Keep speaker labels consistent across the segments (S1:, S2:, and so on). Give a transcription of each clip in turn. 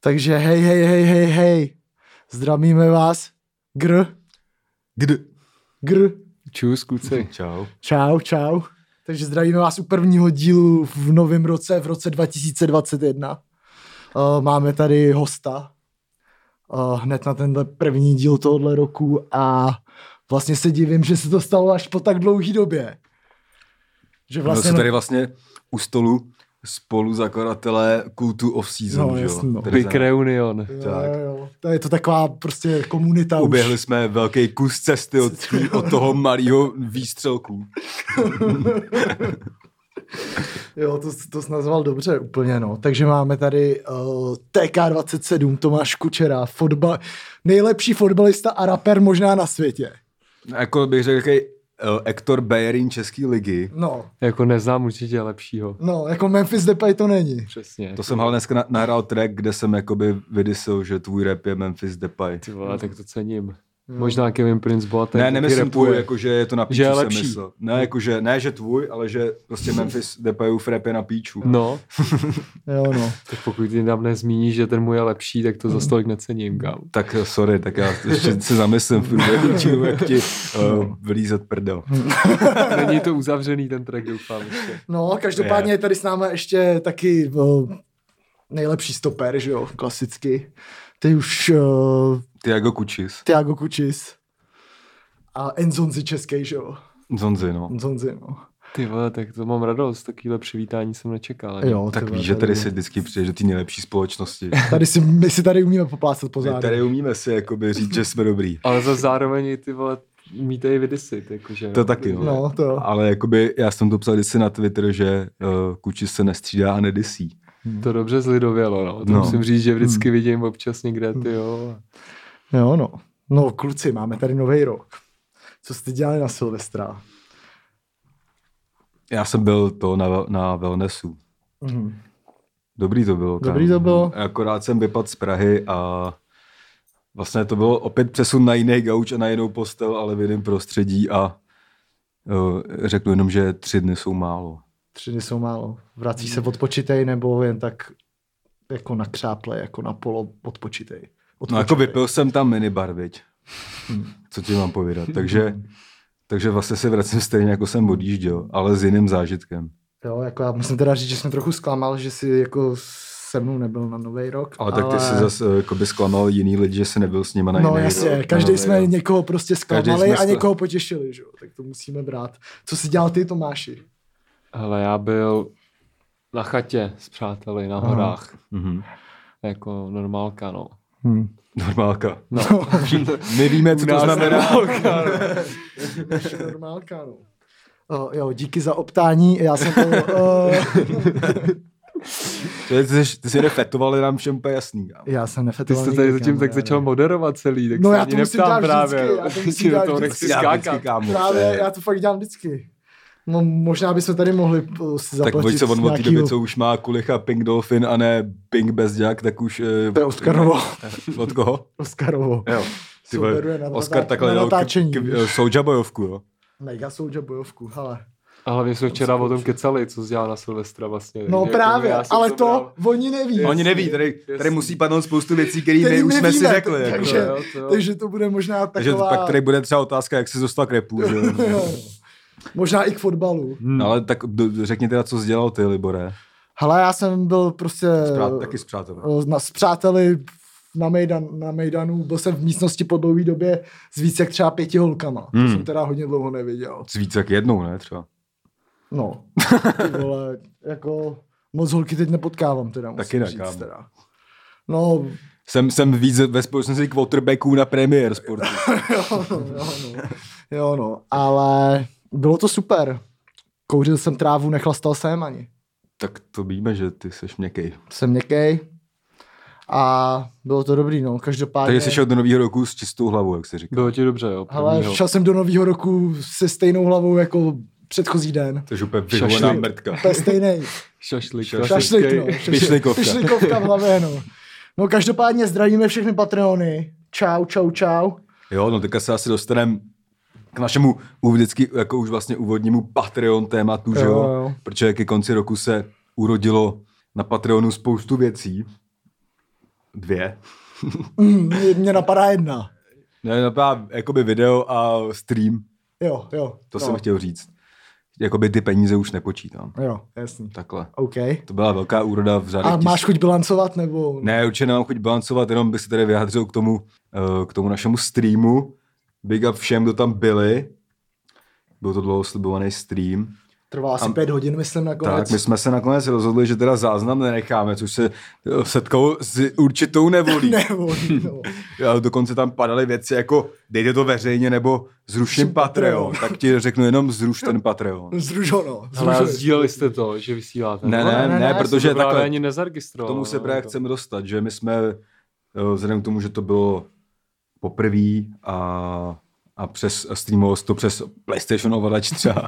S1: Takže hej, hej, hej, hej, hej. Zdravíme vás. Gr,
S2: Kdy?
S1: gr.
S3: Čus, kluci.
S2: Čau.
S1: Čau, čau. Takže zdravíme vás u prvního dílu v novém roce, v roce 2021. Uh, máme tady hosta uh, hned na tenhle první díl tohohle roku a vlastně se divím, že se to stalo až po tak dlouhý době. Že
S2: Vlastně... No, jsou tady vlastně u stolu spolu zakladatelé Kultu of Season,
S1: No,
S2: že jo?
S1: jasný, no.
S2: Tereza.
S3: Big Reunion.
S1: Jo, jo, jo. To je to taková prostě komunita
S2: Uběhli
S1: už.
S2: jsme velký kus cesty od, tý, od toho malého výstřelku.
S1: Jo, to, to jsi nazval dobře úplně, no. Takže máme tady uh, TK27, Tomáš Kučera, fotba, nejlepší fotbalista a rapper možná na světě.
S2: Jako bych řekl, jaký uh, Ektor Bejerín České ligy.
S1: No,
S3: Jako neznám určitě lepšího.
S1: no, jako Memphis Depay to není.
S3: Přesně.
S2: To jsem ale dneska na- nahrál track, kde jsem jakoby vydysil, že tvůj rap je Memphis Depay.
S3: Ty vole, tak to cením. Možná Kevin Prince Boateng.
S2: No. Ne,
S3: taky
S2: nemyslím
S3: rapuje.
S2: tvůj, jako, že je to na píču,
S3: Že je
S2: jsem
S3: lepší.
S2: myslel. Ne, jako, že, ne, že tvůj, ale že prostě Memphis Depayův rap je na píču.
S3: No,
S1: Jo, no.
S3: tak pokud ty nám nezmíníš, že ten můj je lepší, tak to za tolik necením, kam.
S2: Tak eh, sorry, tak já ještě se zamyslím v průběhu dílu, jak ti uh, vylízet prdel.
S3: Není to uzavřený ten track, doufám ještě.
S1: No, každopádně
S2: Je.
S1: je tady s námi ještě taky uh, nejlepší stoper, že jo, klasicky. Ty už uh,
S2: Ty jako kučis.
S1: Tiago Kučis a Enzonzi český, že jo.
S2: Zonzi, no.
S1: Enzonzi, no.
S3: Ty vole, tak to mám radost, takovýhle přivítání jsem nečekal. ani.
S1: Jo, ty
S2: Tak
S1: vole,
S2: víš, že tady
S1: je.
S2: si vždycky přijde do té nejlepší společnosti.
S1: Tady si, my si tady umíme poplácat po
S2: My
S1: zádech.
S2: tady umíme si jakoby říct, že jsme dobrý.
S3: Ale za zároveň i ty vole, mítej i vydysit, jakože.
S2: To taky, no.
S1: No, to jo.
S2: Ale jakoby, já jsem to psal kdysi na Twitter, že uh, kučis se nestřídá a nedisí.
S3: To dobře zlidovělo, no. To
S2: No.
S3: no. musím říct, že vždycky vidím občas někde, ty jo.
S1: Jo, no. No, kluci, máme tady nový rok. Co jste dělali na Silvestra?
S2: Já jsem byl to na, na wellnessu.
S1: Mhm.
S2: Dobrý to bylo. kámo.
S1: Dobrý to bylo.
S2: Akorát jsem vypadl z Prahy a vlastně to bylo opět přesun na jiný gauč a na jinou postel, ale v jiném prostředí a uh, řeknu jenom, že tři dny jsou málo.
S1: Tři dny jsou málo. Vrací se odpočitej nebo jen tak jako na křáple, jako na polo odpočitej. odpočitej. Mhm.
S2: No jako vypil jsem tam minibar, viď? Co ti mám povědat. Takže, takže vlastně se vracím stejně, jako jsem odjížděl, ale s jiným zážitkem.
S1: Jo, jako já musím teda říct, že jsem trochu zklamal, že si jako se mnou nebyl na nový rok.
S2: Ale tak ty jsi zase eh, jako by zklamal jiný lidi, že jsi nebyl s nima na
S1: No
S2: jiný
S1: jasně,
S2: rok,
S1: každý
S2: na
S1: jsme
S2: nový rok.
S1: někoho prostě
S2: Každý
S1: zklamali
S2: jsme
S1: a
S2: skla-
S1: někoho potěšili, že jo? Tak to musíme brát. Co si dělal ty, Tomáši?
S3: Ale já byl na chatě s přáteli na
S1: Aha.
S3: horách.
S2: Mhm.
S3: Jako normálka, no.
S1: Hmm.
S2: Normálka.
S3: no.
S2: My víme, co to znamená.
S3: normálka, no.
S1: Naše normálka, no. O, jo, díky za optání, já jsem byl... o,
S2: Ty jsi, ty jsi refetoval, je nám všem úplně jasný. kámo.
S1: já jsem
S3: Ty
S1: nefetoval
S3: jsi to
S1: nikdy,
S3: tady zatím
S1: kámo,
S3: tak
S1: já
S3: začal
S1: nevím.
S3: moderovat celý, tak
S1: No,
S3: se
S1: já
S3: ani
S1: to musím
S3: neptám
S1: dělat
S3: právě.
S1: vždycky, já to musím
S3: Ti do
S1: dělat
S3: toho
S1: vždycky.
S3: nechci
S2: Já vždycky,
S3: skákat.
S2: kámo, to
S1: Právě,
S2: je-
S1: já to fakt dělám vždycky. No, možná bychom tady mohli uh, si
S2: Tak
S1: zaplatit
S2: pojď se on od té doby,
S1: nějakýho-
S2: co už má kulicha Pink Dolphin a ne Pink Bezďák, tak už... eh,
S1: To je Oskarovo.
S2: Od koho?
S1: Oskarovo.
S2: Jo. Ty vole,
S1: Souberuje na
S2: Oskar
S1: natá-
S2: takhle
S1: na
S2: dal
S1: natáčení, víš.
S2: Soulja bojovku, jo.
S1: Mega soudě bojovku, hele.
S3: A hlavně jsme včera o tom kecali, co jsi dělal na Silvestra vlastně.
S1: No
S3: takže
S1: právě,
S3: já jsem
S1: ale
S3: bral.
S1: to oni neví.
S2: Oni neví, tady, tady
S3: jasný.
S2: musí padnout spoustu věcí, které my
S1: Který
S2: už jsme si
S1: nevíme,
S2: řekli.
S1: tak-
S2: jako.
S1: takže,
S3: Jo, to jo.
S1: takže to bude možná
S2: Takže
S1: taková...
S2: pak tady bude třeba otázka, jak jsi dostal k repu, že jo.
S1: Jo. Možná i k fotbalu.
S2: No, ale tak do- řekni teda, co jsi dělal ty, Libore.
S1: Hele, já jsem byl prostě...
S2: Zprát, taky s přáteli.
S1: Eh, na, s přáteli na, Mejdan, na Mejdanu, byl jsem v místnosti po dlouhé době s víc jak třeba pěti holkama. Hmm.
S2: Hmm.
S1: To jsem teda hodně dlouho neviděl.
S2: S víc jak jednou, ne třeba.
S1: No, ty vole, jako moc holky teď nepotkávám teda, musím
S2: Taky ne,
S1: říct
S2: kámo.
S1: teda. No,
S2: Jsem, jsem víc ve společnosti quarterbacků na Premier Sportu.
S1: jo, no, jo, no. jo, no, ale bylo to super. Kouřil jsem trávu, nechlastal jsem ani.
S2: tak to víme, že ty jsi měkký.
S1: Jsem měkkej a bylo to dobrý, no, každopádně.
S2: Takže jsi šel do nového roku s čistou hlavou, jak jsi říkal.
S3: Bylo ti dobře, jo.
S1: Hele,
S3: prvního.
S1: šel jsem do nového roku se stejnou hlavou jako předchozí den.
S2: To je úplně
S3: Šašlik.
S2: vyholená mrtka.
S1: To je stejný.
S3: Šašlik.
S2: Šašlik.
S1: Šašlik, no.
S3: klasický.
S1: Šašlik-
S2: Pišlikovka.
S1: Pišlikovka v hlavě, no. No každopádně zdravíme všechny Patreony. Čau, čau, čau.
S2: Jo, no teďka se asi dostaneme k našemu u- vždycky jako už vlastně úvodnímu Patreon tématu, že
S1: Jo,
S2: jo?
S1: jo.
S2: Protože ke konci roku se urodilo na Patreonu spoustu věcí. Dvě.
S1: Mm, mě- mě napadá jedna.
S2: Ne, napadá jakoby video a stream,
S1: Jo, jo.
S2: to
S1: no.
S2: no. jsem chtěl říct. Jakoby ty peníze už nepočítám.
S1: Jo, jasný.
S2: Takhle.
S1: OK.
S2: To byla velká úroda v řádech
S1: A
S2: tisíc.
S1: máš chuť bilancovat, nebo...
S2: Ne, určitě nemám chuť balancovat, jenom bych se tady vyjádřil k tomu, eh, k tomu našemu streamu. Big up všem, kdo tam byli. Byl to dlouho slibovaný stream.
S1: Trvá asi
S2: Am-
S1: pět hodin, myslím, nakonec.
S2: Tak, my jsme se nakonec rozhodli, že teda záznam nenecháme, což se eh, setkalo s určitou nevolí.
S1: Ne, volí, no.
S2: A dokonce tam padaly věci jako dejte to veřejně nebo zruším Patreon. Tak ti řeknu jenom zruš ten Patreon.
S1: Zružono.
S3: Ale
S1: zružono.
S3: sdíleli jste to, že vysíláte.
S2: Ne,
S3: no?
S2: ne, ne,
S1: ne,
S2: ne
S1: ne,
S2: protože
S3: to právě
S2: takhle,
S3: ani
S2: k
S3: nezaregistroval.
S2: tomu se
S3: no,
S2: právě
S3: to-
S2: chceme dostat, že my jsme eh, vzhledem k tomu, že to bylo poprvé a, a přes a streamovalo se to přes PlayStation ovladač třeba,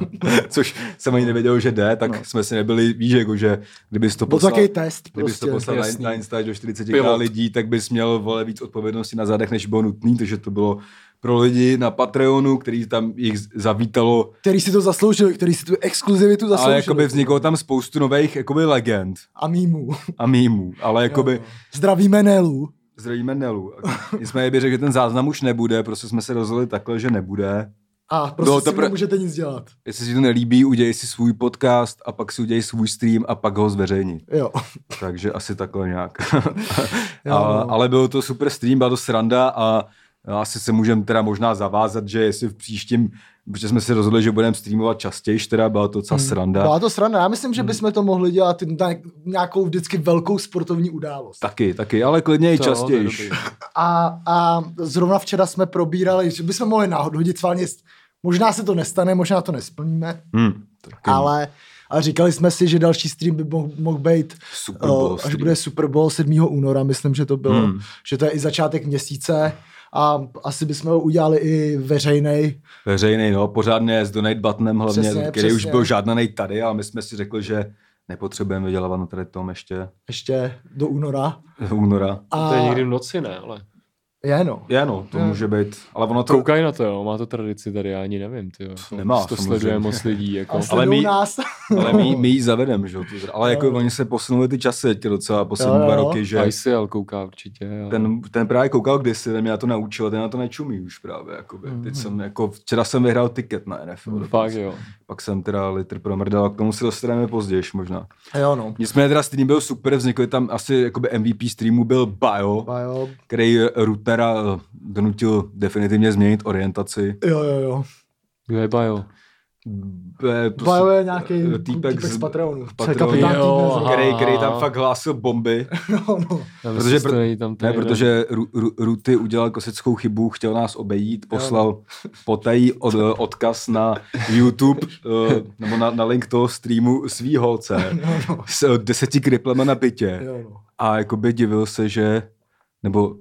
S2: což jsem ani nevěděl, že jde, tak no. jsme si nebyli, víš, jako, že kdyby jsi to
S1: Byl
S2: poslal,
S1: takový test
S2: kdyby jsi
S1: No prostě.
S2: to poslal na,
S3: jasný.
S2: na Instač do 40
S3: Pilot.
S2: lidí, tak bys měl vole víc odpovědnosti na zádech, než bylo nutný, takže to bylo pro lidi na Patreonu, který tam jich zavítalo
S1: Který si to zasloužil, který si tu exkluzivitu zasloužil.
S2: ale jakoby vzniklo tam spoustu nových jakoby legend
S1: A mýmů.
S2: a mýmů, ale jakoby
S1: Jo, no. Zdravíme Nelu.
S2: zdravíme Nelu. Nicméně by řekl, že ten záznam už nebude, prostě jsme se rozhodli takhle, že nebude.
S1: A prostě
S2: Bylo
S1: no,
S2: to
S1: to si
S2: pro-
S1: pro... nemůžete nic dělat.
S2: Jestli si to nelíbí, udělej si svůj podcast a pak si udělej svůj stream a pak ho zveřejní.
S1: Jo.
S2: Takže asi takhle nějak.
S1: Jo,
S2: a,
S1: no.
S2: ale byl to super stream, byla to sranda a a asi se můžeme teda možná zavázat, že jestli v příštím, protože jsme se rozhodli, že budeme streamovat častěji, teda byla to docela sranda.
S1: Hmm. Byla to sranda. Já myslím, že bychom to mohli dělat na nějakou vždycky velkou sportovní událost.
S2: Taky, taky, ale klidně i
S3: to- to je
S2: častěji.
S3: dobrý.
S1: A, a zrovna včera jsme probírali, že bychom mohli náhodou hodit svalně. Možná se to nestane, možná to nesplníme,
S2: Hmm, taky.
S1: ale a říkali jsme si, že další stream by mohl, mohl být,
S2: Super Bowl
S1: eh, až
S2: stream.
S1: bude Super Bowl 7. února, myslím, že to bylo,
S2: Hmm.
S1: hmm. že to je i začátek měsíce a asi bychom ho udělali i veřejnej.
S2: Veřejný, no, pořádně s donate buttonem hlavně, přesně,
S1: Přesně,
S2: který přesně. už
S1: přesně.
S2: byl žádnaný tady a my jsme si řekli, že nepotřebujeme vydělávat na tady tom ještě
S1: ještě do února.
S2: února.
S1: A
S3: To je někdy v noci, ne, ale.
S1: je no.
S2: Je, no, to
S1: Jo.
S2: může být, ale ono to...
S3: Koukaj na to, jo, má to tradici tady, já ani nevím, ty jo.
S2: nemá,
S3: To
S2: samozřejmě.
S3: sleduje moc lidí, jako.
S1: Ale, ale my...
S2: my-
S1: nás.
S2: Ale my, my ji zavedeme, že jo. to zra- Ale jako
S1: Jo.
S2: oni se posunuli ty časy teď docela poslední
S1: Jo,
S2: dva
S1: jo.
S2: roky, že
S3: Že... ICL kouká určitě. A...
S2: ten, ten právě koukal kdysi, ten mě na to naučil, ten na to nečumí už právě, jakoby.
S1: Mhm.
S2: Teď jsem, jako, včera jsem vyhrál tiket na NFL.
S3: Mhm, Fakt
S2: dokonce.
S3: jo.
S2: Pak jsem teda litr promrdal, k tomu se dostaneme později možná.
S1: jo no.
S2: Nicméně teda stream byl super, vznikly tam asi jakoby MVP streamu byl Bio,
S1: A jo.
S2: který Rutnera eh, donutil definitivně změnit orientaci.
S1: Jo, jo, jo.
S3: Kdo je Bajo?
S2: B-
S1: Bio je nějaký
S2: eh,
S1: týpek z Patreonu.
S2: z
S1: Co je kapitán
S2: Patreonu,
S3: Jo,
S1: týdne zrovna.
S3: aha.
S2: který, který tam fakt hlásil bomby.
S1: No, no.
S3: Já
S2: Protože
S3: protože
S2: pr-
S3: pr- není tam ten
S2: Ne,
S3: jeden.
S2: protože Ru- Ru- Ruty udělal klasickou chybu, chtěl nás obejít, poslal potají od, eh, odkaz na YouTube eh, nebo na, na link toho streamu svý holce s eh, deseti kriplema na bytě.
S1: no, Jo, no.
S2: A jakoby divil se, že nebo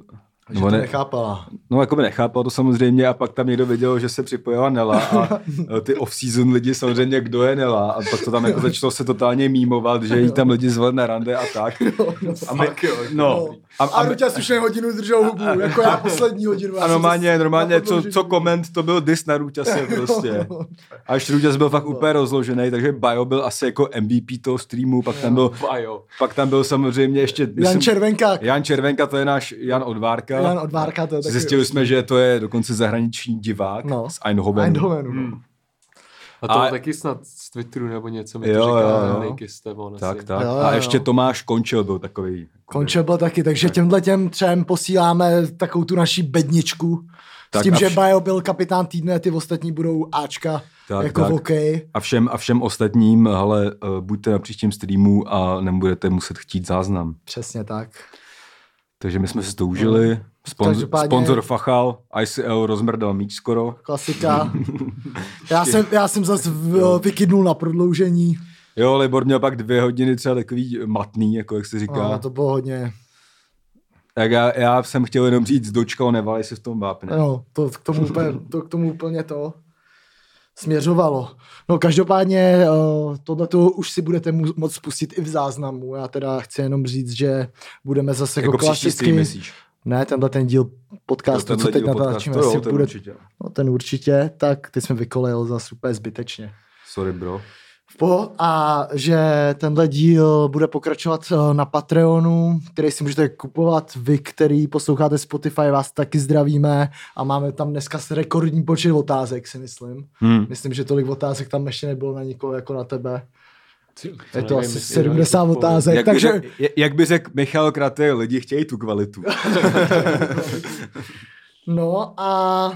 S1: Že
S2: nebo
S1: to
S2: ne-
S1: nechápala.
S2: No, jako by nechápal to samozřejmě a pak tam někdo věděl, že se připojila Nela a eh, ty off-season lidi samozřejmě, kdo je Nela a pak to tam jako začalo se totálně mýmovat, že jí tam lidi zvali na rande a tak. A my, no, a,
S1: A, a
S2: a,
S1: Ruťa už hodinu držel hubu, jako já poslední hodinu. Já
S2: a
S1: jsem
S2: normálně,
S1: zase-
S2: normálně,
S1: na
S2: co,
S1: prodloužení.
S2: co koment, to byl dis na Růťase prostě.
S1: Jo, no.
S2: A Růťas byl fakt úplně rozložený, takže Bio byl asi jako MVP toho streamu, pak tam byl,
S3: Bajo.
S2: pak tam byl samozřejmě ještě...
S1: Jan Červenkák,
S2: Jan Červenka, to je náš Jan Odvárka.
S1: Jan Odvárka, to je taky.
S2: Zjistili jsme, že to je dokonce zahraniční divák
S1: No.
S2: z Eindhovenu.
S1: Eindhovenu, no.
S3: A to
S2: A-
S3: a... taky snad z Twitteru nebo něco mi to
S2: Jo,
S3: říká.
S2: jo, jo.
S3: Jo, jo.
S2: Tak, tak.
S1: Jo, jo,
S2: a
S1: jo.
S2: ještě Tomáš Končil byl takový.
S1: Končel byl taky, takže těmhle těm třem posíláme takovou tu naši bedničku.
S2: Tak
S1: s tím,
S2: a
S1: že
S2: vš-
S1: Bajo byl kapitán týdne, ty ostatní budou Ačka,
S2: Tak,
S1: tak, jako
S2: tak.
S1: tak. OK.
S2: A všem, a všem ostatním, hele, eh, buďte na příštím streamu a nebudete muset chtít záznam.
S1: Přesně tak.
S2: Takže my jsme se to užili.
S1: No.
S2: Sponzor,
S1: Každopádně-
S2: sponzor Fachal, ICL rozmrdal míč skoro.
S1: Klasika. Já jsem, já jsem zase v- vykydnul na prodloužení.
S2: Jo, Libor měl pak dvě hodiny třeba takový matný, jako jak se říká.
S1: No, to bylo hodně.
S2: Tak já, já, jsem chtěl jenom říct, dočkal, nevalej se v tom vápne.
S1: No, to k tomu úplně to, k tomu úplně to směřovalo. No každopádně eh, tohleto už si budete mu- moc spustit i v záznamu. Já teda chci jenom říct, že budeme zase jako,
S2: Jako
S1: jako
S2: příští stream,
S1: klasicky...
S2: myslíš?
S1: Ne, tenhle ten díl
S2: Jo,
S1: podcastu,
S2: tenhle
S1: co teď
S2: díl podcastu,
S1: natáčíme,
S2: jo,
S1: jestli
S2: ten
S1: bude...
S2: určitě.
S1: No ten určitě, tak ty jsme vykolejil za super zbytečně.
S2: Sorry, bro.
S1: v po a že tenhle díl bude pokračovat eh, na Patreonu, který si můžete kupovat. Vy, který posloucháte Spotify, vás taky zdravíme a máme tam dneska rekordní počet otázek, si myslím.
S2: Hmm.
S1: Myslím, že tolik otázek tam ještě nebylo na nikoho jako na tebe. Je to
S3: nevím,
S1: asi
S3: jestli
S1: 70
S3: nevím,
S1: otázek,
S2: Jak,
S1: takže...
S2: by řek, jak by řekl Michal Kraty, lidi chtějí tu kvalitu.
S1: No a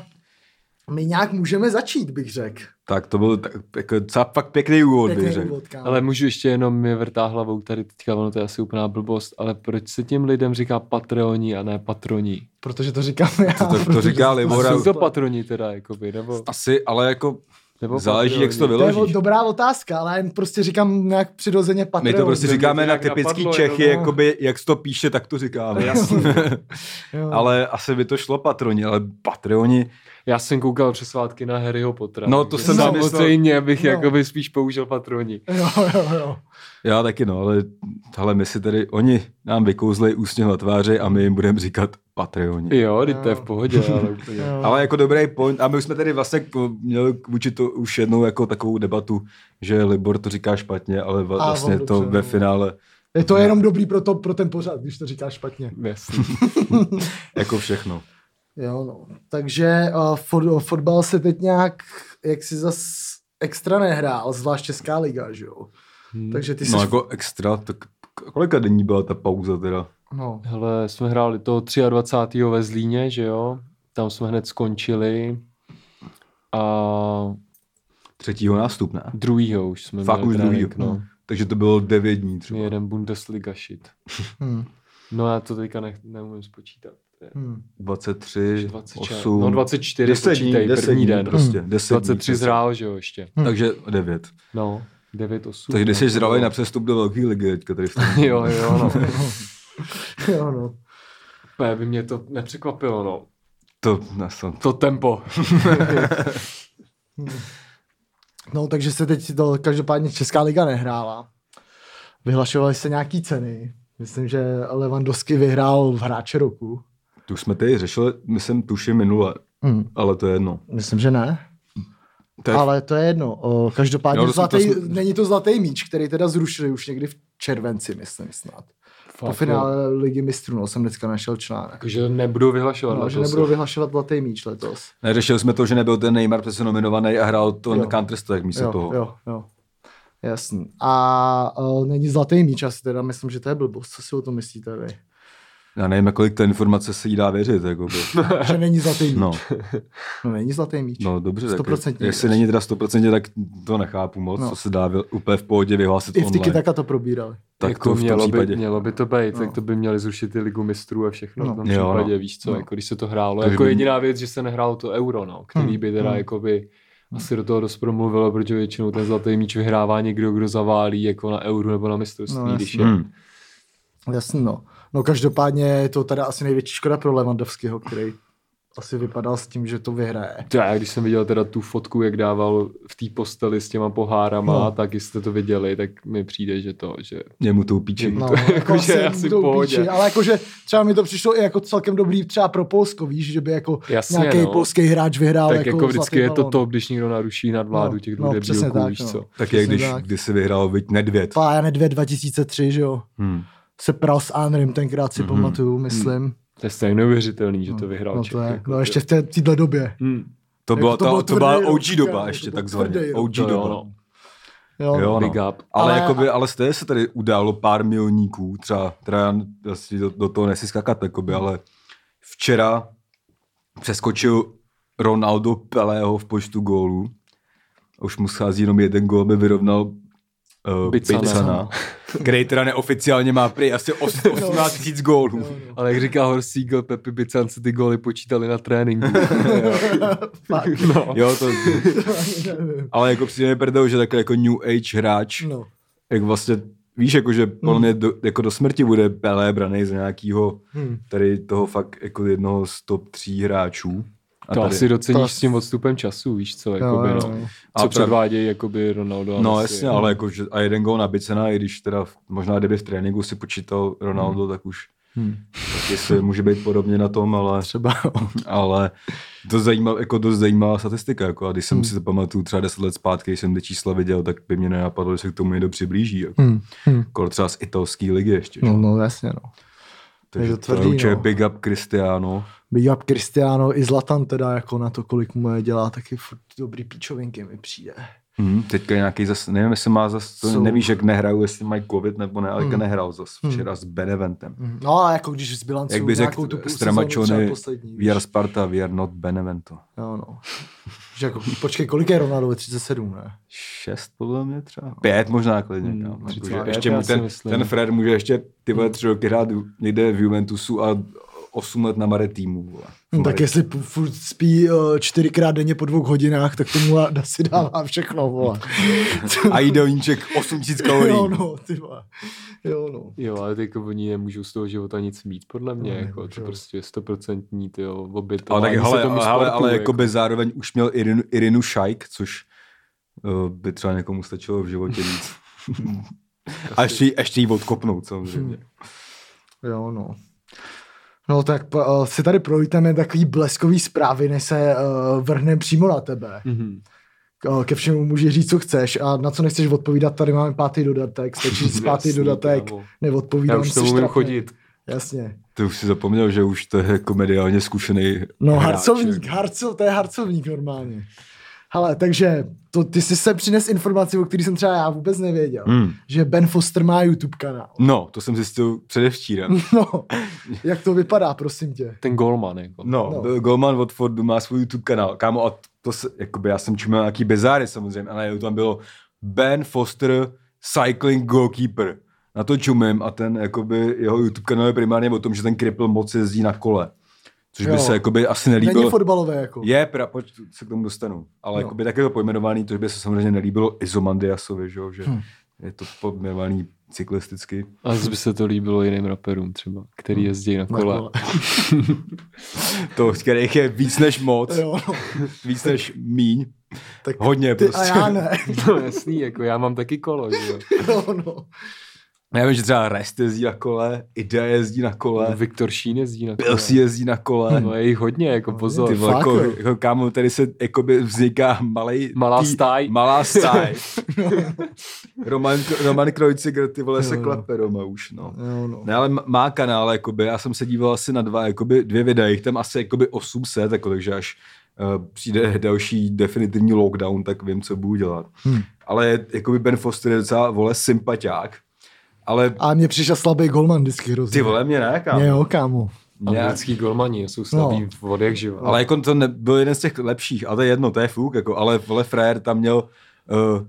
S1: my nějak můžeme začít, bych řekl. Jako
S2: tak to byl tak, jako, docela fakt pěkný úvod, bych
S1: Pěkný
S2: řekl.
S1: úvod, kámo.
S3: Ale můžu ještě jenom mi vrtá hlavou tady teďka, ono to je asi úplná blbost, ale proč se těm lidem říká patreoni a ne patroni?
S1: Protože to říkám já.
S2: to- to
S1: protože
S2: říká Libora.
S3: Jsou
S2: Opravdu.
S3: to patroni teda, jakoby, nebo,
S2: Asi, ale jako
S3: nebo
S2: záleží, jak jsi to
S3: patroni.
S1: To je
S2: vyložíš.
S1: dobrá otázka, ale já jim prostě říkám nějak přirozeně
S2: My
S1: Patreon.
S2: to prostě
S3: mě to
S2: říkáme na
S3: nějak
S2: typický
S3: napadlo,
S1: jako
S2: Čechy,
S1: no.
S3: jenom-
S2: jakoby, jak se to píše, tak to říkáme.
S1: Jo.
S2: ale asi by to šlo patroni, ale patroni,
S3: Já jsem koukal přes svátky na Harryho Pottera.
S2: No, to
S3: takže
S2: jsem
S1: si
S3: samozřejmě
S2: myslel.
S3: Samozřejmě bych
S1: No.
S3: no. jakoby spíš použil patroni.
S1: Jo, jo, jo.
S2: já taky no, ale hele, my si tady, oni nám vykouzlej úsměv na tváři a my jim budeme říkat patroni.
S3: Jo, teď to je
S1: Jo.
S3: v pohodě, ale úplně.
S1: jo.
S2: Ale jako dobrý point. A my už jsme tady vlastně k- měli k- vůči to už jednou jako takovou debatu, že Libor to říká špatně, ale va-
S1: A,
S2: vlastně
S1: on
S2: to
S1: dobře,
S2: ve
S1: no.
S2: finále
S1: Je to jenom dobrý pro, to, pro ten pořad, když to říkáš špatně.
S3: Jasný.
S2: jako všechno.
S1: Jo, no. Takže uh, fot, fotbal se teď nějak, jak si zas extra nehrál, zvlášť Česká liga, že jo.
S3: Hmm.
S1: Takže ty jsi...
S2: No jako extra, tak k- kolika denní byla ta pauza teda?
S1: no.
S3: Hele, jsme hráli toho 23. ve Zlíně, že jo? Tam jsme hned skončili. A
S2: Třetího nástup, ne?
S3: druhýho už jsme
S2: Fakt
S3: měli
S2: už druhý.
S3: trénink, no.
S2: Takže to bylo devět dní třeba.
S3: Jeden Bundesliga shit.
S1: Hmm.
S3: No já to teďka ne, neumím spočítat. To je
S1: Hmm.
S2: 23,
S3: 26,
S2: 8,
S3: no 24
S2: 10 dní,
S3: počítej,
S2: 10
S3: první
S2: dní
S3: den.
S2: prostě, 10 dní
S3: 23
S2: přesně. Hmm.
S3: zrál, že jo, ještě.
S1: Hm.
S2: Takže 9.
S3: No, 9, 8.
S2: Takže když jsi zdravý na přestup do velké ligy, teďka tady v tom-
S3: Jo, jo, no.
S1: Jo, no.
S3: Ne, by mě to nepřekvapilo, no.
S2: to, na sam-
S3: To tempo.
S1: No, takže se teď do, každopádně Česká liga nehrála. Vyhlašovaly se nějaký ceny. Myslím, že Lewandowski vyhrál v hráče roku.
S2: tu jsme tady řešili, myslím, tuším minule,
S1: Hmm.
S2: ale to je jedno.
S1: Myslím, že ne.
S2: To je
S1: Ale to je jedno. O, každopádně
S2: Jo,
S1: jo,
S2: to jsme-
S1: zlatý,
S2: to jsme-
S1: není to zlatý míč, který teda zrušili už někdy v červenci, myslím snad. Po
S3: Fakt,
S1: finále Ligy mistrů, no, jsem dneska našel článek.
S3: Jakože Jako, nebudou vyhlašovat.
S1: No, že
S3: letos.
S1: nebudou vyhlašovat zlatý míč letos.
S2: Neřešili jsme to, že nebyl ten Neymar přece nominovaný a hrál to
S1: Jo.
S2: na Counter-Strike místo
S1: jo,
S2: toho.
S1: jo, jo. Jasný. A o, není zlatý míč asi teda, myslím, že to je blbost. Co si o tom myslíte vy?
S2: Já nevím, kolik té informace se jí dá věřit. Jakoby.
S1: Že není zlatý míč.
S2: No,
S1: no není zlatý míč.
S2: no dobře. Tak,
S1: 100%
S2: jestli není teda 100%, tak to nechápu moc,
S1: No.
S2: no. co se dá vy- úplně v pohodě vyhlásit
S1: I v
S2: online.
S1: Tiki Taka to probírali.
S2: tak
S3: jako
S2: to v tom
S3: mělo, by,
S2: případě.
S3: mělo by to být,
S1: No.
S3: no. tak to by měli zrušit i ligu mistrů a všechno
S1: No.
S3: v tom
S2: Jo, no.
S3: případě, víš co,
S1: No.
S3: jako když se to hrálo.
S2: Takže
S3: jako
S2: by-
S3: jediná věc, že se nehrálo to euro, no, který
S1: Hmm.
S3: by teda
S1: Hmm.
S3: jakoby asi do toho dost promluvilo, protože většinou ten zlatý míč vyhrává někdo, kdo zaválí jako na euro nebo na mistrovství,
S1: No,
S3: no, když
S1: jasně.
S3: je.
S2: Hmm.
S1: Jasně, no. No každopádně je to teda asi největší škoda pro Lewandowského, který asi vypadal s tím, že to vyhraje.
S3: To Já, když jsem viděl teda tu fotku, jak dával v té posteli s těma pohárama,
S1: No.
S3: no. tak jestli jste to viděli, tak mi přijde, že to, že
S2: Je mu to upíči.
S1: No,
S3: Jakože
S1: asi
S3: asi
S1: to
S3: v pohodě.
S1: upíči, ale jakože třeba mi to přišlo i jako celkem dobrý třeba pro Polsko, víš, že by jako
S3: Jasně,
S1: nějaký
S3: no.
S1: polský hráč vyhrál
S3: tak
S1: jako,
S3: jako vždycky
S1: zlatý
S3: je to
S1: balón.
S3: top, když někdo naruší nadvládu
S1: No,
S3: těch
S1: no,
S3: dvou
S1: přesně
S3: debilků,
S1: tak,
S3: víš
S1: no.
S3: co.
S2: Tak jak
S1: Přesně
S2: když
S1: tak.
S2: kdysi vyhrál viď, Nedvěd.
S1: Pá, já nedvě 2003, že jo,
S2: Hmm.
S1: se pral s Anrym, tenkrát si
S2: Mhm.
S1: pamatuju, myslím.
S3: To je stejně neuvěřitelný, že to
S1: No,
S3: vyhrál
S1: no,
S3: Čech,
S1: to je,
S3: jako
S1: no
S3: to-
S1: ještě v té- v téhle době.
S3: Hmm.
S2: To
S1: Jako
S2: byla,
S1: to
S2: ta,
S1: byl
S2: to byla
S1: tvrdý
S2: OG
S1: rok,
S2: doba
S1: kámo, to
S2: ještě
S1: byl tvrdý
S2: takzvaně.
S1: rok,
S2: OG
S3: To jo,
S2: doba.
S3: no.
S1: Jo,
S2: Jo,
S3: Big
S2: no.
S3: up.
S2: Ale,
S1: Ale-
S2: ale, jakoby, ale stejně se tady událo pár milníků, třeba, teda já n- asi do, do toho nesi skakat, jakoby, ale včera přeskočil Ronaldo Pelého v počtu gólů. Už mu schází jenom jeden gól, aby vyrovnal uh,
S3: Bicana.
S2: Bicana, No. který teda neoficiálně má prý asi os- 18 000 gólů.
S1: Jo, no.
S3: Ale jak říká Horst Siegel, Pepi Bican si ty góly počítali na tréninku.
S1: Fakt,
S3: no.
S2: Jo, to,
S1: to ani nevím.
S2: ale jako přijde mi prdel, že takhle jako New Age hráč,
S1: No. Mm.
S2: jak vlastně, víš, jako, že podle mě do, jako do smrti bude Pelé braný z nějakého
S1: Hmm.
S2: tady toho fakt jako jednoho z top tří hráčů. A
S3: To
S2: tady,
S3: asi doceníš
S1: to-
S3: s tím odstupem času, víš co, jakoby,
S1: jo,
S3: no.
S1: jo.
S2: A
S3: co
S2: pra-
S3: předvádějí jakoby Ronaldo a
S2: No
S3: Messi.
S2: jasně, ale jako, že, a jeden gol na Bicena, i když teda v- možná kdyby v tréninku si počítal Ronaldo, tak už
S1: Hmm.
S2: Tak jestli může být podobně na tom, ale,
S1: Třeba, no.
S2: ale to zajímá, jako dost zajímavá statistika. Jako, a když jsem
S1: Hmm.
S2: hmm. si to pamatuju třeba 10 let zpátky, když jsem ty čísla viděl, tak by mě nenapadlo, že se k tomu někdo přiblíží. Jako,
S1: Hmm. Hmm.
S2: hmm. třeba z italské ligy ještě. že?
S1: No, no, jasně, no.
S2: Takže
S1: je
S2: je
S1: to
S2: to
S1: tvrdý,
S2: tvrdý,
S1: no.
S2: big up Cristiano.
S1: Big up Cristiano i Zlatan teda jako na to, kolik mu je dělá, taky furt dobrý píčovinky mi přijde.
S2: Hmm, teďka nějaký zas, nevím, jestli má zas, to
S1: Jsou-
S2: nevíš, jak nehrajou, jestli mají covid nebo ne, ale
S1: Hmm.
S2: hmm. nehrál zas
S1: Hmm.
S2: včera s Beneventem.
S1: Mm. No a jako když zbilancuju
S2: Jak by
S1: nějakou tu
S2: řekl
S1: půl
S2: Stramačony,
S1: sezónu, poslední,
S2: we are
S1: víš.
S2: Sparta, we are not Benevento.
S1: No, no. Že jako, počkej, kolik je Ronaldovi? 37, ne?
S2: Šest podle mě třeba. Pět možná klidně.
S3: Hmm,
S2: kámo.
S3: třicet
S2: Jakože
S3: pět,
S2: ještě
S3: já
S2: mu
S3: si
S2: ten,
S3: myslím.
S2: ten Fred může ještě ty vole tři roky hrát někde v Juventusu a osm let na Mare týmu. Vole.
S1: No,
S2: Mare-
S1: tak jestli p- furt spí eh, čtyřikrát denně po dvou hodinách, tak tomu a- asi dává všechno, vole.
S2: A jídelníček 8000 kalorií.
S1: Jo, no, ty vole. Jo, no.
S3: Jo, ale ty jako oni nemůžou z toho života nic mít, podle mě,
S1: No,
S3: no, jako,
S1: nemůžou.
S3: to prostě je stoprocentní, ty jo,
S2: Ale
S3: obětování
S2: tak hele,
S3: se tomu
S2: ale,
S3: sportu,
S2: ale, ale
S3: jako.
S2: jako by zároveň už měl Irinu, Irinu Šajk, což uh, by třeba někomu stačilo v životě víc. a ještě, jí- ještě jí odkopnout samozřejmě.
S1: Jo, no. No tak p- eh, si tady prolítneme takový bleskový zprávy, než se uh, vrhnem přímo na tebe.
S3: Mhm.
S1: Eh, Ke všemu můžeš říct, co chceš a na co nechceš odpovídat, tady máme pátý dodatek, stačí říct pátý
S3: Jasný,
S1: dodatek,
S3: kámo.
S1: neodpovídám.
S3: Já už
S1: jsi
S3: to umím
S1: štrapnej.
S3: chodit.
S1: Jasně.
S2: To už si zapomněl, že už to je jako mediálně zkušený
S1: No,
S2: hráč,
S1: harcovník,
S2: jako.
S1: harcov, to je harcovník normálně. Hele, takže to, ty jsi se přines informaci, o který jsem třeba já vůbec nevěděl, hmm.
S2: Hmm.
S1: že Ben Foster má YouTube kanál.
S2: No, to jsem zjistil předevčírem.
S1: No, jak to vypadá, prosím tě.
S3: Ten golman, jako.
S2: No,
S1: No.
S2: no. Goldman Watfordu má svůj YouTube kanál. Kámo, a to se, jakoby já jsem čuměl nějaký bezáry samozřejmě, a najednou tam bylo Ben Foster Cycling Goalkeeper. Na to čumím a ten, jakoby, jeho YouTube kanál je primárně o tom, že ten kripl moc jezdí na kole. Což by
S1: Jo.
S2: se, jakoby, asi nelíbilo.
S1: Není fotbalové jako.
S2: Je, pra, pojď, se k tomu dostanu. Ale
S1: No.
S2: no. jakoby taky to pojmenovaný, to by se samozřejmě nelíbilo Izomandiasovi, že, jo, že
S1: Hm.
S2: hmm. je to pojmenovaný cyklisticky.
S3: A zase by se to líbilo jiným raperům třeba,
S2: Hmm.
S3: který jezdí na
S1: Na
S3: kole.
S1: kole.
S2: To, kterých je víc než moc,
S1: Jo, no.
S2: víc než míň.
S1: Tak
S2: Hodně
S1: Ty a
S2: prostě.
S1: já ne.
S3: No jasný, jako já mám taky kolo, že jo.
S1: Jo, no.
S2: Já vím, že třeba Rest jezdí na kole, Ida jezdí na kole,
S3: Viktor Šín jezdí na kole.
S2: Bill si jezdí na kole.
S3: No je jich hodně, jako
S1: No,
S3: pozor.
S2: Ty vole,
S1: Fakt,
S2: jako,
S1: jo.
S2: jako, kámo, tady se jakoby vzniká malej,
S3: Malá
S2: tý-
S3: stáj.
S2: Malá stáj. Roman, Roman Krojciger, ty vole, se
S1: Jo, jo.
S2: klepe Roma už, no.
S1: Jo, no.
S2: Ne, ale m- má kanál, jakoby, já jsem se díval asi na dva, jakoby dvě videa, jich tam asi jakoby 800, jako, takže až uh, přijde další definitivní lockdown, tak vím, co budu dělat.
S1: Hm.
S2: Hmm. Ale jakoby Ben Foster je docela, vole, sympatiák, ale
S1: A mě přišel slabý golman vždycky hrozně.
S2: ty vole mě ne, kámo.
S1: Mě jo, kámo.
S2: Nějak-
S3: Anglický golmani jsou slabí
S1: No.
S3: v vody jak živá.
S2: Ale jako to ne, byl jeden z těch lepších, ale to je jedno, to je fuk, jako, ale vole frajer tam měl, uh,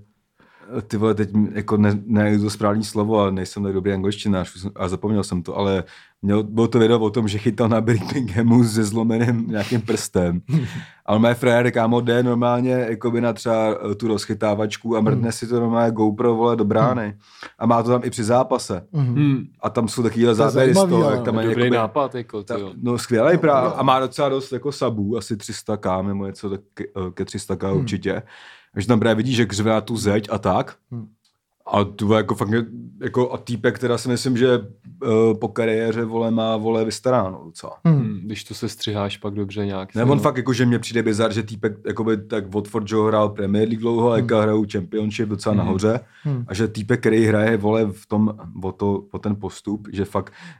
S2: ty vole, teď m- jako ne, ne to správný slovo, ale nejsem tak dobrý angličtinář už jsem- a zapomněl jsem to, ale měl, bylo to video o tom, že chytal na Birminghamu se zlomeným nějakým prstem. ale mé frajer, kámo, jde normálně jako by na třeba eh, tu rozchytávačku a
S1: Hmm.
S2: mrdne si to normálně GoPro, vole, do brány. A má to tam i při zápase.
S1: Mhm.
S3: Hmm,
S2: A tam jsou takovýhle
S1: To je
S2: záběry z
S1: zajímavý,
S2: toho,
S1: ale
S2: jak tam
S3: dobrý
S2: je jakoby-
S3: nápad, jako ty
S2: ta,
S1: Hmm.
S3: jo.
S2: no skvělý právě.
S1: jo.
S2: A má docela dost jako sabů, asi 300k nebo něco tak ke, ke 300k hmm. určitě. Takže tam právě vidíš, že křve na tu zeď a tak.
S1: Hmm.
S2: A tu jako fakt mě- jako a týpek, která si myslím, že uh, po kariéře vole má vole vystaráno docela.
S1: Hm.
S3: Hmm, když to se střiháš pak dobře nějak.
S2: Ne,
S3: ty
S2: on
S3: jo.
S2: fakt jako, že mě přijde bizar, že týpek, jakoby, tak Watford, že ho hrál Premier League dlouho, a jaka hrajou Championship docela
S3: Mhm.
S2: nahoře,
S1: Hmm.
S2: a že týpek, který hraje, vole, v tom, o, to, o ten postup, že fakt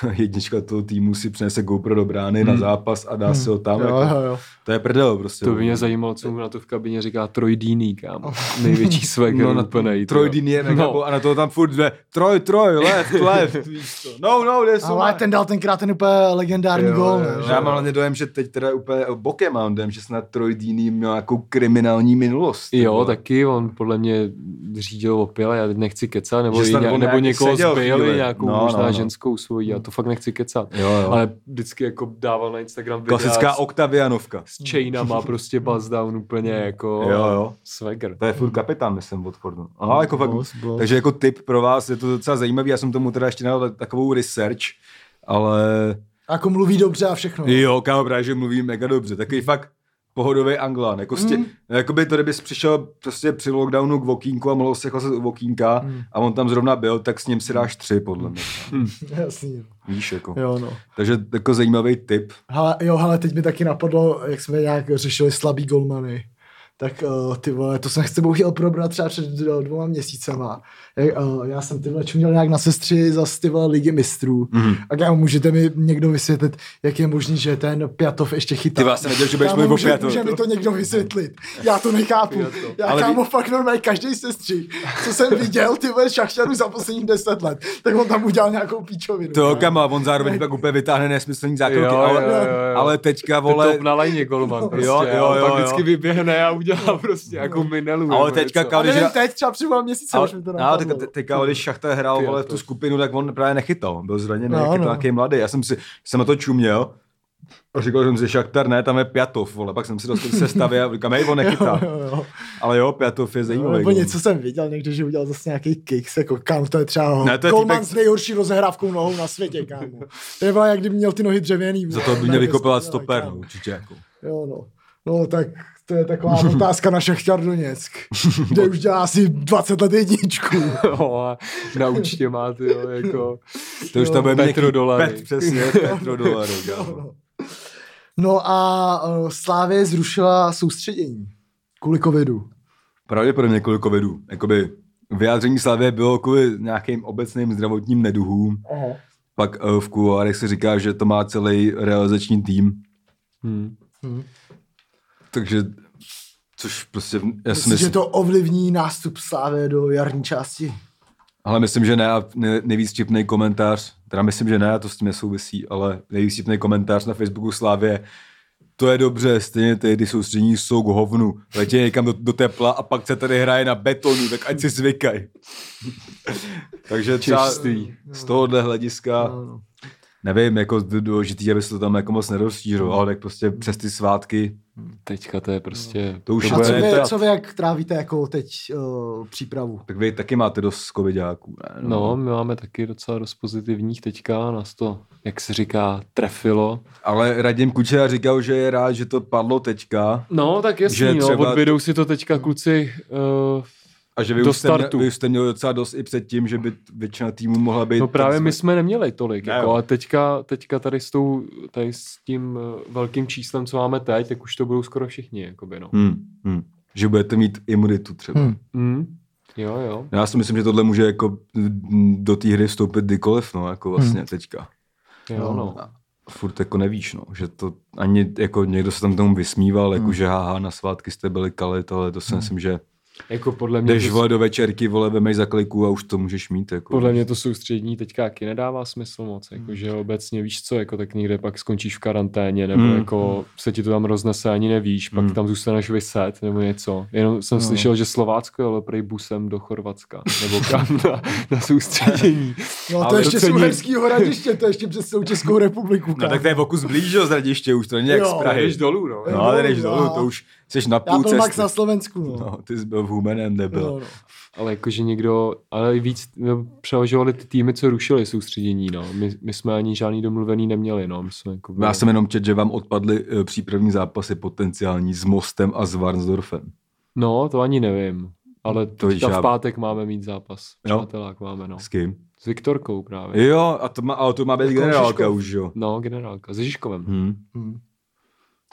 S2: ta jednička toho týmu si přinese GoPro do brány na
S3: Mhm.
S2: zápas a dá si ho tam,
S1: Hmm. Jo,
S2: jako,
S1: jo, jo.
S2: to je prdel prostě.
S3: To by mě zajímalo, co mu na to v kabině říká Troy Deeney, kámo. Největší svek,
S2: No, na
S3: úplně
S2: Troy Deeney je mega
S3: no.
S2: bo- a na to tam furt jde, Troy, Troy, left, left, víš co. no, no, jde jsou
S1: Ale ten dal tenkrát ten úplně legendární
S2: Jo,
S1: gol.
S2: jo,
S1: ne,
S2: jo.
S1: že
S2: Já
S1: jo?
S2: mám hlavně dojem, že teď teda úplně bokem mám dojem, že snad Troy Deeney měl nějakou kriminální minulost. ty
S3: Jo,
S2: vole.
S3: taky on podle mě řídil opil, já teď nechci kecat, nebo,
S2: Že
S3: i
S2: snad
S3: nějak,
S2: on
S3: nebo
S2: nějak
S3: někoho
S2: seděl
S3: zbyli,
S2: chvíli.
S3: nějakou
S2: No, no,
S3: možná
S2: no.
S3: ženskou svoji, já to fakt nechci kecat.
S2: Jo, jo.
S3: Ale vždycky jako dával na Instagram videa
S2: Klasická
S3: s,
S2: Oktavianovka.
S3: s chainama, prostě buzz down úplně jako
S2: Jo, jo.
S3: swagger.
S2: To je furt kapitán, myslím, Watfordu. Aha, jako fakt,
S1: Boss, boss.
S2: takže jako tip pro vás, je to docela zajímavý, já jsem tomu teda ještě nedal tak- takovou research, ale
S1: Jako mluví dobře a všechno.
S2: jo, kámo, právě, že mluví mega dobře, taky fakt pohodový Anglán. Jako stě, mm. Jakoby to, kdybys přišel prostě při lockdownu k Vokínku a mohl se chlasat u Vokínka
S1: Mm.
S2: mm. a on tam zrovna byl, tak s ním si dáš tři, podle mě.
S1: Jasný.
S2: Víš, jako.
S1: Jo, no.
S2: Takže jako zajímavý tip.
S1: Hele, jo, hele, teď mi taky napadlo, jak jsme nějak řešili slabý golmany. Tak uh, ty vole, to jsem s tebou chtěl probrat třeba před d- dvoma měsícema. Jak, uh, já jsem ty vole čuměl nějak na sestři za ty vole ligy mistrů.
S2: Mm.
S1: A kámo, můžete mi někdo vysvětlit, jak je možný, že ten Pjatov ještě chytá.
S2: Ty vole, já jsem nevěděl, že budeš
S1: Kámo,
S2: mluvit o
S1: může-
S2: Pjatovi.
S1: Může mi to někdo vysvětlit. Já to nechápu.
S3: Pjatov.
S1: Já Ale
S2: Ale
S1: kámo,
S2: vy-
S1: fakt normálně každý sestří, co jsem viděl, ty vole šachťarů za posledních deset let, tak on tam udělal nějakou píčovinu.
S2: To jo, kama, on zároveň pak úplně vytáhne nesmyslný zákroky,
S3: Jo,
S2: ale,
S3: jo, jo, jo.
S2: ale teďka,
S3: Vole...
S2: vole,
S3: Top na lajně golman prostě.
S2: Jo, jo,
S3: a
S2: jo,
S3: pak
S2: jo.
S3: vždycky vyběhne a udělá prostě jako minelu.
S2: Ale
S3: nebo
S2: teďka
S3: něco.
S1: A
S2: kam-
S1: nevím,
S2: Ale-
S1: teď třeba před dvěma měsíce,
S2: ale,
S1: už mi to
S2: ale
S1: napadlo.
S2: teďka, teďka, když Šachta hrál
S3: Ty jo,
S2: vole,
S3: to-
S2: tu skupinu, tak on právě nechytal. Byl zraněný,
S1: No,
S2: no,
S1: no.
S2: no. nějaký mladý. Já jsem si, jsem na to čuměl. A říkal jsem si, Šachtar ne, tam je Pjatov, vole. Pak jsem si dostal k sestavě a říkám, hej, on nechytá.
S1: Jo, jo,
S2: Ale jo, Pjatov je
S1: jo.
S2: zajímavý. no.
S1: Nebo
S2: gol.
S1: něco jsem viděl někde, že udělal zase nějaký kicks, jako kam to je třeba ne,
S2: Ne,
S1: to
S2: to
S1: je
S2: je
S1: Goldman
S2: týpek-
S1: s nejhorší rozehrávkou nohou na světě, kámo. To je byla, jak kdyby měl ty nohy dřevěný.
S2: Za to by
S1: Ne,
S2: mě vykopila
S1: to-
S2: stoper, no,
S1: kámo.
S2: určitě. Jako.
S1: Jo, no. No, tak to je taková otázka na Šachtar Doněck, kde už dělá asi 20 let jedničku.
S3: Jo, a na účtě má, ty jo, jako...
S2: To už tam bude
S3: Petrodolary.
S2: Pet, přesně, petrodolary. kámo.
S1: No. No a uh, Slávě zrušila soustředění kvůli covidu.
S2: Pravděpodobně kvůli covidu. Jakoby vyjádření Slavě bylo kvůli nějakým obecným zdravotním neduhům.
S1: Aha.
S2: Pak eh, v kuloárech se říká, že to má celý realizační tým.
S3: Hmm.
S2: Takže, což prostě, já si
S1: Myslím, že
S2: myslím,
S1: to ovlivní nástup Slávě do jarní části.
S2: ale myslím, že ne a ne- nejvíc vtipný komentář, teda myslím, že ne, to s tím nesouvisí, ale nejvíc vtipný komentář na Facebooku Slávě, to je dobře, stejně tehdy soustředění jsou k hovnu, letě někam do, do, tepla a pak se tady hraje na betonu, tak ať si zvykaj. Takže třeba
S3: Čistý.
S2: z tohohle hlediska
S1: No, no.
S2: nevím, jako d- důležitý, aby se to tam jako moc nerozšířilo, ale tak prostě přes ty svátky,
S3: Teďka to je prostě...
S2: To už
S1: A
S2: bude
S1: co vy,
S2: teda-
S1: co vy, jak trávíte jako teď uh, přípravu?
S2: tak vy taky máte dost covidáků, ne?
S3: No, my máme taky docela dost pozitivních teďka, nás to, jak se říká, trefilo.
S2: Ale Radim Kučera říkal, že je rád, že to padlo teďka
S3: No, tak jasný,
S2: Že
S3: že třeba...
S2: třeba-
S3: no, odbydou si to teďka kluci uh,
S2: a že vy,
S3: Do
S2: už jste, měli,
S3: startu.
S2: vy už jste měli docela dost i před tím, že by t- většina týmů mohla být...
S3: No právě
S2: tak-
S3: my jsme neměli tolik,
S2: Ne,
S3: jako,
S2: jo.
S3: a teďka, teďka tady, s tou, tady s tím eh, velkým číslem, co máme teď, tak už to budou skoro všichni, jakoby, no.
S2: Hmm, hmm. Že budete mít imunitu třeba.
S1: Hmm.
S2: Hmm.
S3: Mm. Jo, jo.
S2: Já si myslím, že tohle může jako mm, do té hry vstoupit kdykoliv, no, jako vlastně hmm. teďka.
S3: Jo, no.
S2: Furt jako nevíš, no, že to ani jako někdo se tam tomu vysmíval, jako
S1: Hmm.
S2: že haha, na svátky jste byli kalit, ale to si myslím, že
S3: Jako podle Hmm. mě,
S2: jdeš
S3: to,
S2: vole do večerky, vole, vemej za kliku a už to můžeš mít, jako.
S3: podle mě to soustřední teďka taky nedává smysl moc,
S2: Hmm.
S3: jako, že obecně víš co, jako tak někde pak skončíš v karanténě, nebo
S2: Mm.
S3: jako se ti to tam roznese, ani nevíš, pak
S2: Mm.
S3: tam zůstaneš vyset, nebo něco. Jenom jsem
S1: No.
S3: slyšel, že Slovácko jelo prej busem do Chorvatska, nebo kam na, na soustředění.
S1: No to
S2: Ale
S1: ještě
S3: docení-
S1: z Uherského hradiště, to ještě přes celou Českou republiku.
S2: No
S1: kámo.
S2: tak to je pokus blížil z radiště už, to není jak
S1: Jo.
S2: z Prahy.
S3: Jdeš dolů, no.
S2: No, ale jdeš dolů,
S1: No.
S2: to už jsi na
S1: Já
S2: půl
S1: byl max
S2: cesty.
S1: na Slovensku, no.
S2: No, ty jsi byl v Humenem, nebyl.
S1: no, no.
S3: Ale jakože někdo, ale i víc no, převažovali ty týmy, co rušili soustředění, no. My, my jsme ani žádný domluvený neměli, no. My jsme jako
S2: Já jsem jenom čet, že vám odpadly eh, přípravní zápasy potenciální s Mostem a s Varnsdorfem.
S3: No, to ani nevím. Ale
S2: To
S3: teďka
S2: víš, já-
S3: v pátek máme mít zápas.
S2: Jo.
S3: Přátelák máme, no.
S2: S kým?
S3: S Viktorkou právě.
S2: Jo, a to má, ale to má být
S1: Jako
S2: generálka
S1: Žižkov.
S2: už, jo.
S3: No, generálka. Se Žižkovem.
S2: Hm.
S1: Hm.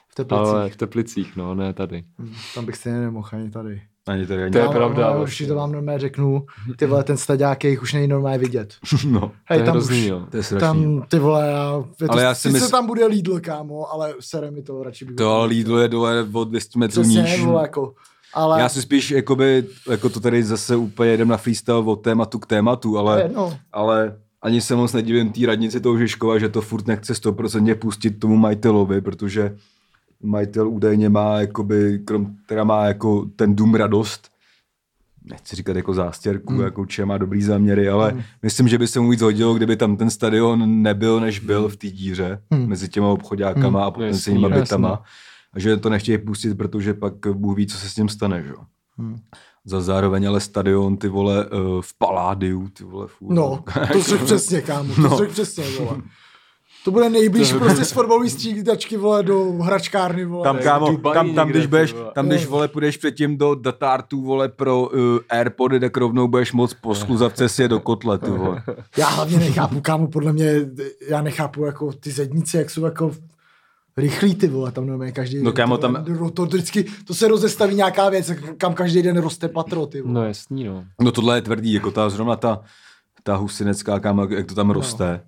S1: V Teplicích.
S3: Ale v Teplicích, no, ne tady.
S1: Hm, Tam bych stejně nemohl ani tady.
S2: Ani tady ani.
S3: To je
S1: Já-
S3: pravda,
S1: já
S2: prostě.
S3: vlastně.
S1: Určitě to vám normálně řeknu. Ty vole, ten staďák jejich už není normálně vidět.
S2: No,
S1: Hej,
S3: to je
S1: tam
S3: hrozný,
S1: už,
S3: jo.
S2: to je strašný.
S1: tam ty vole, já, je to,
S2: Ale já si
S1: sice
S2: mysl-
S1: tam bude Lidl, kámo, ale sere mi to radši bych.
S2: To ale Lidl je dole o 200 metrů
S1: Přesně,
S2: níž.
S1: vole, jako. Ale
S2: Já si spíš, jakoby, jako to tady zase úplně jedem na freestyle od tématu k tématu,
S1: to je no,
S2: ale,
S1: jedno.
S2: ale ani se moc nedivím té radnici toho Žižkova, že to furt nechce 100% pustit tomu majitelovi, protože majitel údajně má, jakoby, krom, teda má jako ten dům radost, nechci říkat jako zástěrku,
S1: Hmm.
S2: hmm. jako určitě má dobrý záměry, ale
S1: Hmm.
S2: hmm. myslím, že by se mu víc hodilo, kdyby tam ten stadion nebyl, než byl v té díře
S1: Hmm.
S2: hmm. mezi těma obchodákama
S1: Hmm.
S2: a potenciálníma
S3: Jasný,
S2: bytama. A že to nechtějí pustit, protože pak Bůh ví, co se s ním stane, že jo.
S1: Hm.
S2: Za zároveň ale stadion, ty vole, eh, v Paládiu, ty vole, fůr.
S1: No, to řekl přesně, kámo, to no. řekl přesně, vole. To bude nejblíž prostě z fotbalový střídačky, vole, do hračkárny, vole.
S2: Tam,
S3: Tak
S2: kámo,
S3: Dubaji
S2: tam, tam,
S3: někde,
S2: když
S3: ty
S2: budeš,
S3: vole.
S2: tam, když vole, půjdeš předtím do datartů, vole, pro uh, Airpody, tak rovnou budeš moc po skluzavce si je do kotle, ty vole.
S1: Já hlavně nechápu, kámo, podle mě, já nechápu, jako ty zednice, jak jsou jako rychlí ty vole, tam normálně každý
S2: No, kámo,
S1: to,
S2: tam-
S1: to, to, vždycky, to se rozestaví nějaká věc, kam každý den roste patro, ty vole.
S3: No jasný, no.
S2: No tohle je tvrdý, jako ta zrovna ta, ta husinecká kámo, jak- jak to
S3: No.
S2: tam roste.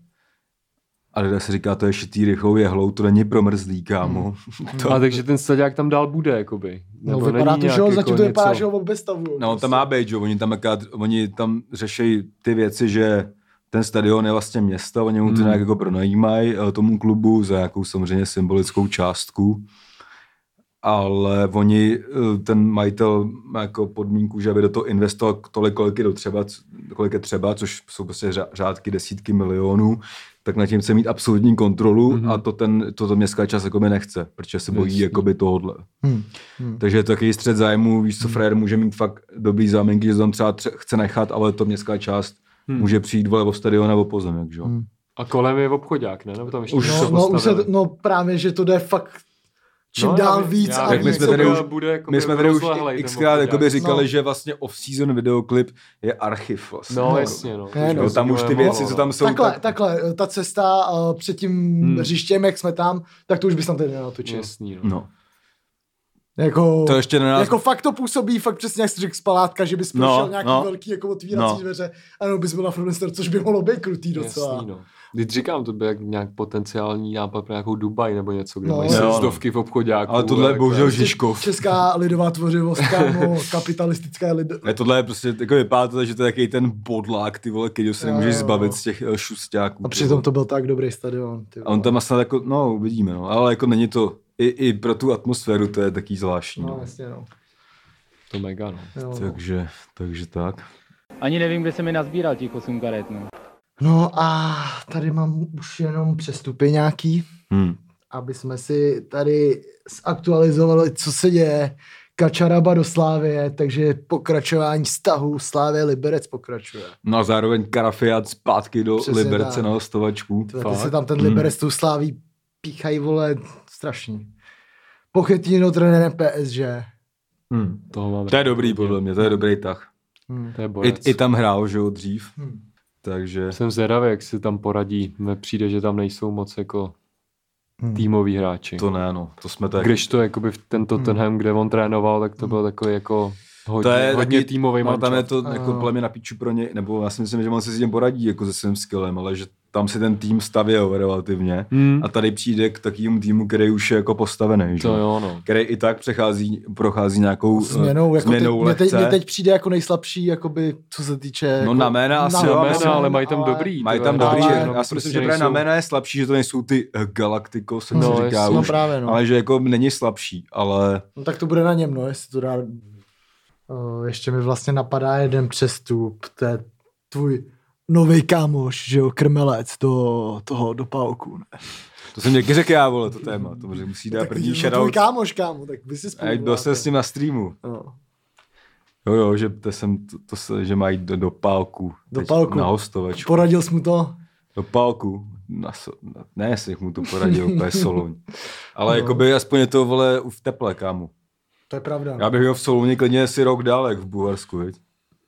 S2: A lidé se říká, to je šitý rychlou jehlou, to není promrzlý,
S3: Hmm.
S2: kámo.
S3: To... A takže ten staďák tam dál bude, jakoby.
S1: No,
S3: Nebo
S1: vypadá to,
S3: není
S1: že
S3: nějak
S1: jo, zatím
S3: jako
S1: to vypadá,
S3: něco-
S1: že Prostě. jo, bez stavu.
S2: No, tam má být, že jo, oni tam, jaká, oni tam řeší ty věci, že ten stadion je vlastně město, oni mu to
S3: Hmm.
S2: nějak jako pronajímají eh, tomu klubu za nějakou samozřejmě symbolickou částku, ale oni, eh, ten majitel má jako podmínku, že aby do toho investoval tolik, kolik je, do třeba, kolik je třeba, což jsou prostě řá- řádky desítky milionů, tak nad tím chce mít absolutní kontrolu
S3: Mhm.
S2: mm-hmm. a to ten, to, to městská část jakoby nechce, protože se bojí
S3: Jasný.
S2: jakoby tohohle.
S3: Hm.
S1: Hmm. Hmm.
S2: Takže je to takový střed zájmu, víš co,
S3: Hmm.
S2: frajer může mít fakt dobrý záminky, že tam třeba tře- chce nechat, ale to městská část
S3: Hmm.
S2: hmm. může přijít vole o stadion nebo pozemek, že jo.
S1: Hmm.
S3: A kolem je obchodák, ne? Nebo tam ještě
S2: Už
S3: něco
S1: no, no, už se,
S3: postavili?
S1: no právě, že to jde fakt čím no, dál
S3: já vím,
S1: víc.
S3: já
S1: a
S2: Tak
S3: vím,
S2: my
S1: víc
S2: jsme
S3: co
S2: tady
S1: jako-
S2: už-
S3: bude- bude, jako
S2: My jsme tady už
S3: rozlehlej ten
S2: xkrát
S3: obchodák.
S2: jakoby říkali,
S1: No.
S2: no. že vlastně off-season videoklip je archiv vlastně.
S3: No, jasně, no.
S1: Ne,
S2: Jo, tam už ty věci, co tam jsou,
S1: Takhle,
S2: tak,
S1: takhle, ta cesta eh, před tím
S3: Hmm.
S1: hřištěm, jak jsme tam, tak to už bys tam tady nenatočil.
S3: Jasný, no.
S2: no.
S1: Jako,
S2: To ještě na nás...
S1: jako fakt to působí, fakt přesně jak jsi řekl z palátka, že bys
S2: No,
S1: prošel nějaký
S2: no.
S1: velký jako otvírací
S2: No.
S1: dveře, ano, bys byl na Frontmaster, což by mohlo být krutý docela.
S3: Jasný, no. Teď říkám, to by jak nějak potenciální nápad pro nějakou Dubaj nebo něco, kde
S1: No.
S3: no, mají
S1: Jo,
S2: no.
S3: sjezdovky v obchodáku.
S2: Ale tohle je bohužel
S1: Prostě
S2: Žižkov.
S1: Česká lidová tvořivost, kámo, kapitalistická
S3: No.
S1: lid...
S2: Ne, tohle je prostě, jako vypadá to, že to je takový ten bodlák, ty vole, když se
S1: Jo,
S2: nemůžeš
S1: jo, jo.
S2: zbavit z těch eh, šustáků.
S1: A
S2: ty
S1: přitom
S2: vole.
S1: to byl tak dobrý stadion. Ty
S2: A on
S1: vole.
S2: tam snad jako, no, uvidíme, no. Ale jako není to, i, i pro tu atmosféru to je taký zvláštní.
S1: No,
S2: no.
S1: jasně, no.
S3: To mega, no.
S1: Jo, no.
S2: Takže, takže tak.
S4: Ani nevím, kde se mi nazbíral těch 8 karet, no.
S1: No a tady mám už jenom přestupy nějaký,
S2: Hmm.
S1: aby jsme si tady zaktualizovali, co se děje. Kačaraba do Slávie, takže pokračování vztahu Slávě Liberec pokračuje.
S2: No a zároveň Karafiat zpátky do
S1: Přesně
S2: Přesně Liberce
S1: tak.
S2: na hostovačku.
S1: Tyhle, ty
S3: Fakt?
S1: se tam ten
S2: Hmm.
S1: Liberec tou Sláví píchají, vole, strašný. Pochettino trenérem PSG.
S2: Hmm.
S3: Toho máme.
S2: To je dobrý podle mě, to je dobrý tah.
S1: Hmm.
S3: To je borec.
S2: I, I tam hrál, že jo, dřív,
S1: Hmm.
S2: takže...
S3: Jsem zvědavý, jak se tam poradí. Mně přijde, že tam nejsou moc jako
S1: Hmm.
S3: týmoví hráči.
S2: To ne, no, to jsme tak...
S3: Když to jakoby v tento
S1: Hmm.
S3: Tottenham, kde on trénoval, tak to byl takový jako hodně,
S2: To je
S3: hodně
S2: taky-
S3: týmový
S2: No, tam je
S3: mančat.
S2: to jako
S1: Ano.
S2: podle mě na piču pro ně, nebo já si myslím, že on se s tím poradí jako se svým skillem, ale že tam si ten tým stavěl relativně.
S3: Hmm.
S2: A tady přijde k takovému týmu, který už je jako postavený, že?
S3: To jo, no.
S2: který i tak přechází, prochází nějakou
S1: Změnou,
S2: eh,
S1: jako
S2: změnou
S1: změnou teď, mě,
S2: lehce. No
S1: teď, mě teď přijde jako nejslabší, jakoby, co se týče... jako,
S2: na jména asi,
S3: Na
S2: jo,
S1: jména,
S3: jména,
S2: myslím,
S3: ale mají tam dobrý.
S2: Mají
S3: ty
S2: tam
S3: vole,
S2: dobrý,
S1: ale-
S2: já si
S3: prostě
S2: myslím, že právě na
S3: nejsou-
S2: jména je slabší, že to nejsou ty eh, Galacticos, jak
S3: No,
S2: se říká
S3: jasně.
S1: No
S2: už,
S1: právě, no.
S2: ale že jako není slabší, ale
S1: No tak to bude na něm, no, jestli to dá. Uh, ještě mi vlastně napadá jeden přestup, to je tvůj nový kámoš, že jo, krmelec do toho, do pauku. Ne?
S2: to jsem někdy řekl já, vole, to téma, to že musí dát
S1: tak
S2: první
S1: to tvůj
S2: shoutout.
S1: kámoš, kámo, tak vy si spolu
S2: A byl jsem s ním na streamu.
S1: No.
S2: Jo, jo, že, to jsem, to, to se, že mají do, do pálku.
S1: Do
S2: Teď
S1: pálku.
S2: Na hostovačku.
S1: Poradil jsi mu to?
S2: Do pálku. Na so, na, ne, jestli mu to poradil, úplně Soluň. Ale no. jakoby aspoň je to, vole, v teple, kámu.
S1: To je pravda.
S2: Já bych ho v Soluni klidně si rok dál, jak v Bulharsku, viď?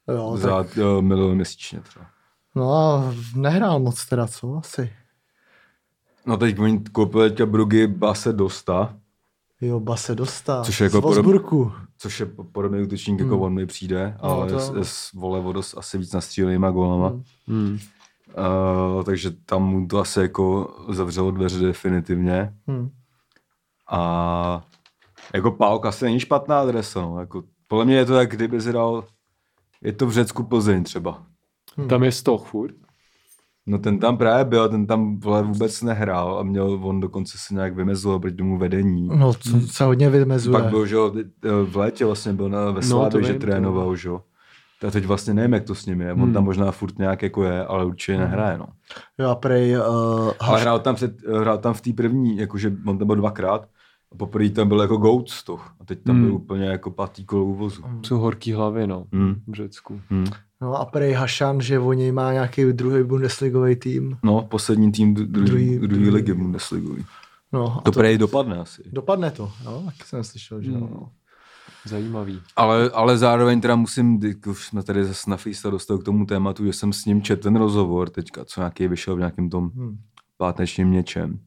S1: Jo, No, tak,
S2: Za uh, milion měsíčně třeba.
S1: no a nehrál moc teda, co asi?
S2: No teď oni koupili teďka Brugy Base Dosta,
S1: Jo, Base dostal.
S2: Což je jako
S1: Z Wolfsburgu.
S2: což je po- podobný útočník, jako on mi přijde,
S1: No,
S2: ale
S1: to-
S2: s, s vole vodos asi víc nastřílenýma gólama.
S1: Hmm.
S3: Hmm.
S2: Uh, takže tam mu to asi jako zavřelo dveře definitivně.
S1: Hm.
S2: A jako Pálk asi není špatná adresa, no. Jako, podle mě je to tak, kdyby si dal, je to v Řecku Plzeň třeba.
S1: hm.
S3: Tam je stoch furt.
S2: No ten tam právě byl, ten tam vole, vůbec nehrál a měl, on dokonce se nějak vymezil proti tomu vedení.
S1: No, to se hodně vymezuje.
S2: Hm. Pak byl, že jo, eh, v létě vlastně byl na ve
S3: to
S2: Slávě, že
S3: vím, to
S2: trénoval, že jo. A teď vlastně nevím, jak to s ním je. On
S3: Hmm.
S2: tam možná furt nějak jako je, ale určitě nehraje, no.
S1: Jo, a prej... Uh,
S2: Ale hrál tam, před, hrál tam v té první, jakože on tam byl dvakrát, A poprvé tam byl jako Goats to. A teď tam
S3: Hmm.
S2: byl úplně jako pátý kolo úvozu.
S3: Jsou horký hlavy, no.
S2: Hmm.
S3: V Řecku.
S2: Hmm.
S1: No a prej Hašan, že o něj má nějaký druhý Bundesligový tým.
S2: No, poslední tým dru- druhý,
S1: Druhý-
S2: druhý,
S1: druhý.
S2: ligy Bundesligový.
S1: No, a
S2: To prej dopadne asi.
S1: Dopadne to, no, taky jsem slyšel, že
S2: Hmm.
S1: no.
S3: Zajímavý.
S2: Ale, ale zároveň teda musím, když už jsme tady zase na Fejsta dostali k tomu tématu, že jsem s ním četl ten rozhovor teďka, co nějaký vyšel v nějakém tom
S1: Hmm.
S2: pátečním něčem.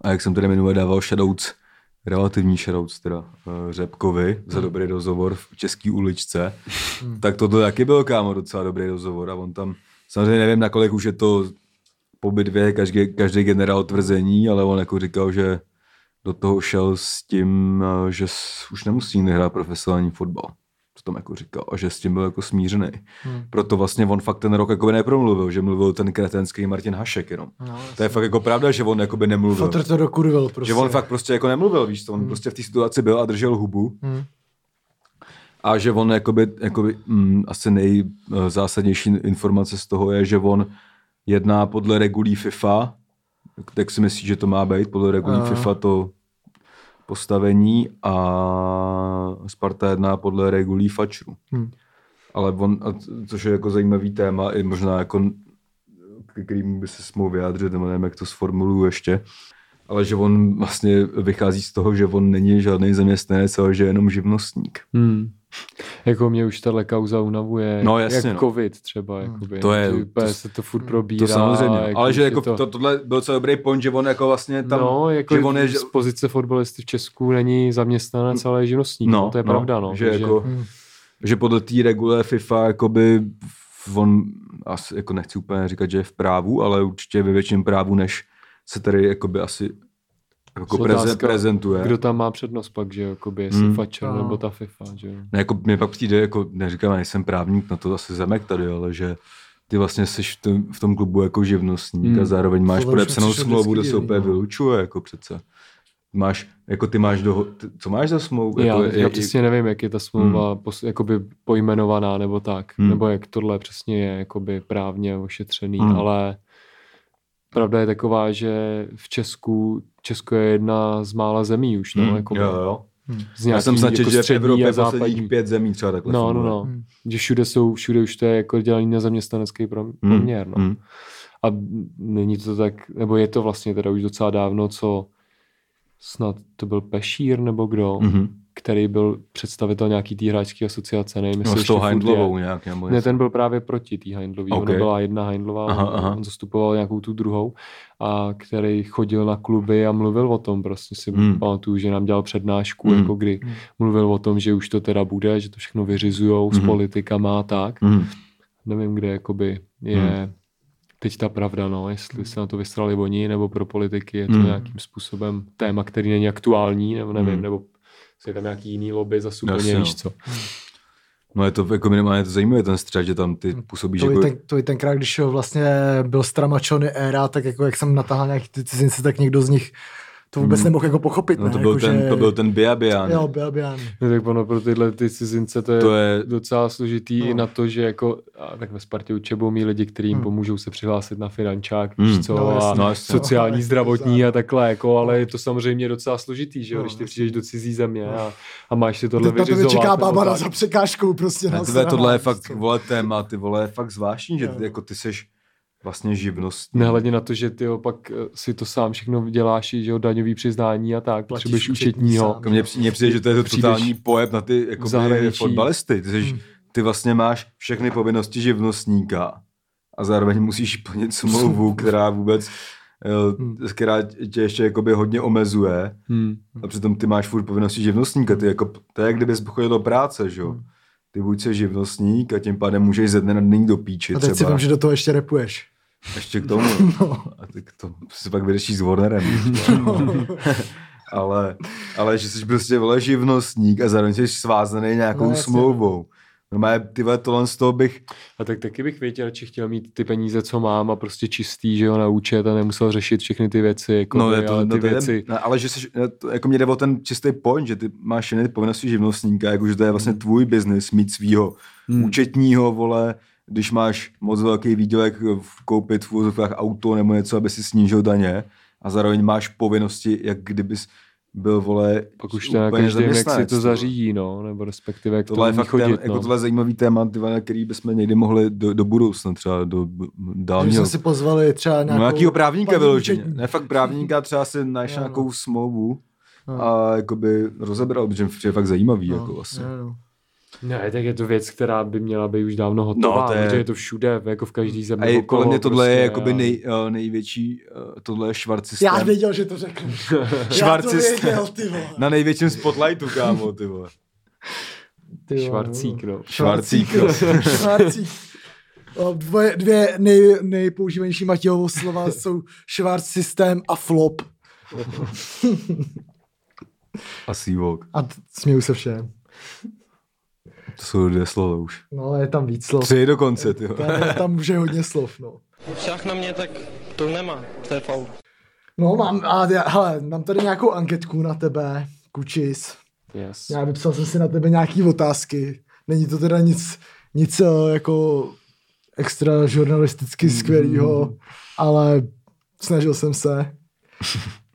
S2: A jak jsem tady minule dával shoutouts, relativní shoutouts teda eh, Řepkovi za dobrý rozhovor v České uličce, tak toto taky byl kámo docela dobrý rozhovor a on tam, samozřejmě nevím, nakolik už je to po bitvě každý, každý generál tvrzení, ale on jako říkal, že do toho šel s tím, eh, že s- už nemusí nehrát profesionální fotbal. To tam jako říkal a že s tím byl jako smířený.
S1: Hmm.
S2: Proto vlastně on fakt ten rok jako by nepromluvil, že mluvil ten kretenský Martin Hašek jenom.
S1: no
S2: To je fakt jako pravda, že on jako by nemluvil.
S1: Fotr to dokurvil prostě.
S2: Že on fakt prostě jako nemluvil, víš, co? on prostě v té situaci byl a držel hubu
S1: Hmm.
S2: a že on jakoby, jakoby mm, asi nejzásadnější informace z toho je, že on jedná podle regulí FIFA, tak si myslí, že to má být, podle regulí
S1: Aha.
S2: FIFA to postavení a Sparta jedná podle regulí fačru.
S1: Hmm.
S2: Ale on, a c- což je jako zajímavý téma, i možná jako k kterým by se mohl vyjádřit, nebo nevím, jak to sformuluju ještě, ale že on vlastně vychází z toho, že on není žádný zaměstnanec, ale že je jenom živnostník.
S3: Hmm. Jako mě už tahle kauza unavuje.
S2: No, jasně,
S3: jak
S2: no.
S3: covid třeba. Jakoby.
S2: To je-
S3: Že úplně
S2: to- Hmm.
S3: se to furt probírá.
S2: To samozřejmě,
S3: jak
S2: ale
S3: už
S2: že
S3: je
S2: jako to... To, tohle byl docela dobrý point, že on jako vlastně tam,
S3: no, jako
S2: že on je, že,
S3: z pozice fotbalisty v Česku není zaměstnanec, ale je živnostník. No, to je pravda, no.
S2: Že,
S3: takže-
S2: jako,
S1: Hmm.
S2: že podle té regule FIFA, jakoby v- on, asi, jako nechci úplně říkat, že je v právu, ale určitě ve větším právu, než se tady jakoby asi jako preze,
S3: Otázka,
S2: prezentuje.
S3: Kdo tam má přednost pak, že jo, jakoby, jestli
S2: Hmm.
S3: hmm. Fatscher
S1: No.
S3: nebo ta FIFA, že jo.
S2: No, jako mě pak přijde, jako neříkám, já nejsem právník, na to asi zemek tady, ale že ty vlastně jsi v tom, v tom klubu jako živnostník
S3: Hmm.
S2: a zároveň máš
S1: Slovensko
S2: podepsanou
S1: přišel
S2: smlouvu, kde
S1: vždycky
S2: se úplně
S1: divný, no.
S2: vylučuje, jako přece. Máš, jako ty máš doho, ty, co máš za smlouvu?
S3: Já,
S2: jako,
S3: já, já přesně nevím, jak je ta smlouva pos, jakoby pojmenovaná nebo tak,
S2: Hmm.
S3: nebo jak tohle přesně je jakoby právně ošetřený,
S2: Hmm.
S3: ale pravda je taková, že v Česku, Česko je jedna z mála zemí už, no,
S2: Hmm,
S3: jakoby,
S2: jo, jo.
S3: z
S2: Já
S3: nějaký
S2: jsem snačil,
S3: jako
S2: že v
S3: střední
S2: Evropě
S3: a
S2: posledních
S3: západní.
S2: pět zemí třeba takhle
S3: No, no,
S2: funguje.
S3: no.
S1: Hmm.
S3: Že všude jsou, všude už to je jako dělaný na zaměstnanecký prom-
S2: Hmm,
S3: poměr, no.
S2: hmm.
S3: A není to tak, nebo je to vlastně teda už docela dávno, co snad to byl Pešír nebo kdo, mm.
S2: Mhm.
S3: který byl představitel nějaký té hráčské asociace, nevím, jestli
S2: No, s
S3: ještě
S2: tou
S3: furt je.
S2: Heindlovou nějak. Nebo
S3: Ne,
S2: něco.
S3: ten byl právě proti té Heindlový. Okay.
S2: Okay.
S3: Ona byla jedna Heindlová,
S2: Aha,
S3: aha,
S2: aha.
S3: aha. on zastupoval nějakou tu druhou, a který chodil na kluby a mluvil o tom. Prostě si
S2: Hmm.
S3: hmm. pamatuju, že nám dělal přednášku,
S2: Hmm.
S3: hmm. jako kdy
S1: Hmm.
S3: mluvil o tom, že už to teda bude, že to všechno vyřizujou
S2: Mhm.
S3: s politikama a tak.
S2: Mhm.
S3: Nevím, kde jakoby je
S2: Hmm.
S3: teď ta pravda, no, jestli se na to vystrali oni, nebo pro politiky je to
S2: Hmm.
S3: nějakým způsobem téma, který není aktuální, nebo nevím,
S2: Hmm.
S3: nebo je tam nějaký jiný lobby za
S2: Jasně,
S3: úplně,
S2: no.
S3: víš co.
S2: No je to jako minimálně to zajímavé ten střed, že tam
S3: Hmm.
S2: ty působíš
S1: To,
S2: jako...
S1: i ten, to i tenkrát, když jo, vlastně byl Stramačony éra, tak jako jak jsem natáhl nějaký ty cizince, tak někdo z nich to vůbec
S2: Hmm.
S1: nemohl jako pochopit.
S2: No
S1: ne?
S2: to byl
S1: jako,
S2: ten,
S1: že...
S2: to byl ten Biabian.
S1: Jo, byl, byl.
S3: No, tak ono pro tyhle ty cizince to je,
S2: To je-
S3: docela složitý
S1: No.
S3: i na to, že jako, a tak ve Spartě určitě budou mít lidi, kteří jim
S1: Hmm.
S3: pomůžou se přihlásit na finančák,
S2: Hmm.
S3: víš co,
S1: No,
S3: a
S1: jasně.
S2: No, jasně.
S3: sociální,
S1: No,
S3: zdravotní
S1: jasně.
S3: a takhle, jako, ale je to samozřejmě docela složitý, že jo,
S1: No,
S3: když ty
S1: jasně. No.
S3: přijdeš do cizí země a, a máš si tohle
S1: Teď na tebe
S3: vyřizovat.
S1: čeká
S3: nebo
S1: bába na
S3: tak.
S1: za překážkou prostě.
S2: Ne,
S1: na
S2: tohle, tohle je fakt,
S1: straně.
S2: vole, téma, ty vole, je fakt zvláštní, že
S1: Jo.
S2: ty, jako ty seš vlastně živnostní.
S3: Nehledě na to, že ty jo, pak eh, si to sám všechno děláš, že jo, daňový přiznání a tak,
S1: Platíš
S3: potřebuješ
S1: účetní
S3: účetního.
S1: sám.
S2: Jako mně, při- mně přijde, že to je to
S3: Přijdeš
S2: totální pojem na ty
S3: v
S2: jako
S3: zahraničí.
S2: fotbalisty. Ty,
S1: Hmm.
S2: seš, ty vlastně máš všechny povinnosti živnostníka a zároveň musíš plnit smlouvu, která vůbec eh,
S1: Hmm.
S2: která tě ještě jakoby hodně omezuje
S3: Hmm.
S2: a přitom ty máš furt povinnosti živnostníka. Ty jako, to je jak kdybys chodil do práce, že
S1: Hmm.
S2: jo? Ty buď jsi živnostník a tím pádem můžeš ze dne na den jít do píči
S1: A teď si
S2: třeba.
S1: vím, že do toho ještě repuješ.
S2: Ještě k tomu.
S1: No.
S2: A tak to se pak vyřeší s Warnerem.
S1: No.
S2: ale, ale že jsi prostě vole živnostník a zároveň jsi svázaný nějakou
S1: No,
S2: no,
S1: jasně.
S2: smlouvou. Normálně ty vole, tohle z toho bych...
S3: A tak taky bych věděl, radši chtěl mít ty peníze, co mám a prostě čistý, že jo, na účet a nemusel řešit všechny ty věci, jako
S2: No,
S3: no,
S2: ne,
S3: to,
S2: to,
S3: ale
S2: no,
S3: ty
S2: to je,
S3: věci.
S2: ne, ale že jsi, ne, to, jako mě jde o ten čistý point, že ty máš všechny ty povinnosti živnostníka, jakože to je vlastně
S1: Mm.
S2: tvůj biznis, mít svýho hmm. účetního, vole, když máš moc velký výdělek eh, v- koupit v úvozovkách auto nebo něco, aby si snížil daně a zároveň máš povinnosti, jak kdybys byl, vole,
S3: Pak už to je na
S2: úplně
S3: každém, jak si
S2: zaměstnanec,
S3: to
S2: ty vole.
S3: zařídí, no, nebo respektive jak to
S2: Tohle je
S3: umí
S2: fakt ten,
S3: chodit,
S2: jako
S3: no.
S2: tohle je zajímavý téma, ty vole, který bychom někdy mohli do, do budoucna, třeba do
S1: Že
S2: dálního.
S1: jsme si pozvali třeba
S2: No
S1: nějakou...
S2: nějakýho právníka
S1: paní
S2: vyloženě.
S1: účetní.
S2: Ne fakt právníka, třeba si náš
S1: No, no.
S2: nějakou smlouvu
S1: No.
S2: a jakoby rozebral, protože je fakt zajímavý, jako vlastně.
S1: no, no.
S3: Ne, tak je to věc, která by měla být už dávno hotová,
S2: No,
S3: no,
S2: to
S3: to
S2: je-
S3: je... protože je to všude, jako v každý zemi.
S2: A je,
S3: okolo,
S2: podle mě tohle
S3: prostě,
S2: je jakoby
S3: a-
S2: nej, eh, největší, eh, tohle je švart systém.
S1: Já věděl, že to řekl. Já to
S2: Švarcisté.
S1: věděl, ty vole.
S2: Na největším spotlightu, kámo, ty vole.
S1: Ty vole.
S3: Švarcík, no.
S2: Švarcík, jo.
S1: Švárcík. O, Dvě, dvě nej, nejpoužívanější Matějovo slova jsou švárc systém a flop.
S2: A Seawalk.
S1: A t- směju se všem.
S2: To jsou dvě slova už.
S1: No, je tam víc slov.
S2: Tři dokonce, ty vole.
S1: Tam, tam už je hodně slov, no.
S5: Však na mě, tak to nemá, to je faul.
S1: No, mám, a já, hele, mám tady nějakou anketku na tebe, Kučis.
S3: Yes.
S1: Já vypsal jsem si na tebe nějaký otázky. Není to teda nic, nic eh, jako extra žurnalisticky skvělého, ale snažil jsem se.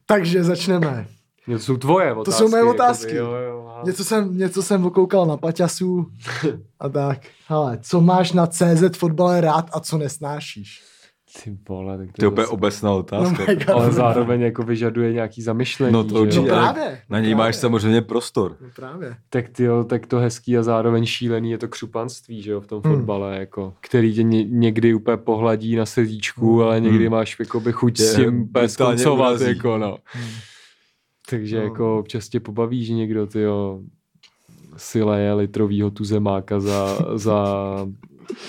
S1: Takže začneme.
S3: To jsou tvoje otázky.
S1: jsou moje
S3: jakoby,
S1: otázky.
S3: Jo, jo, aha.
S1: Něco jsem, něco jsem okoukal na paťasu a tak. Hele, co máš na CZ fotbale rád a co nesnášíš?
S3: Ty vole, tak to
S2: Ty
S3: je
S2: opět
S3: zase-
S2: obecná otázka.
S1: my God.
S3: Ale zároveň jako vyžaduje nějaký zamyšlení.
S2: No to
S3: že jo?
S2: určitě.
S1: No právě.
S2: Na něj
S1: právě,
S2: máš samozřejmě prostor.
S1: No právě.
S3: Tak ty jo, tak to hezký a zároveň šílený je to křupanství, že jo, v tom
S1: Hmm.
S3: fotbale, jako, který tě ně, někdy úplně pohladí na sedíčku, ale někdy máš jakoby chuť
S2: Tě
S3: s tím úplně
S2: Hmm. brutálně
S3: skoncovat,
S2: urazí. Hmm.
S3: jako no. Takže
S1: No.
S3: jako občas tě pobaví, že někdo ty jo, si leje litrovýho tuzemáka za, za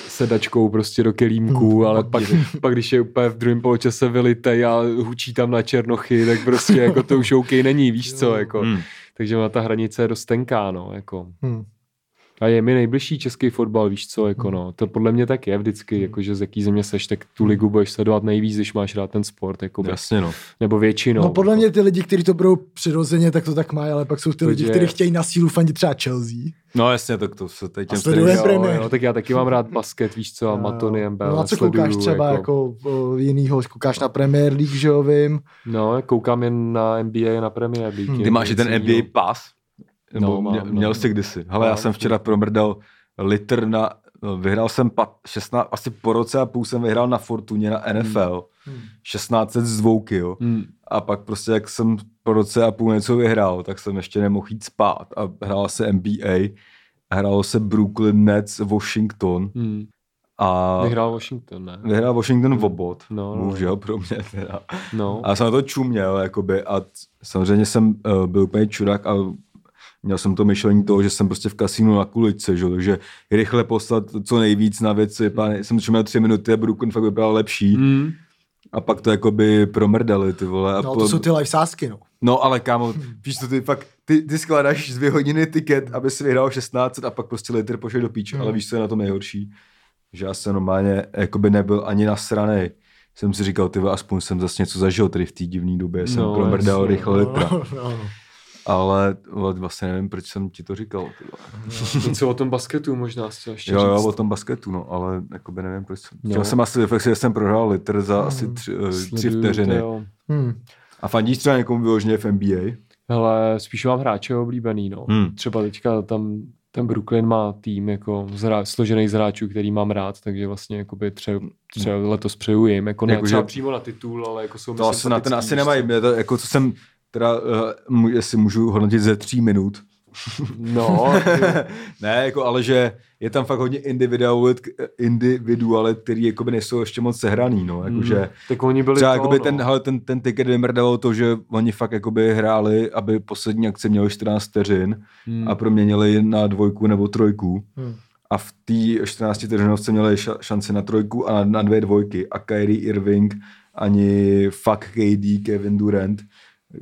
S3: sedačkou prostě do
S2: Hmm.
S3: kelímku, ale pak, pak, když je úplně v druhém poločase vylitej a hučí tam na černochy, tak prostě jako to už OK není, víš co, jako.
S2: Hmm.
S3: Takže ona ta hranice je dost tenká, no, jako.
S1: Hm.
S3: A je mi nejbližší český fotbal, víš co, jako
S2: Mhm.
S3: no. To podle mě tak je vždycky, jako že z jaký země seš, tak tu ligu budeš sledovat nejvíc, když máš rád ten sport, jako yes.
S2: Jasně, no.
S3: nebo většinou. jako.
S1: No, podle mě ty lidi, kteří to budou přirozeně, tak to tak mají, ale pak jsou ty lidi,
S3: Takže-
S1: kteří chtějí na sílu fandit třeba Chelsea.
S2: No jasně, tak to se teď
S1: A sleduje
S2: jo.
S1: Premier.
S3: jo, jo, tak já taky mám rád basket, víš co, a Matony MBL.
S1: No a co koukáš třeba jako, jako jinýho, koukáš na Premier League, že jo, vím.
S3: No, koukám jen na NBA, na Premier League.
S2: Hm, Ty
S3: jako
S2: máš i
S3: něco
S2: ten
S3: jiného.
S2: NBA pas? Nebo
S3: No, mám,
S2: mě-
S3: no.
S2: měl jsi kdysi. Hele, já
S3: Mám.
S2: jsem včera promrdal litr na, no, vyhrál jsem pat, 16, asi po roce a půl jsem vyhrál na Fortuně na NFL.
S1: Hmm.
S2: 16 z dvouky, jo.
S3: Hmm.
S2: A pak prostě, jak jsem po roce a půl něco vyhrál, tak jsem ještě nemohl jít spát a hrála se NBA, hrálo se Brooklyn Nets, Washington
S3: Hmm.
S2: a
S3: Vyhrál Washington, ne?
S2: vyhrál Washington v obod.
S3: No, no.
S2: Bohužel pro mě teda.
S3: No.
S2: A já jsem na to čuměl, jakoby, a t- samozřejmě jsem uh, byl úplně čurák a měl jsem to myšlení toho, že jsem prostě v kasínu na kuličce, že? jo, takže rychle poslat co nejvíc na věci, páne, jsem čuměl tři minuty a Brooklyn fakt vypadal lepší
S3: Hmm.
S2: a pak to jakoby promrdali, ty vole. A
S1: Mm. No,
S2: po-
S1: to jsou ty live sásky, no.
S2: no ale kámo, víš to, ty fakt, ty, ty skládáš dvě hodiny tiket, aby si vyhrál 16 a pak prostě liter pošel do píče,
S3: Hmm.
S2: ale víš, co je na tom nejhorší? Že já jsem normálně jakoby nebyl ani nasranej. Jsem si říkal, ty vole, aspoň jsem zase něco zažil tady v té divné době, jsem no,
S3: No,
S2: promrdal
S3: jasně,
S2: rychle litra.
S1: no, no.
S2: Ale vole, vlastně nevím, proč jsem ti to říkal. ty vole.
S3: Něco o tom basketu možná chtěl ještě
S2: Jo, jo,
S3: říct. No.
S2: o tom basketu, no, ale jakoby nevím, proč jsem.
S3: Jo.
S2: Chtěl jsem asi reflexi, že jsem prohrál litr za asi tři, eh, tři
S3: Sleduju, to
S2: vteřiny.
S3: Hmm. jo.
S1: Hm.
S2: A fandíš třeba někomu vyloženě v NBA?
S3: Hele, spíš mám hráče oblíbený, no.
S2: Hmm.
S3: Hmm. Třeba teďka tam ten Brooklyn má tým jako zra, složený z hráčů, který mám rád, takže vlastně jakoby tře, tře, letos přeju jim, jako ne
S2: Jako,
S3: jako, třeba
S2: že-
S3: Hmm. přímo na titul, ale jako jsou mi
S2: To asi na ten
S3: sympatický,
S2: asi
S3: víš co.
S2: nemají. Mě To, jako co jsem teda, eh, mu- jestli můžu hodnotit ze tří minut.
S3: No,
S2: ne, jako, ale že je tam fakt hodně individualit, individualit který jakoby nejsou ještě moc sehraný, no, jakože...
S3: mm, tak oni byli
S2: Třeba
S3: to,
S2: jakoby
S3: no.
S2: ten, hele, ten, ten ticket vymrdalo to, že oni fakt jakoby hráli, aby poslední akce měli 14 vteřin
S3: Hmm.
S2: a proměnili na dvojku nebo trojku.
S1: Hmm.
S2: A v té 14 vteřinovce měli ša- šanci na trojku a na, na dvě dvojky. A Kyrie Irving ani fuck KD, Kevin Durant.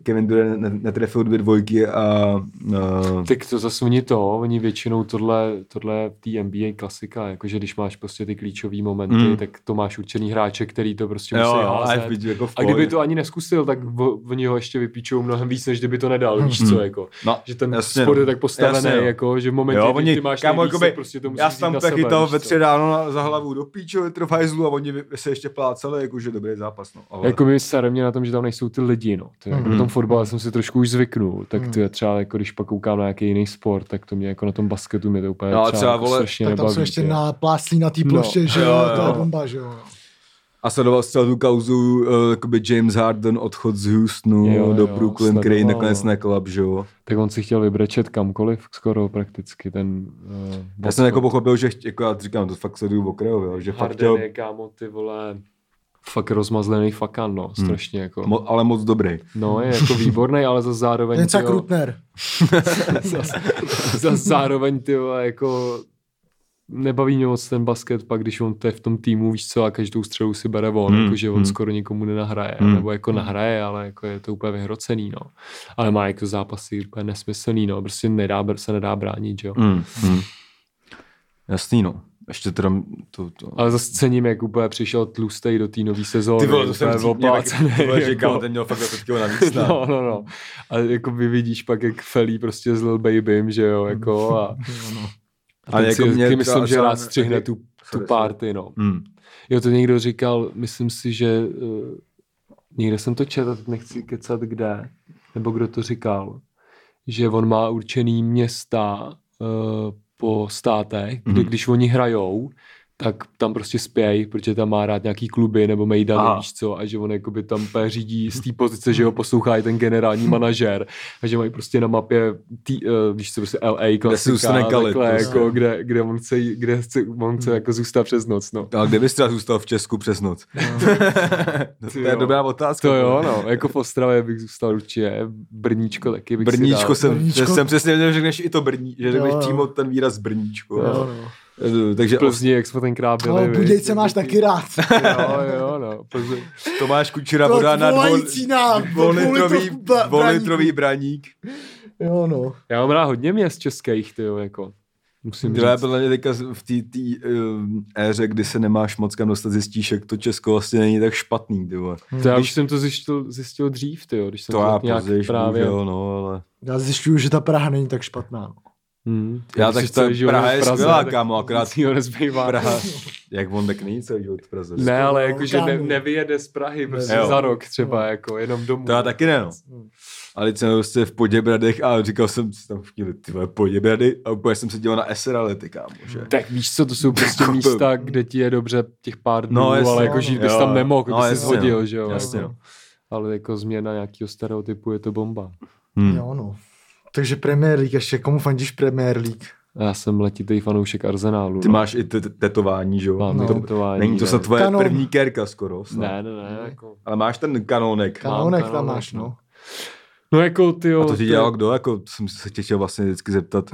S2: Kevin Durant ne- netrefil dvě dvojky a... Uh,
S3: Tak to zase oni to, oni většinou tohle, tohle je tý NBA klasika, jakože když máš prostě ty klíčové momenty,
S2: Mm.
S3: mm. tak to máš určený hráče, který to prostě
S2: jo,
S3: musí
S2: jo,
S3: házet.
S2: FPG jako v
S3: A kdyby
S2: pohodě.
S3: to ani neskusil, tak v, oni ho ještě vypíčou mnohem víc, než kdyby to nedal, víš co, jako.
S2: No,
S3: Že ten
S2: jasně,
S3: jasně, sport
S2: no.
S3: je tak postavený,
S2: Jasně, no.
S3: jako, že v momentě,
S2: jo,
S3: jo, kdy
S2: oni,
S3: ty máš
S2: kámo,
S3: kámo,
S2: jakoby,
S3: nejvíc, prostě to musíš
S2: já jsem
S3: vzít
S2: tam
S3: na sebe,
S2: chytal
S3: víš
S2: ve
S3: co.
S2: tři ráno na, za hlavu do píčo, trofá hajzlu a oni vy- se ještě pláceli, jakože dobrý zápas, no. Ale...
S3: Jako mi sere mě na tom, že tam nejsou ty lidi, no. To je,
S1: Mhm.
S3: jako, tom fotbale jsem si trošku už zvyknul, tak ty třeba jako když pak koukám na nějaký jiný sport, tak to mě jako na tom basketu mě to úplně
S2: No a
S3: třeba,
S2: třeba,
S3: jako
S2: vole,
S3: strašně
S1: tak tam
S3: nebaví.
S1: jsou ještě
S3: ty jo.
S1: napláslí na té ploště, že
S2: Jo,
S1: jo,
S2: jo.
S1: to je bomba, že jo.
S2: A sledoval jsi celou tu kauzu, uh, jakoby James Harden odchod z Houstonu
S3: Jo,
S2: jo, do
S3: jo,
S2: Brooklyn, který
S3: sledoval,
S2: nakonec
S3: no.
S2: neklap, že jo.
S3: Tak on si chtěl vybrečet kamkoliv, skoro prakticky ten... Uh,
S2: Já jsem jako pochopil, že chtě- jako já říkám, to fakt sleduju okrajově, jo, že fakt
S3: Harden
S2: chtěl,
S3: je, kámo, ty vole, fakt rozmazlený fakan, no, strašně jako.
S2: Hmm. mo, ale moc dobrý.
S3: No, je jako výborný, ale za zároveň...
S1: Něco
S3: ty
S1: jak
S3: jo,
S1: Rutner.
S3: za zároveň ty vole, jako nebaví mě moc ten basket, pak když on to je v tom týmu, víš co, a každou střelu si bere on,
S2: Hmm,
S3: hmm. jako, že on
S2: hmm.
S3: hmm. skoro nikomu nenahraje,
S2: Hmm.
S3: hmm. nebo jako nahraje, ale jako je to úplně vyhrocený, no. Ale má jako zápasy úplně nesmyslný, no, prostě nedá, br- se nedá bránit, že jo.
S2: Mm, mm. Jasný, no. Ještě teda to, to...
S3: Ale zase cením, jak úplně přišel tlustej do té nové sezóny.
S2: Ty vole, to jsem
S3: úplně
S2: cítil, jak-
S3: oplácený,
S2: ty vole, že
S3: jako-
S2: kámo, ten měl fakt 10 kg navíc, ne?
S3: No, no, no. A jako vy vidíš pak, jak Felí prostě s Lil Babym, že jo, jako a, a
S2: Ale
S3: ten
S2: jako
S3: si,
S2: mě třeba-
S3: taky myslím, že
S2: třeba-
S3: rád střihne tu, tu
S2: Sorry, sorry.
S3: party, no.
S2: Mm.
S3: Jo, to někdo říkal, myslím si, že uh, někde jsem to četl, a teď nechci kecat kde, nebo kdo to říkal, že on má určený města uh, po státech, kde
S2: Mhm.
S3: když oni hrajou, tak tam prostě spěj, protože tam má rád nějaký kluby nebo
S2: Aha.
S3: mejdany, víš co, a že on jakoby tam úplně řídí z té pozice, že ho poslouchá i ten generální manažer a že mají prostě na mapě, tý, uh, víš co, prostě LA klasika,
S2: zůstane kalit,
S3: takhle,
S2: prostě. Mhm.
S3: jako, kde, kde on chce, jít- kde chce, on chce jako zůstat přes noc, no.
S2: A kde bys třeba zůstal v Česku přes noc? No. to
S3: Ty
S2: je
S3: jo.
S2: dobrá otázka.
S3: To jo,
S2: vole.
S3: no, jako v Ostravě bych zůstal určitě, Brníčko taky bych si
S2: Brníčko
S3: dal.
S2: jsem,
S1: Brníčko-
S2: jsem přesně věděl, že řekneš i to Brní, že řekneš
S1: Jo, jo.
S2: přímo ten výraz Brníčko.
S1: Jo, no.
S2: Eh, Takže Plzni.
S3: Plzni, jak jsme tenkrát byli.
S1: Ale
S3: viď?
S1: Budějce máš taky rád.
S3: Jo, jo, no. Plzeň.
S2: Tomáš Kučera
S1: To
S2: voda na dvou,
S1: volající nám,
S2: dvoulitrový,
S1: dvoulitrový ba-
S2: dvoulitrový braník.
S1: Jo, no.
S3: Já mám rád hodně měst českých, ty jo, jako. Musím
S2: Tyhle
S3: říct.
S2: podle mě teďka v té tý, um, éře, kdy se nemáš moc kam dostat, zjistíš, jak to Česko vlastně není tak špatný. Ty vole.
S3: To já
S2: když-
S3: už jsem to zjistil, zjistil dřív, ty jo, když jsem
S2: To
S3: to,
S2: já
S3: nějak
S2: později,
S3: právě...
S2: bohužel, no, ale...
S1: Já zjišťuju, že ta Praha není tak špatná. no.
S3: Hmm.
S2: Já
S3: Když
S2: tak
S3: si
S2: to
S3: celý život
S2: Praha
S3: byl v
S2: je
S3: Praze,
S2: skvělá,
S3: tak
S2: kámo, akorát
S3: nic jiného nezbývá.
S2: Praha, jak on tak není celý život v Praze.
S3: Ne, ale
S1: No,
S3: jakože ne,
S1: kámo.
S3: nevyjede z Prahy prostě
S2: Jo.
S3: za rok třeba, jako jenom domů.
S2: To já taky ne, no. Ale teď jsem prostě v Poděbradech a říkal jsem si tam v chvíli, ty vole, Poděbrady a úplně jsem se díval na SRLety, kámo, že?
S3: Tak víš co, to jsou prostě
S2: Jako-
S3: místa, kde ti je dobře těch pár dnů,
S2: No,
S3: no,
S2: jasně,
S3: ale
S1: no,
S3: jako žít
S1: no.
S3: bys
S2: Jo,
S3: tam nemohl,
S2: no,
S3: no,
S2: jasně,
S3: jsi zhodil, že jo.
S2: Jasně,
S3: jako.
S2: no.
S3: Ale jako změna nějakého stereotypu je to bomba.
S2: Hm.
S1: Jo, no. Takže Premier League, ještě komu fandíš Premier League?
S3: A Já jsem letitej fanoušek Arsenálu.
S2: Ty
S3: no.
S2: máš i te- tetování, že jo?
S3: Mám
S1: No.
S2: to,
S3: tetování,
S2: není to
S3: no.
S2: se no. tvoje
S1: Kanon.
S2: první kerka skoro. Snad.
S3: Ne, ne, ne. Jako...
S2: Ale máš ten kanónek.
S3: Ka-
S1: Kanonek tam
S3: kanonek,
S1: máš, no.
S3: No jako ty jo.
S2: a to ti
S3: je-
S2: dělal kdo? Jako jsem se tě chtěl vlastně vždycky zeptat.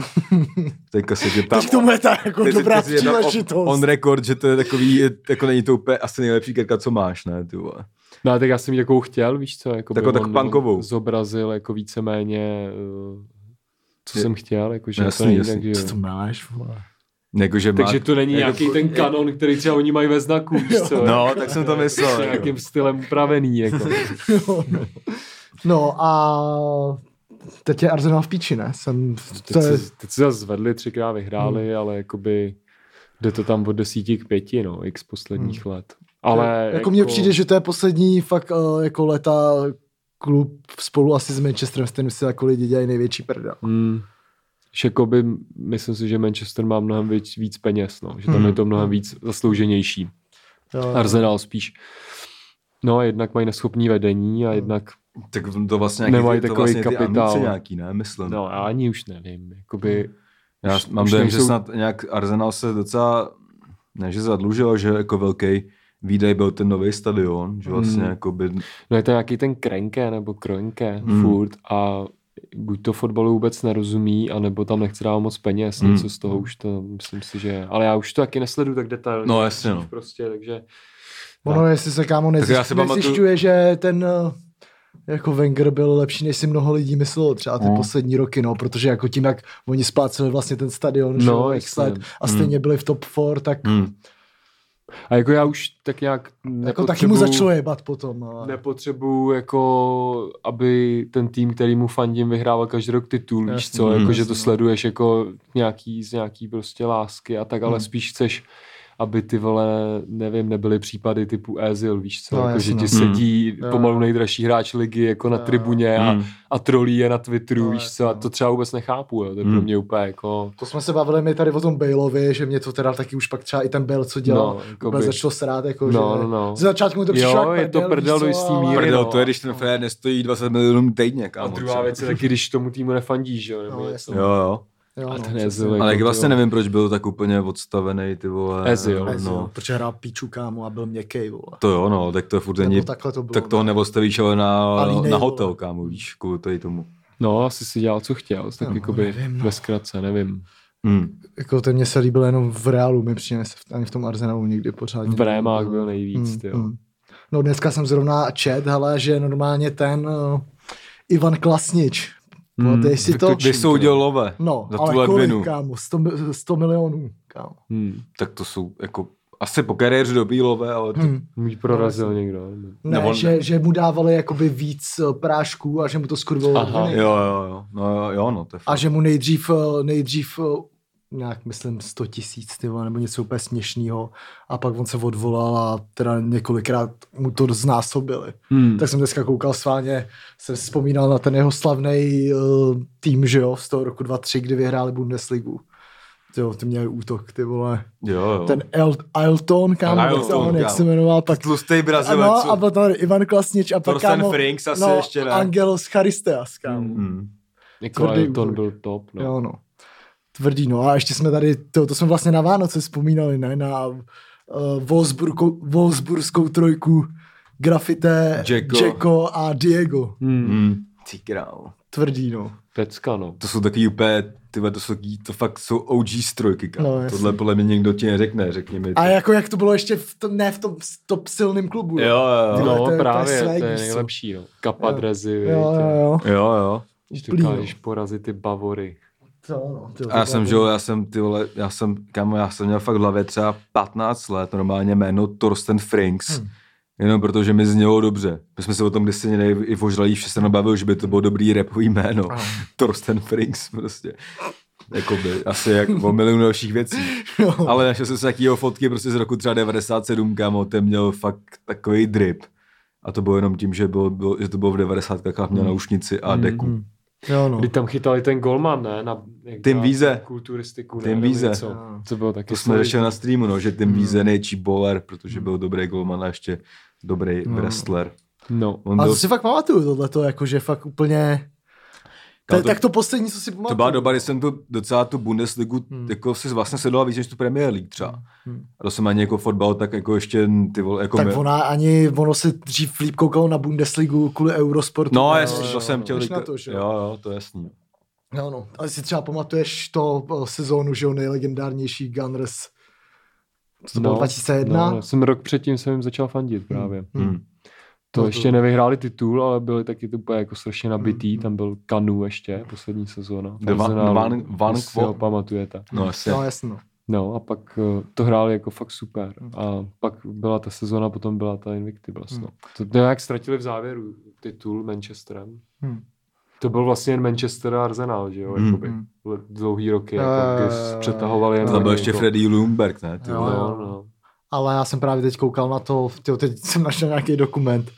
S2: Teďka se tě ptám.
S1: Teď k tomu je ta jako
S2: Teď se-
S1: dobrá
S2: teď se jedná o-
S1: příležitost.
S2: On record, že to je takový, jako není to úplně asi nejlepší kerka, co máš, ne? Ty vole.
S3: No a tak já jsem ji takovou chtěl, víš co. Jako by
S2: Takovou- takovou
S3: on-
S2: punkovou.
S3: on Zobrazil jako víceméně eh, co
S2: Je-
S3: jsem chtěl, jako že
S2: No,
S3: to
S2: jasný,
S3: není
S2: jasný.
S3: tak, že jo.
S1: Co to máš, vole?
S2: Jakože má-
S3: Takže to není
S2: jako-
S3: nějaký ten kanon, který třeba oni mají ve znaku, víš co. jako,
S2: No, tak jsem to myslel. jako.
S3: Nějakým stylem upravený, jako.
S1: Jo, no. no a teď je Arsenal v píči, ne? Jsem, to
S3: Teď
S1: je,
S3: se, teď se zase zvedli, třikrát vyhráli, hmm. ale jakoby jde to tam od desíti k pěti, no, x posledních hmm. let. Ale
S1: jako mně přijde, že to je poslední fakt eh, jako leta klub spolu asi s Manchesterem, s kterým si jako lidi dělají největší prdel.
S3: Hmm, že jakoby, myslím si, že Manchester má mnohem víc, víc peněz, no, že tam
S2: Hmm.
S3: je to mnohem víc zaslouženější. Arsenal spíš. No, jednak mají neschopný
S1: Hmm.
S3: vedení a jednak,
S2: Tak to vlastně nějaký,
S3: Nemají
S2: to
S3: takový
S2: vlastně Ty
S3: kapitál.
S2: ambice nějaký, ne? Myslím.
S3: no, já ani už nevím,
S1: Hmm.
S3: jakoby...
S2: Já
S3: už-
S2: mám
S3: už
S2: dojem, že
S3: nejsou-
S2: snad nějak Arsenal se docela, ne že zadlužil, že jako velký výdaj byl ten nový stadion, že vlastně
S3: Hmm.
S2: jako by...
S3: No je to nějaký ten krenke nebo kronke
S2: Hmm.
S3: hmm. furt a buď to fotbalu vůbec nerozumí, anebo tam nechce dávat moc peněz,
S2: Hmm.
S3: hmm. něco z toho už to myslím si, že je. Ale já už to taky nesledu tak detailně.
S2: No, jasně, no.
S3: Prostě, takže
S1: Ono, jestli se kámo
S2: Tak já
S1: nezjišť,
S2: si pamatuju-
S1: nezjišťuje, že ten eh, jako Wenger byl lepší, než si mnoho lidí myslelo třeba ty
S2: Mm.
S1: poslední roky, no, protože jako tím, jak oni spláceli vlastně ten stadion, že
S3: No,
S1: jo,
S3: jasně.
S1: x let a stejně byli v top 4, tak
S2: Hmm.
S3: a jako já už tak nějak
S1: jako
S3: nepotřebuju,
S1: taky mu začalo jebat potom. Ale...
S3: nepotřebuju jako, aby ten tým, který mu fandím, vyhrával každý rok titul, víš
S1: Jasně,
S3: co,
S2: hmm.
S3: jako, že
S1: jasně,
S3: to
S1: no.
S3: sleduješ jako nějaký, z nějaký prostě lásky a tak, ale
S1: Hmm.
S3: spíš chceš aby ty vole, nevím, nebyly případy typu Ezil, víš co,
S1: No,
S3: jako, že
S1: jasně.
S3: ti sedí
S1: Jo.
S3: pomalu nejdražší hráč ligy jako na
S1: Jo.
S3: tribuně a,
S2: Hmm.
S3: a trolí je na Twitteru,
S1: No,
S3: víš co,
S1: jasně.
S3: a to třeba vůbec nechápu, jo. to je
S2: Hmm.
S3: pro mě úplně jako...
S1: To jsme se bavili mi tady o tom Bailovi, že mě to teda taky už pak třeba i ten Bail, co dělal,
S3: No,
S1: no,
S3: jakoby.
S1: úplně začalo srát, jako,
S3: No,
S1: že
S3: no, no.
S1: z začátku mu to přišlo
S3: Jo,
S1: jak
S3: je to
S1: prdel,
S3: prdel
S1: víš co,
S3: do jistý
S1: ale-
S3: míry.
S2: Prdel,
S3: no.
S2: to je, když ten Fred nestojí 20 milionů týdně,
S3: A
S2: kámo.
S3: druhá
S2: co?
S3: věc je taky, když tomu týmu nefandíš, jo, nebo
S1: No,
S3: něco.
S2: Jo, jo.
S1: Jo,
S3: A
S1: no,
S3: ten
S1: přesně.
S3: Ezil, jako
S2: Ale jak vlastně
S3: to-
S2: nevím, proč byl tak úplně odstavený, ty vole.
S3: Ezil.
S1: Ezil,
S2: No.
S1: Protože hrál píču kámo a byl měkkej, vole.
S2: To jo, no, tak to je furt není,
S1: Nebo takhle Jako to bylo. no.
S2: tak toho neodstavíš ale na,
S1: A línej,
S2: na
S1: vole.
S2: hotel, kámo, víš, kvůli tady tomu.
S3: No, asi si dělal, co chtěl, tak
S1: No,
S3: jakoby
S1: nevím,
S3: nevím,
S1: no.
S3: no. ve zkratce, nevím.
S2: Hmm.
S1: Jako ten mě se líbil jenom v Realu, mi přijde se v- ani v tom Arsenalu nikdy pořádně.
S3: V Brémách
S1: nelíbil.
S3: byl nejvíc, mm, jo.
S1: No dneska jsem zrovna čet, hele, že normálně ten uh, Ivan Klasnič,
S3: Mm,
S1: pamatuješ si to?
S2: Vysoudil love.
S1: No,
S2: za
S1: ale
S2: tuhle
S1: kolik,
S2: dvinu.
S1: kámo, 100, mi- 100 milionů, kámo.
S3: Hmm.
S2: Tak to jsou jako asi po kariéře do Bílové, ale to,
S1: Hm.
S3: Můj prorazil někdo. no. nebo-
S1: Ne,
S2: Nebo-
S1: že, že mu dávali jakoby víc eh, prášků a že mu to skurvilo
S3: Aha.
S1: dviny.
S2: jo, jo, jo, no, jo, jo, no, to je
S1: A
S2: fakt.
S1: že mu nejdřív, eh, nejdřív eh, nějak myslím 100 tisíc ty vole, nebo něco úplně směšného a pak on se odvolal a teda několikrát mu to znásobili.
S3: Hmm.
S1: Tak jsem dneska koukal sváně, jsem si vzpomínal na ten jeho slavný uh, tým, že jo, z toho roku 23, kdy vyhráli Bundesligu. Ty Jo, ty měli útok, ty vole.
S2: Jo, jo.
S1: Ten El- Ailton, kámo, jak se
S2: Ailton,
S1: on- jak
S2: kámo.
S1: se jmenoval, tak
S2: tlustý Brazilec.
S1: ano, No, a byl tam Ivan Klasnič a pak
S2: Thorsten
S1: kámo, no,
S2: Frings asi ještě, ne?
S1: Angelos Charisteas, kámo.
S3: Hmm.
S2: Hmm.
S3: Jako
S1: tvrdý
S3: Ailton
S1: útok.
S3: byl top, no.
S1: Jo, no. Tvrdý, no a ještě jsme tady, to, to jsme vlastně na Vánoce vzpomínali, ne, na uh, Wolfsburgo, Wolfsburskou trojku Grafité,
S2: Dzeko.
S1: Jacko a Diego.
S3: Hmm.
S2: Hmm. Ty král.
S1: Tvrdý, no.
S3: Pecka, no.
S2: To jsou takový úplně, ty vole, to jsou, takový- to fakt jsou OG strojky, kámo.
S1: No,
S2: No,
S1: jasně.
S2: Tohle podle mě někdo ti neřekne, řekni mi. to.
S1: A jako jak to bylo ještě v tom, ne v tom s- top silným klubu.
S2: Jo, jo,
S1: Ty vole,
S2: jo.
S1: to
S3: No,
S1: je- to je
S3: právě, to
S1: swag,
S3: je
S1: víš co.
S3: nejlepší, no. Kapa
S1: Jo.
S3: drezy,
S1: jo, jo, jo.
S2: Jo, jo.
S3: Když
S1: Úplný, no.
S3: dokážeš porazit ty Bavory.
S1: To, no, ty,
S2: A já jsem, že jo, já jsem, ty vole, já jsem, kámo, já jsem měl fakt v hlavě třeba 15 let normálně jméno Torsten Frings,
S1: Hmm.
S2: hmm. jenom protože mi znělo dobře. My jsme se o tom kdysi někde i v Ožralí vše se nabavili, že by to bylo dobrý repový jméno.
S1: Ano.
S2: Torsten Frings prostě. Jakoby, asi jak o milion dalších věcí.
S1: Jo.
S2: Ale našel jsem si taky jeho fotky prostě z roku třeba 97, kámo, ten měl fakt takový drip. A to bylo jenom tím, že, bylo, bylo, že to bylo v 90 a měl
S1: Hmm.
S2: náušnici a deku.
S1: Hm. Jo, no.
S3: Kdy tam chytali ten golman, ne? Na, jak
S2: Tim
S3: na
S2: Wiese.
S3: Kulturistiku, ne?
S2: Tim
S3: Nebo
S2: Wiese.
S3: něco.
S1: Jo.
S3: To bylo taky
S2: To jsme
S3: slavý.
S2: řešili na streamu, no, že ten
S1: Hmm.
S2: víze nejčí bowler, protože byl dobrý golman a ještě dobrý
S1: No.
S2: wrestler.
S3: No.
S2: On
S1: A
S2: byl,
S1: to si fakt pamatuju tohleto, jako že fakt úplně... To,
S2: Kámo,
S1: je
S2: to-
S1: tak to poslední, co si pamatuju.
S2: to byla doba, kdy jsem tu docela tu Bundesligu
S1: Hmm.
S2: hmm. jako si vlastně sedla víc než tu Premier League třeba.
S1: Hmm.
S2: Hmm. A to jsem ani jako fotbal, tak jako ještě ty vole, jako
S1: Tak
S2: mi-
S1: ona ani, ono se dřív líp koukalo na Bundesligu kvůli Eurosportu.
S2: No,
S1: ne?
S2: jasně, to jsem chtěl
S1: Jdeš
S2: říkat.
S1: na to, že
S2: jo,
S1: jo.
S2: jo, to je jasný.
S1: No, no. Ale si třeba pamatuješ to o, sezónu, že jo, nejlegendárnější Gunners. Co to bylo
S3: No,
S1: 2001?
S3: No, já jsem rok předtím jsem jim začal fandit právě.
S1: Hm.
S2: Hmm.
S3: To
S1: No,
S3: ještě
S1: to-
S3: nevyhráli titul, ale byli taky to úplně jako strašně nabitý. Tam byl Kanu ještě, poslední sezóna.
S2: Mm-hmm. The Van-
S3: Arsenalu,
S2: Van- Van
S3: jestli si ho
S2: Kvo-
S3: pamatujete.
S2: No, jasně.
S1: No, jasno.
S3: No a pak eh, to hráli jako fakt super.
S2: Mm.
S3: A pak byla ta sezóna, potom byla ta Invictibus.
S2: Mm.
S3: No. To nějak ztratili v závěru titul Manchesterem.
S2: Mm.
S1: Hmm.
S3: To byl vlastně jen Manchester a Arsenal, že jo?
S2: Hmm.
S3: Jakoby.
S1: Hmm.
S3: Le- Dlouhý roky,
S1: Jo,
S3: jako,
S1: jo,
S3: kdy
S1: jo, jo.
S3: přetahovali jen
S1: To
S2: Tam byl
S3: na
S2: ještě
S3: někoho.
S2: Freddy Lumberg, ne? Ty
S1: Jo,
S2: vole.
S3: No, no.
S1: Ale já jsem právě teď koukal na to, tyjo, teď jsem našel nějaký dokument.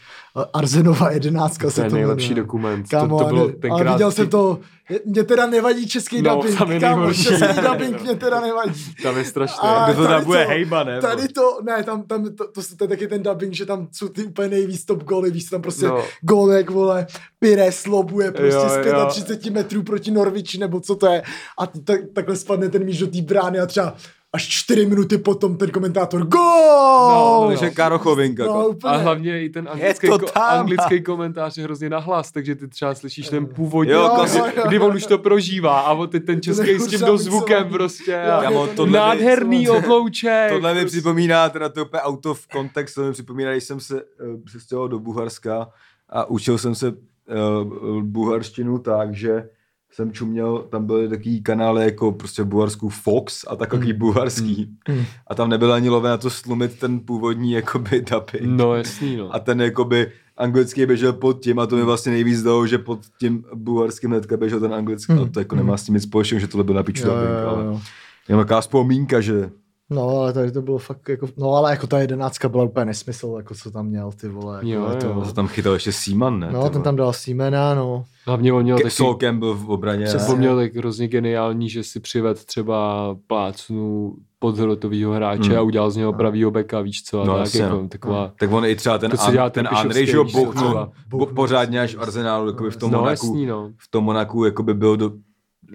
S1: Eh, Arzenova jedenáctka
S3: To
S1: se
S3: je
S1: to
S3: nejlepší
S1: jmenuje.
S3: dokument.
S1: Kámo,
S3: to, to bylo
S1: ale,
S3: tenkrát
S1: ale viděl
S3: v
S1: jsem
S3: té-
S1: to, mě teda nevadí český
S3: No,
S1: dubbing,
S3: tam je
S1: kámo,
S3: nejhorší.
S1: český dubbing mě teda nevadí.
S3: Tam je strašné.
S1: Ale
S2: Kdo to
S1: tady
S2: tam bude
S1: to-
S2: hejba,
S3: no.
S2: ne?
S1: Tady to, ne, tam, tam to, to, to, je taky ten dubbing, že tam jsou ty úplně nejvíc top góly, víš, tam prostě
S3: No.
S1: gólek, vole, Pires lobuje prostě
S3: Jo, jo.
S1: z 35 metrů proti Norviči, nebo co to je, a ty, tak, takhle spadne ten míč do té brány a třeba až 4 minuty potom ten komentátor
S3: No,
S1: gól!
S3: no,
S2: Takže Karo Chovinka.
S1: No,
S2: ko-
S1: úplně.
S3: A hlavně i ten anglický,
S2: to
S3: ko-
S2: tam.
S3: anglický komentář je hrozně nahlas, takže ty třeba slyšíš ten původní,
S2: Jo, jako
S3: jo,
S2: klasi-
S3: kdy, kdy on už to prožívá a on teď ten český s tím dozvukem prostě.
S1: Jo,
S3: A
S2: Kámo,
S1: je to
S2: tohle-
S3: nádherný
S1: tohle-
S3: oblouček.
S2: Tohle mi
S3: prostě.
S2: připomíná, teda to je úplně out of context, to mi připomíná, když jsem se uh, přestěhoval do Bulharska a učil jsem se uh, bulharštinu tak, že jsem čuměl, tam byly takový kanály jako prostě bulharský Fox a takový mm. bulharský.
S1: Mm.
S2: Mm. A tam nebyla ani love na to slumit ten původní jakoby dubbing.
S3: No jasný, no.
S2: A ten jakoby anglický běžel pod tím a
S1: Hmm.
S2: to mi vlastně nejvíc dalo, že pod tím bulharským hnedka běžel ten anglický.
S1: Mm.
S2: A to jako nemá s tím nic společného, že tohle byla piču
S1: Jo, jo,
S2: dubbing,
S1: jo,
S2: ale
S1: jo.
S2: jenom taková vzpomínka, že
S1: No, ale tady to bylo fakt jako, no ale jako ta jedenáctka byla úplně nesmysl, jako co tam měl, ty vole, jako
S3: Jo,
S1: je to,
S3: jo.
S2: To tam chytal ještě Seaman, ne?
S1: no, ten tam dal símena, no,
S3: Hlavně on měl
S2: Ke-
S3: taky...
S2: Sol Campbell v obraně. ne?
S1: Přes-
S3: On měl tak hrozně geniální, že si přived třeba plácnu podhrotovýho hráče
S2: Hmm.
S3: a udělal z něho
S1: No.
S3: pravýho beka, víš co, a
S2: No,
S3: no, tak
S2: jasně, no.
S3: jako taková...
S2: Tak on i třeba ten,
S3: To, co
S2: An-
S3: dělá
S2: ten
S3: ten
S2: Andrej, že jo,
S3: Pišovský,
S2: bouchnul,
S3: třeba.
S2: bo- pořádně až v Arsenálu, jakoby v tom
S3: No
S2: Monaku.
S3: jasný, no.
S2: v tom Monaku jakoby byl do,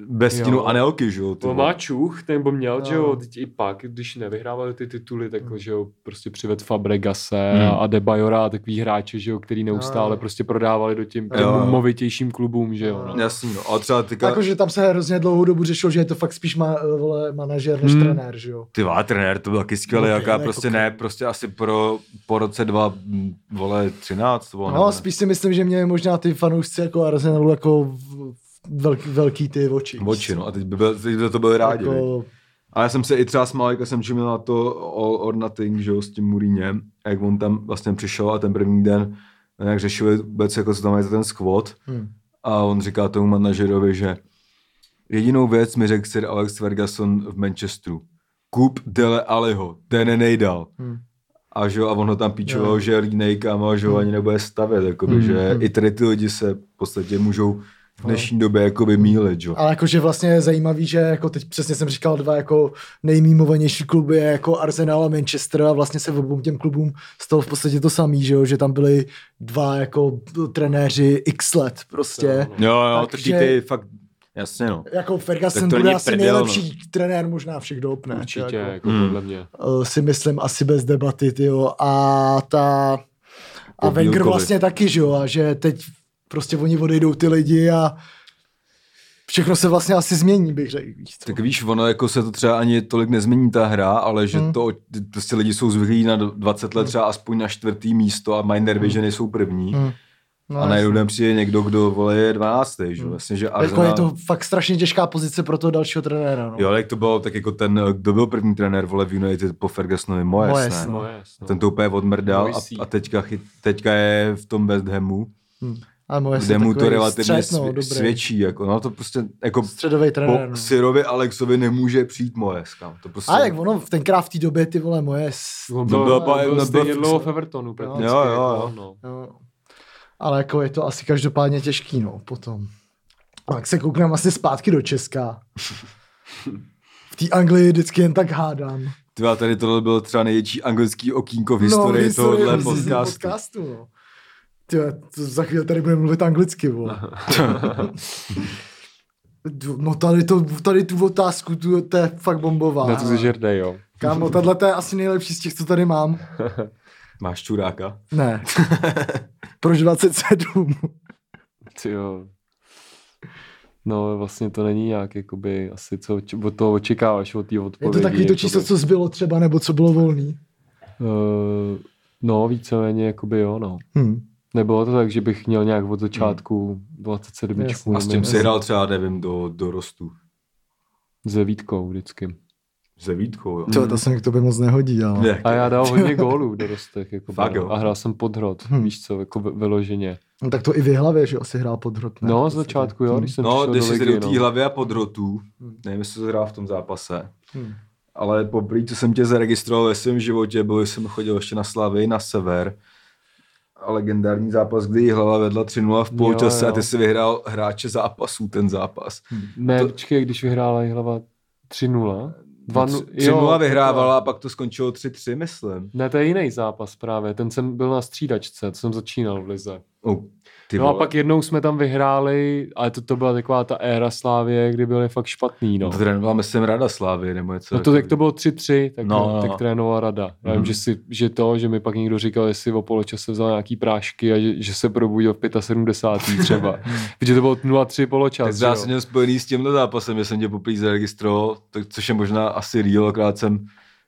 S2: bez stínu
S3: Jo. No,
S2: Anelky, že jo? ty
S3: To
S2: vole.
S3: má čuch, ten bo měl,
S1: No.
S3: že jo, teď i pak, když nevyhrávali ty tituly, tak
S1: Mm.
S3: že jo, prostě přived Fabregase
S2: Mm.
S3: hmm. a Debajora a takový hráče, že jo, který neustále
S1: No.
S3: prostě prodávali do těm,
S2: Jo, jo.
S3: těm movitějším klubům, že jo.
S1: No.
S3: No.
S2: Jasný, no. A třeba teďka,
S1: jako, že tam se hrozně dlouhou dobu řešilo, že je to fakt spíš ma, vole, manažer než
S3: Hmm.
S1: trenér, že jo.
S2: ty vole, trenér, to byl taky skvělý,
S1: No,
S2: no, jaká
S1: trenér,
S2: prostě
S1: kokot.
S2: ne, prostě asi pro, po roce dva, m, vole, 13, vole.
S1: No,
S2: ne?
S1: spíš si myslím, že měli možná ty fanoušci jako Arsenalu jako v- velký, velký ty oči.
S2: Oči, no, a teď by, byl, teď by to byl rádi. Jako...
S1: Jako,
S2: A já jsem se i třeba smál, jak jsem čumil na to All or Nothing, že jo, s tím Mourinhem, jak on tam vlastně přišel a ten první den nějak řešili vůbec, jako co tam je za ten squad.
S1: hm.
S2: A on říká tomu manažerovi, že jedinou věc mi řekl Sir Alex Ferguson v Manchesteru. Kup Dele Aliho, ten nejdal.
S1: Hmm.
S2: A, že, jo, a on ho tam píčoval,
S1: Jo.
S2: že línej kámo, že ho
S1: Hmm.
S2: ani nebude stavět. Jakoby,
S3: Hmm,
S2: že
S1: hmm.
S2: i tady ty lidi se v podstatě můžou v dnešní době jakoby mílit. Že? jo.
S1: Ale jakože vlastně je zajímavý, že jako teď přesně jsem říkal dva jako nejmímovanější kluby jako Arsenal a Manchester a vlastně se v obou těm klubům stalo v podstatě to samý, že jo, že tam byli dva jako trenéři x let prostě.
S3: Jo,
S2: Jo, no. jo,
S1: Takže-
S2: takže... ty fakt, jasně no.
S1: Jako
S2: Tak
S1: Ferguson
S2: to
S1: bude
S2: není
S1: asi
S2: prdel, no.
S1: nejlepší trenér možná všech dob, ne?
S3: Určitě,
S1: Jako,
S3: jako
S2: Mm.
S3: podle mě.
S1: eh, si myslím asi bez debaty, tyjo. A ta... A
S2: Po
S1: Wenger
S2: Bílkovi.
S1: vlastně taky, že jo, a že teď prostě oni odejdou ty lidi a všechno se vlastně asi změní, bych řekl. víš co.
S2: Tak víš, ono jako se to třeba ani tolik nezmění ta hra, ale že
S1: Hmm.
S2: hmm. to prostě lidi jsou zvyklí na 20 let třeba aspoň na čtvrtý místo a mají nervy, že nejsou první.
S1: Hmm.
S2: No, a najednou tam přijde někdo, kdo vole je 12. Že? jo.
S1: Hmm.
S2: Vlastně, že
S1: Jako
S2: Arsenal,
S1: je to fakt strašně těžká pozice pro toho dalšího trenéra. No.
S2: Jo, ale jak to bylo, tak jako ten, kdo byl první trenér vole v United po Fergusonovi, Moyes,
S1: Moyes,
S2: Moyes ne?
S1: no.
S3: No, jasno.
S2: Ten to úplně odmrdal
S3: Moyesí.
S2: a, a teďka, chyt, teďka je v tom West Hamu,
S1: a moje
S2: kde mu to relativně svě, svědčí. Jako, no to prostě, jako
S1: Středový
S2: po
S1: no, trenér. No.
S2: Sirovi Alexovi nemůže přijít Moyes, kam. To prostě...
S1: A jak ono, v tenkrát v té době ty vole moje. s-
S3: On
S2: No, byl-
S3: byl, byl,
S1: byl-
S3: byl,
S2: byl-
S3: byl stejně
S2: byl-
S3: dlouho v Evertonu, prakticky.
S2: Jo, jo,
S3: jako,
S2: jo.
S3: No.
S1: No. Ale jako je to asi každopádně těžký, no, potom. A jak se koukneme asi zpátky do Česka. V té Anglii vždycky jen tak hádám.
S2: Tvá, tady tohle bylo třeba největší anglický okýnko v historii no, tohohle
S1: v historii
S2: podcastu.
S1: podcastu no. Ty, jo, to za chvíli tady budeme mluvit anglicky, vole. No tady, to, tady tu otázku, tu, to je fakt bombová.
S3: Na to se žerdej, jo.
S1: Kámo, tahle to je asi nejlepší z těch, co tady mám.
S2: Máš čuráka?
S1: Ne. Proč 27?
S3: Ty jo. No, vlastně to není nějak, jakoby, asi co oč- od toho očekáváš, od té
S1: Je
S3: odpovědi.
S1: to takový to
S3: jakoby.
S1: číslo, co zbylo třeba, nebo co bylo volný.
S3: Eh, no, víceméně, jakoby jo, no.
S2: Hmm.
S1: Hm.
S3: Nebylo to tak, že bych měl nějak od začátku 27.
S1: Jasně.
S2: A s tím
S3: nevím,
S2: si hrál třeba, nevím, do, do rostu.
S3: S devítkou vždycky.
S2: Se Vítkou, jo. No.
S1: To, to se mi k tobě moc nehodí, ale...
S2: Ne,
S3: A já dal hodně gólů do rostech, jakoby,
S2: Fakt jo? Hmm.
S3: no. a hrál jsem podhrot,
S1: Hm.
S3: víš co, jako vy- vyloženě.
S1: No, tak to i v hlavě, že asi hrál pod hrot, ne?
S3: No,
S1: V
S3: z
S1: podstatě.
S3: začátku, jo,
S1: Hm.
S3: když jsem
S2: No,
S3: přišel
S2: když jsi
S3: do
S2: tedy
S3: ligy,
S2: do
S3: no.
S2: té hlavy a podrotů,
S1: Hmm.
S2: nevím, jestli to hrál v tom zápase,
S1: Hm.
S2: ale poprvé, co jsem tě zaregistroval ve svém životě, byl jsem chodil ještě na Slavy, na sever, a legendární zápas, kdy jí hlava vedla 3-0 v poločase
S3: Jo,
S2: a
S3: jo.
S2: ty si vyhrál hráče zápasů ten zápas.
S3: Ne,
S2: To-
S3: to... počkej, když vyhrála hlava 3-0. 2-0,
S2: 3-0
S3: jo,
S2: vyhrávala a pak to skončilo 3-3, myslím.
S3: Ne, to je jiný zápas právě. Ten jsem byl na střídačce, to jsem začínal v Lize.
S2: Oh, ty
S3: No a
S2: vole.
S3: pak jednou jsme tam vyhráli, ale to, to byla taková ta éra Slávě, kdy byli fakt špatný, no.
S2: To trénoval, myslím, Rada Slávy, nebo něco.
S3: No to, jak to bylo 3-3, tak,
S2: No, no,
S3: no,
S2: no.
S3: tak trénoval rada.
S2: Mhm.
S3: Já vím, že, si, že to, že mi pak někdo říkal, jestli o poločase vzal nějaký prášky a že, že se probudil v 75. třeba. Protože to bylo 0-3
S2: tak
S3: poločas, že
S2: zdá
S3: jo?
S2: se měl spojený s tímhle zápasem, že jsem tě poprvé zaregistroval, tak, což je možná asi real, akorát jsem...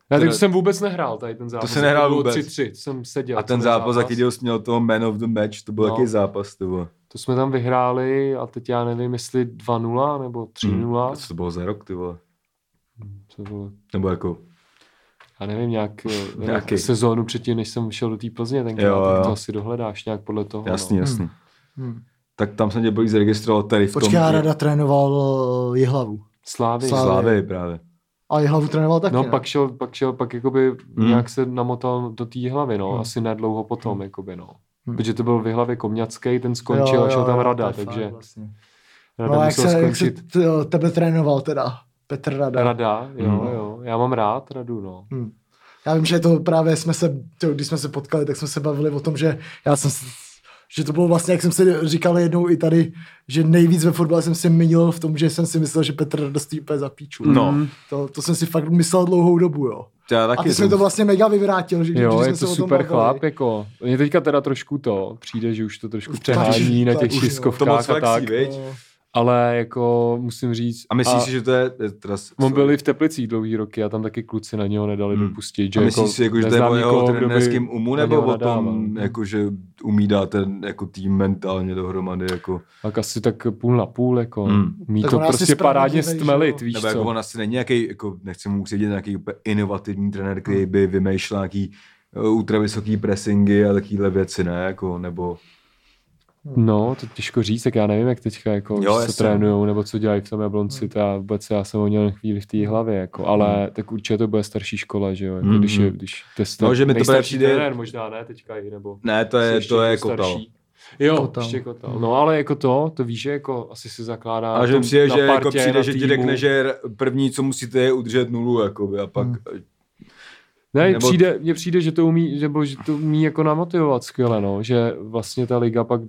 S3: Já
S2: teda-
S3: tak jsem vůbec nehrál tady ten zápas.
S2: se nehrál
S3: bylo
S2: vůbec.
S3: 3-3, to jsem seděl.
S2: A ten
S3: celý
S2: zápas, jaký díl jsi měl toho Man of the Match, to byl
S3: No.
S2: jaký zápas, to bylo.
S3: To jsme tam vyhráli a teď já nevím, jestli 2-0 nebo 3-0.
S2: Hmm. Co to bylo za rok, ty vole?
S3: To bylo
S2: Nebo
S3: No,
S2: jako...
S3: já nevím, nějak eh,
S2: Nějaký.
S3: nějakou sezónu předtím, než jsem šel do té Plzně, tenkrát,
S2: Jo, jo.
S3: tak to asi dohledáš nějak podle toho.
S2: Jasný,
S3: No.
S2: jasný.
S1: Hm.
S2: Tak tam jsem tě byl zaregistroval tady v
S1: Počkej, já
S2: tom...
S1: rada trénoval eh, Jihlavu.
S3: Slávy.
S1: Slávy.
S2: Slávy právě.
S1: A i hlavu trénoval taky,
S3: no,
S1: ne?
S3: pak šel, pak šel, pak jakoby
S2: Hmm.
S3: hmm. nějak se namotal do té hlavy, no,
S1: Hmm.
S3: hmm. asi nedlouho potom, jakoby, no.
S1: Hmm.
S3: Hmm. Protože to byl v hlavě Komňacký, ten skončil jo, a šel tam Rada,
S1: to je
S3: takže
S1: fakt vlastně.
S3: Rada
S1: No a jak
S3: musel
S1: se, jak se
S3: skončit.
S1: t- tebe trénoval teda? Petr Rada. Hm.
S3: Rada, jo,
S2: Hmm.
S3: jo, já mám rád Radu, no.
S1: Já vím, že to právě jsme se, to, když jsme se potkali, tak jsme se bavili o tom, že já jsem s- že to bylo vlastně, jak jsem si říkal jednou i tady, že nejvíc ve fotbale jsem si minil v tom, že jsem si myslel, že Petr Rada stojí úplně za píču.
S2: No.
S1: To, to jsem si fakt myslel dlouhou dobu, jo.
S2: Já taky
S1: a ty jsi mi to vlastně mega vyvrátil, že
S3: Jo,
S1: když
S3: je
S1: jsme se
S3: to
S1: o tom
S3: super
S1: bavili.
S3: chlap, jako. Mně teďka teda trošku to přijde, že už to trošku
S1: Už
S3: přehání
S1: tak-
S3: na
S1: tak už jo.
S3: těch
S2: To moc
S3: šiskovkách a
S2: flexí,
S3: tak,
S2: viď?
S1: No,
S3: ale jako musím říct...
S2: A myslíš si, že to je... eh, Teda, s-
S3: On byl i v Teplicích dlouhý roky a tam taky kluci na něho nedali
S2: Hmm.
S3: hmm. dopustit.
S2: a
S3: Že
S2: myslíš
S3: jako
S2: si, jako, že to je
S3: neznám
S2: o jeho
S3: nikoho, kdo by no?
S2: trenérském umu,
S3: na
S2: nebo
S3: něho
S2: o tom,
S3: nadával.
S2: jako, že umí dát ten jako, tým mentálně dohromady? Jako,
S3: Tak asi tak půl na půl, jako.
S2: Hmm.
S3: Hmm. Mí
S1: Tak
S3: to
S1: on asi
S3: prostě
S1: správně no.
S3: parádně
S1: dělají, že
S3: stmelit,
S1: jo.
S3: víš
S2: nebo jako
S3: co.
S2: on asi není nějaký, jako, nechci mu usadit nějaký úplně inovativní trenér,
S3: Hmm.
S2: který by vymýšlel nějaký eh, ultravysoký pressingy a takovéhle věci, ne? Jako, nebo...
S3: No, to těžko říct, tak já nevím, jak teďka, jako,
S2: Jo,
S3: co
S2: jasně.
S3: trénujou, nebo co dělají v tom
S1: Hmm.
S3: Jablonci, to já vůbec já jsem ho měl chvíli v té hlavě, jako, ale tak určitě to bude starší škola, že jo, jako,
S2: Hmm,
S3: když je,
S2: hmm.
S3: když test,
S2: No, že mi to bude přijde-
S3: trenér možná, ne, teďka i, nebo
S2: Ne, to je,
S3: ještě
S2: to je
S3: jako
S2: kotal.
S3: starší. Jo,
S1: Kotal.
S3: kotal. ještě
S1: Hmm.
S3: kotal. No ale jako to, to víš, že jako asi se zakládá
S2: A že
S3: na
S2: mi
S3: tom-
S2: přijde,
S3: na
S2: že jako
S3: partě,
S2: přijde,
S3: na
S2: že ti
S3: týmu.
S2: řekne, že r- první, co musíte, je udržet nulu, jakoby, a pak...
S1: Hmm.
S3: Ne,
S2: nebo-
S3: nebo... přijde, mně přijde, že to umí, nebo že to umí jako namotivovat skvěle, no, že vlastně ta liga pak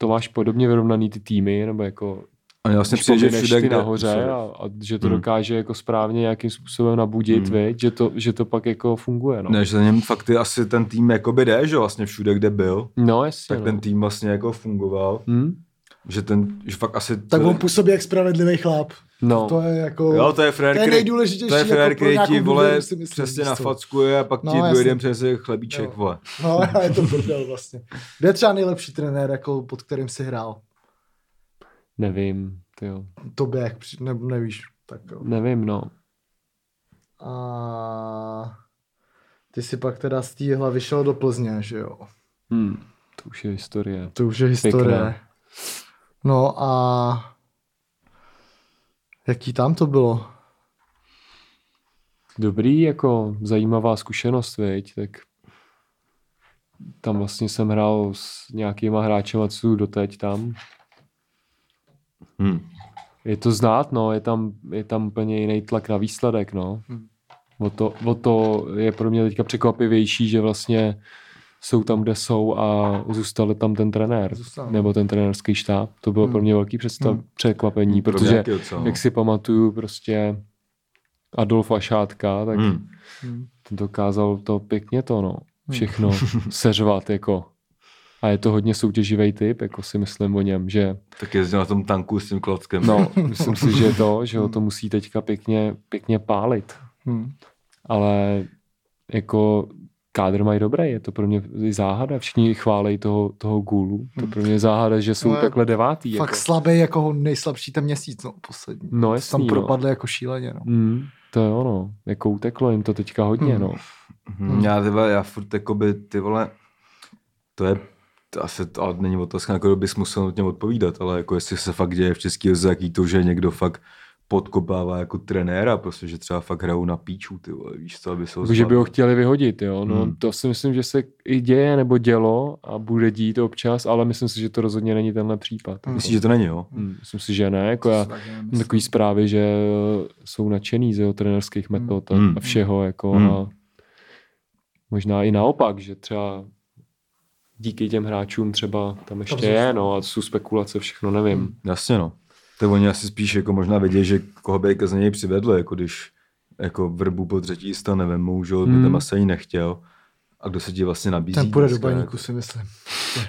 S3: to máš podobně vyrovnaný ty týmy, nebo jako
S2: A vlastně
S3: když
S2: přijde, že
S3: pomineš
S2: všude,
S3: ty
S2: kde...
S3: nahoře a, a, že to
S2: Hmm.
S3: dokáže jako správně nějakým způsobem nabudit,
S2: Hmm.
S3: viď, že to, že to pak jako funguje, no.
S2: Ne, že za něm fakt ty asi ten tým jakoby jde, že jo, vlastně všude, kde byl,
S3: No, jasně,
S2: tak
S3: no.
S2: ten tým vlastně jako fungoval,
S3: Hm?
S2: že ten, že fakt asi...
S1: tak on působí jak spravedlivý chlap.
S3: No.
S1: To je jako...
S2: Jo, to je frér,
S1: to je
S2: který-
S1: nejdůležitější
S2: to je
S1: jako
S2: frér,
S1: pro
S2: který
S1: nějakou
S2: ti, vole,
S1: důvěru, si myslím,
S2: přesně
S1: víš co.
S2: nafackuje a pak
S1: No,
S2: ti
S1: jasně.
S2: dojde přes chlebíček,
S1: Jo.
S2: vole.
S1: No, a je to prdel vlastně. Kde je třeba nejlepší trenér, jako pod kterým si hrál?
S3: Nevím, tyjo.
S1: Tobě, jak při- ne, nevíš. Tak jo.
S3: Nevím, no.
S1: A ty si pak teda z té hlavy šel do Plzně, že jo?
S2: Hmm.
S3: Hm. To už je historie.
S1: To už je historie.
S3: Pěkné.
S1: No a jaký tam to bylo?
S3: Dobrý, jako zajímavá zkušenost, viď, tak tam vlastně jsem hrál s nějakýma hráčema, co jsou doteď tam.
S2: Hm.
S3: Je to znát, no, je tam, je tam úplně jiný tlak na výsledek, no.
S1: Hmm.
S3: O to, o to je pro mě teďka překvapivější, že vlastně jsou tam, kde jsou a zůstali tam ten trenér.
S1: Zůstal.
S3: Nebo ten trenérský štáb. To bylo
S1: Hmm.
S3: pro mě velký představ,
S1: Hmm.
S3: překvapení,
S2: Pro mě
S3: protože
S2: taky docela, no.
S3: jak si pamatuju prostě Adolfa Šátka, tak
S2: Hm.
S3: ten dokázal to pěkně to, no.
S1: Hmm.
S3: Všechno seřvat, jako. A je to hodně soutěživý typ, jako si myslím o něm, že
S2: Tak jezdil na tom tanku s tím klockem.
S3: no, myslím si, že to, že ho to musí teďka pěkně, pěkně pálit.
S1: Hmm.
S3: Ale jako kádr mají dobré, je to pro mě i záhada. Všichni chválej toho, toho gulu. To pro mě je záhada, že jsou
S1: No,
S3: takhle devátý.
S1: Fakt
S3: Jako.
S1: slabý, jako nejslabší ten měsíc, no, poslední.
S3: No
S1: To tam
S3: jasný, no.
S1: propadli jako šíleně, no.
S3: Mm, to je ono. Jako uteklo jim to teďka hodně,
S1: Hmm.
S3: no.
S2: Hm, Já, ty vole, já furt jakoby, ty vole, to je to asi to, ale není otázka, na kterou bys musel nutně odpovídat, ale jako jestli se fakt děje v český lize, jaký to, že někdo fakt podkopává jako trenéra, prostě, že třeba fakt hrajou na píču, ty vole, víš co, aby se ho
S3: Jako, Že by
S2: zvládl.
S3: ho chtěli vyhodit, jo. No,
S2: Hmm.
S3: hmm. to si myslím, že se i děje nebo dělo a bude dít občas, ale myslím si, že to rozhodně není tenhle případ.
S1: Hmm.
S2: Myslíš, že to není, jo?
S3: Hmm, myslím si, že ne. Jako
S1: To
S3: já
S1: si taky nemyslím.
S3: mám takový zprávy, že eh, jsou nadšený z jeho trenérských
S1: Hmm.
S3: metod a,
S2: Hmm.
S3: a všeho. Jako
S2: Hmm.
S3: a možná i naopak, že třeba díky těm hráčům třeba tam ještě
S1: zůstane.
S3: je, no a jsou spekulace, všechno nevím.
S1: Hmm.
S2: Jasně, no. Tak oni asi spíš jako možná vědí, že koho by z něj přivedl, jako když jako vrbu po třetí jista nevemou, že hmm. by
S3: Hmm.
S2: tam asi ani nechtěl. A kdo se ti vlastně nabízí?
S1: Ten půjde do
S2: dneska,
S1: baníku, si myslím. To je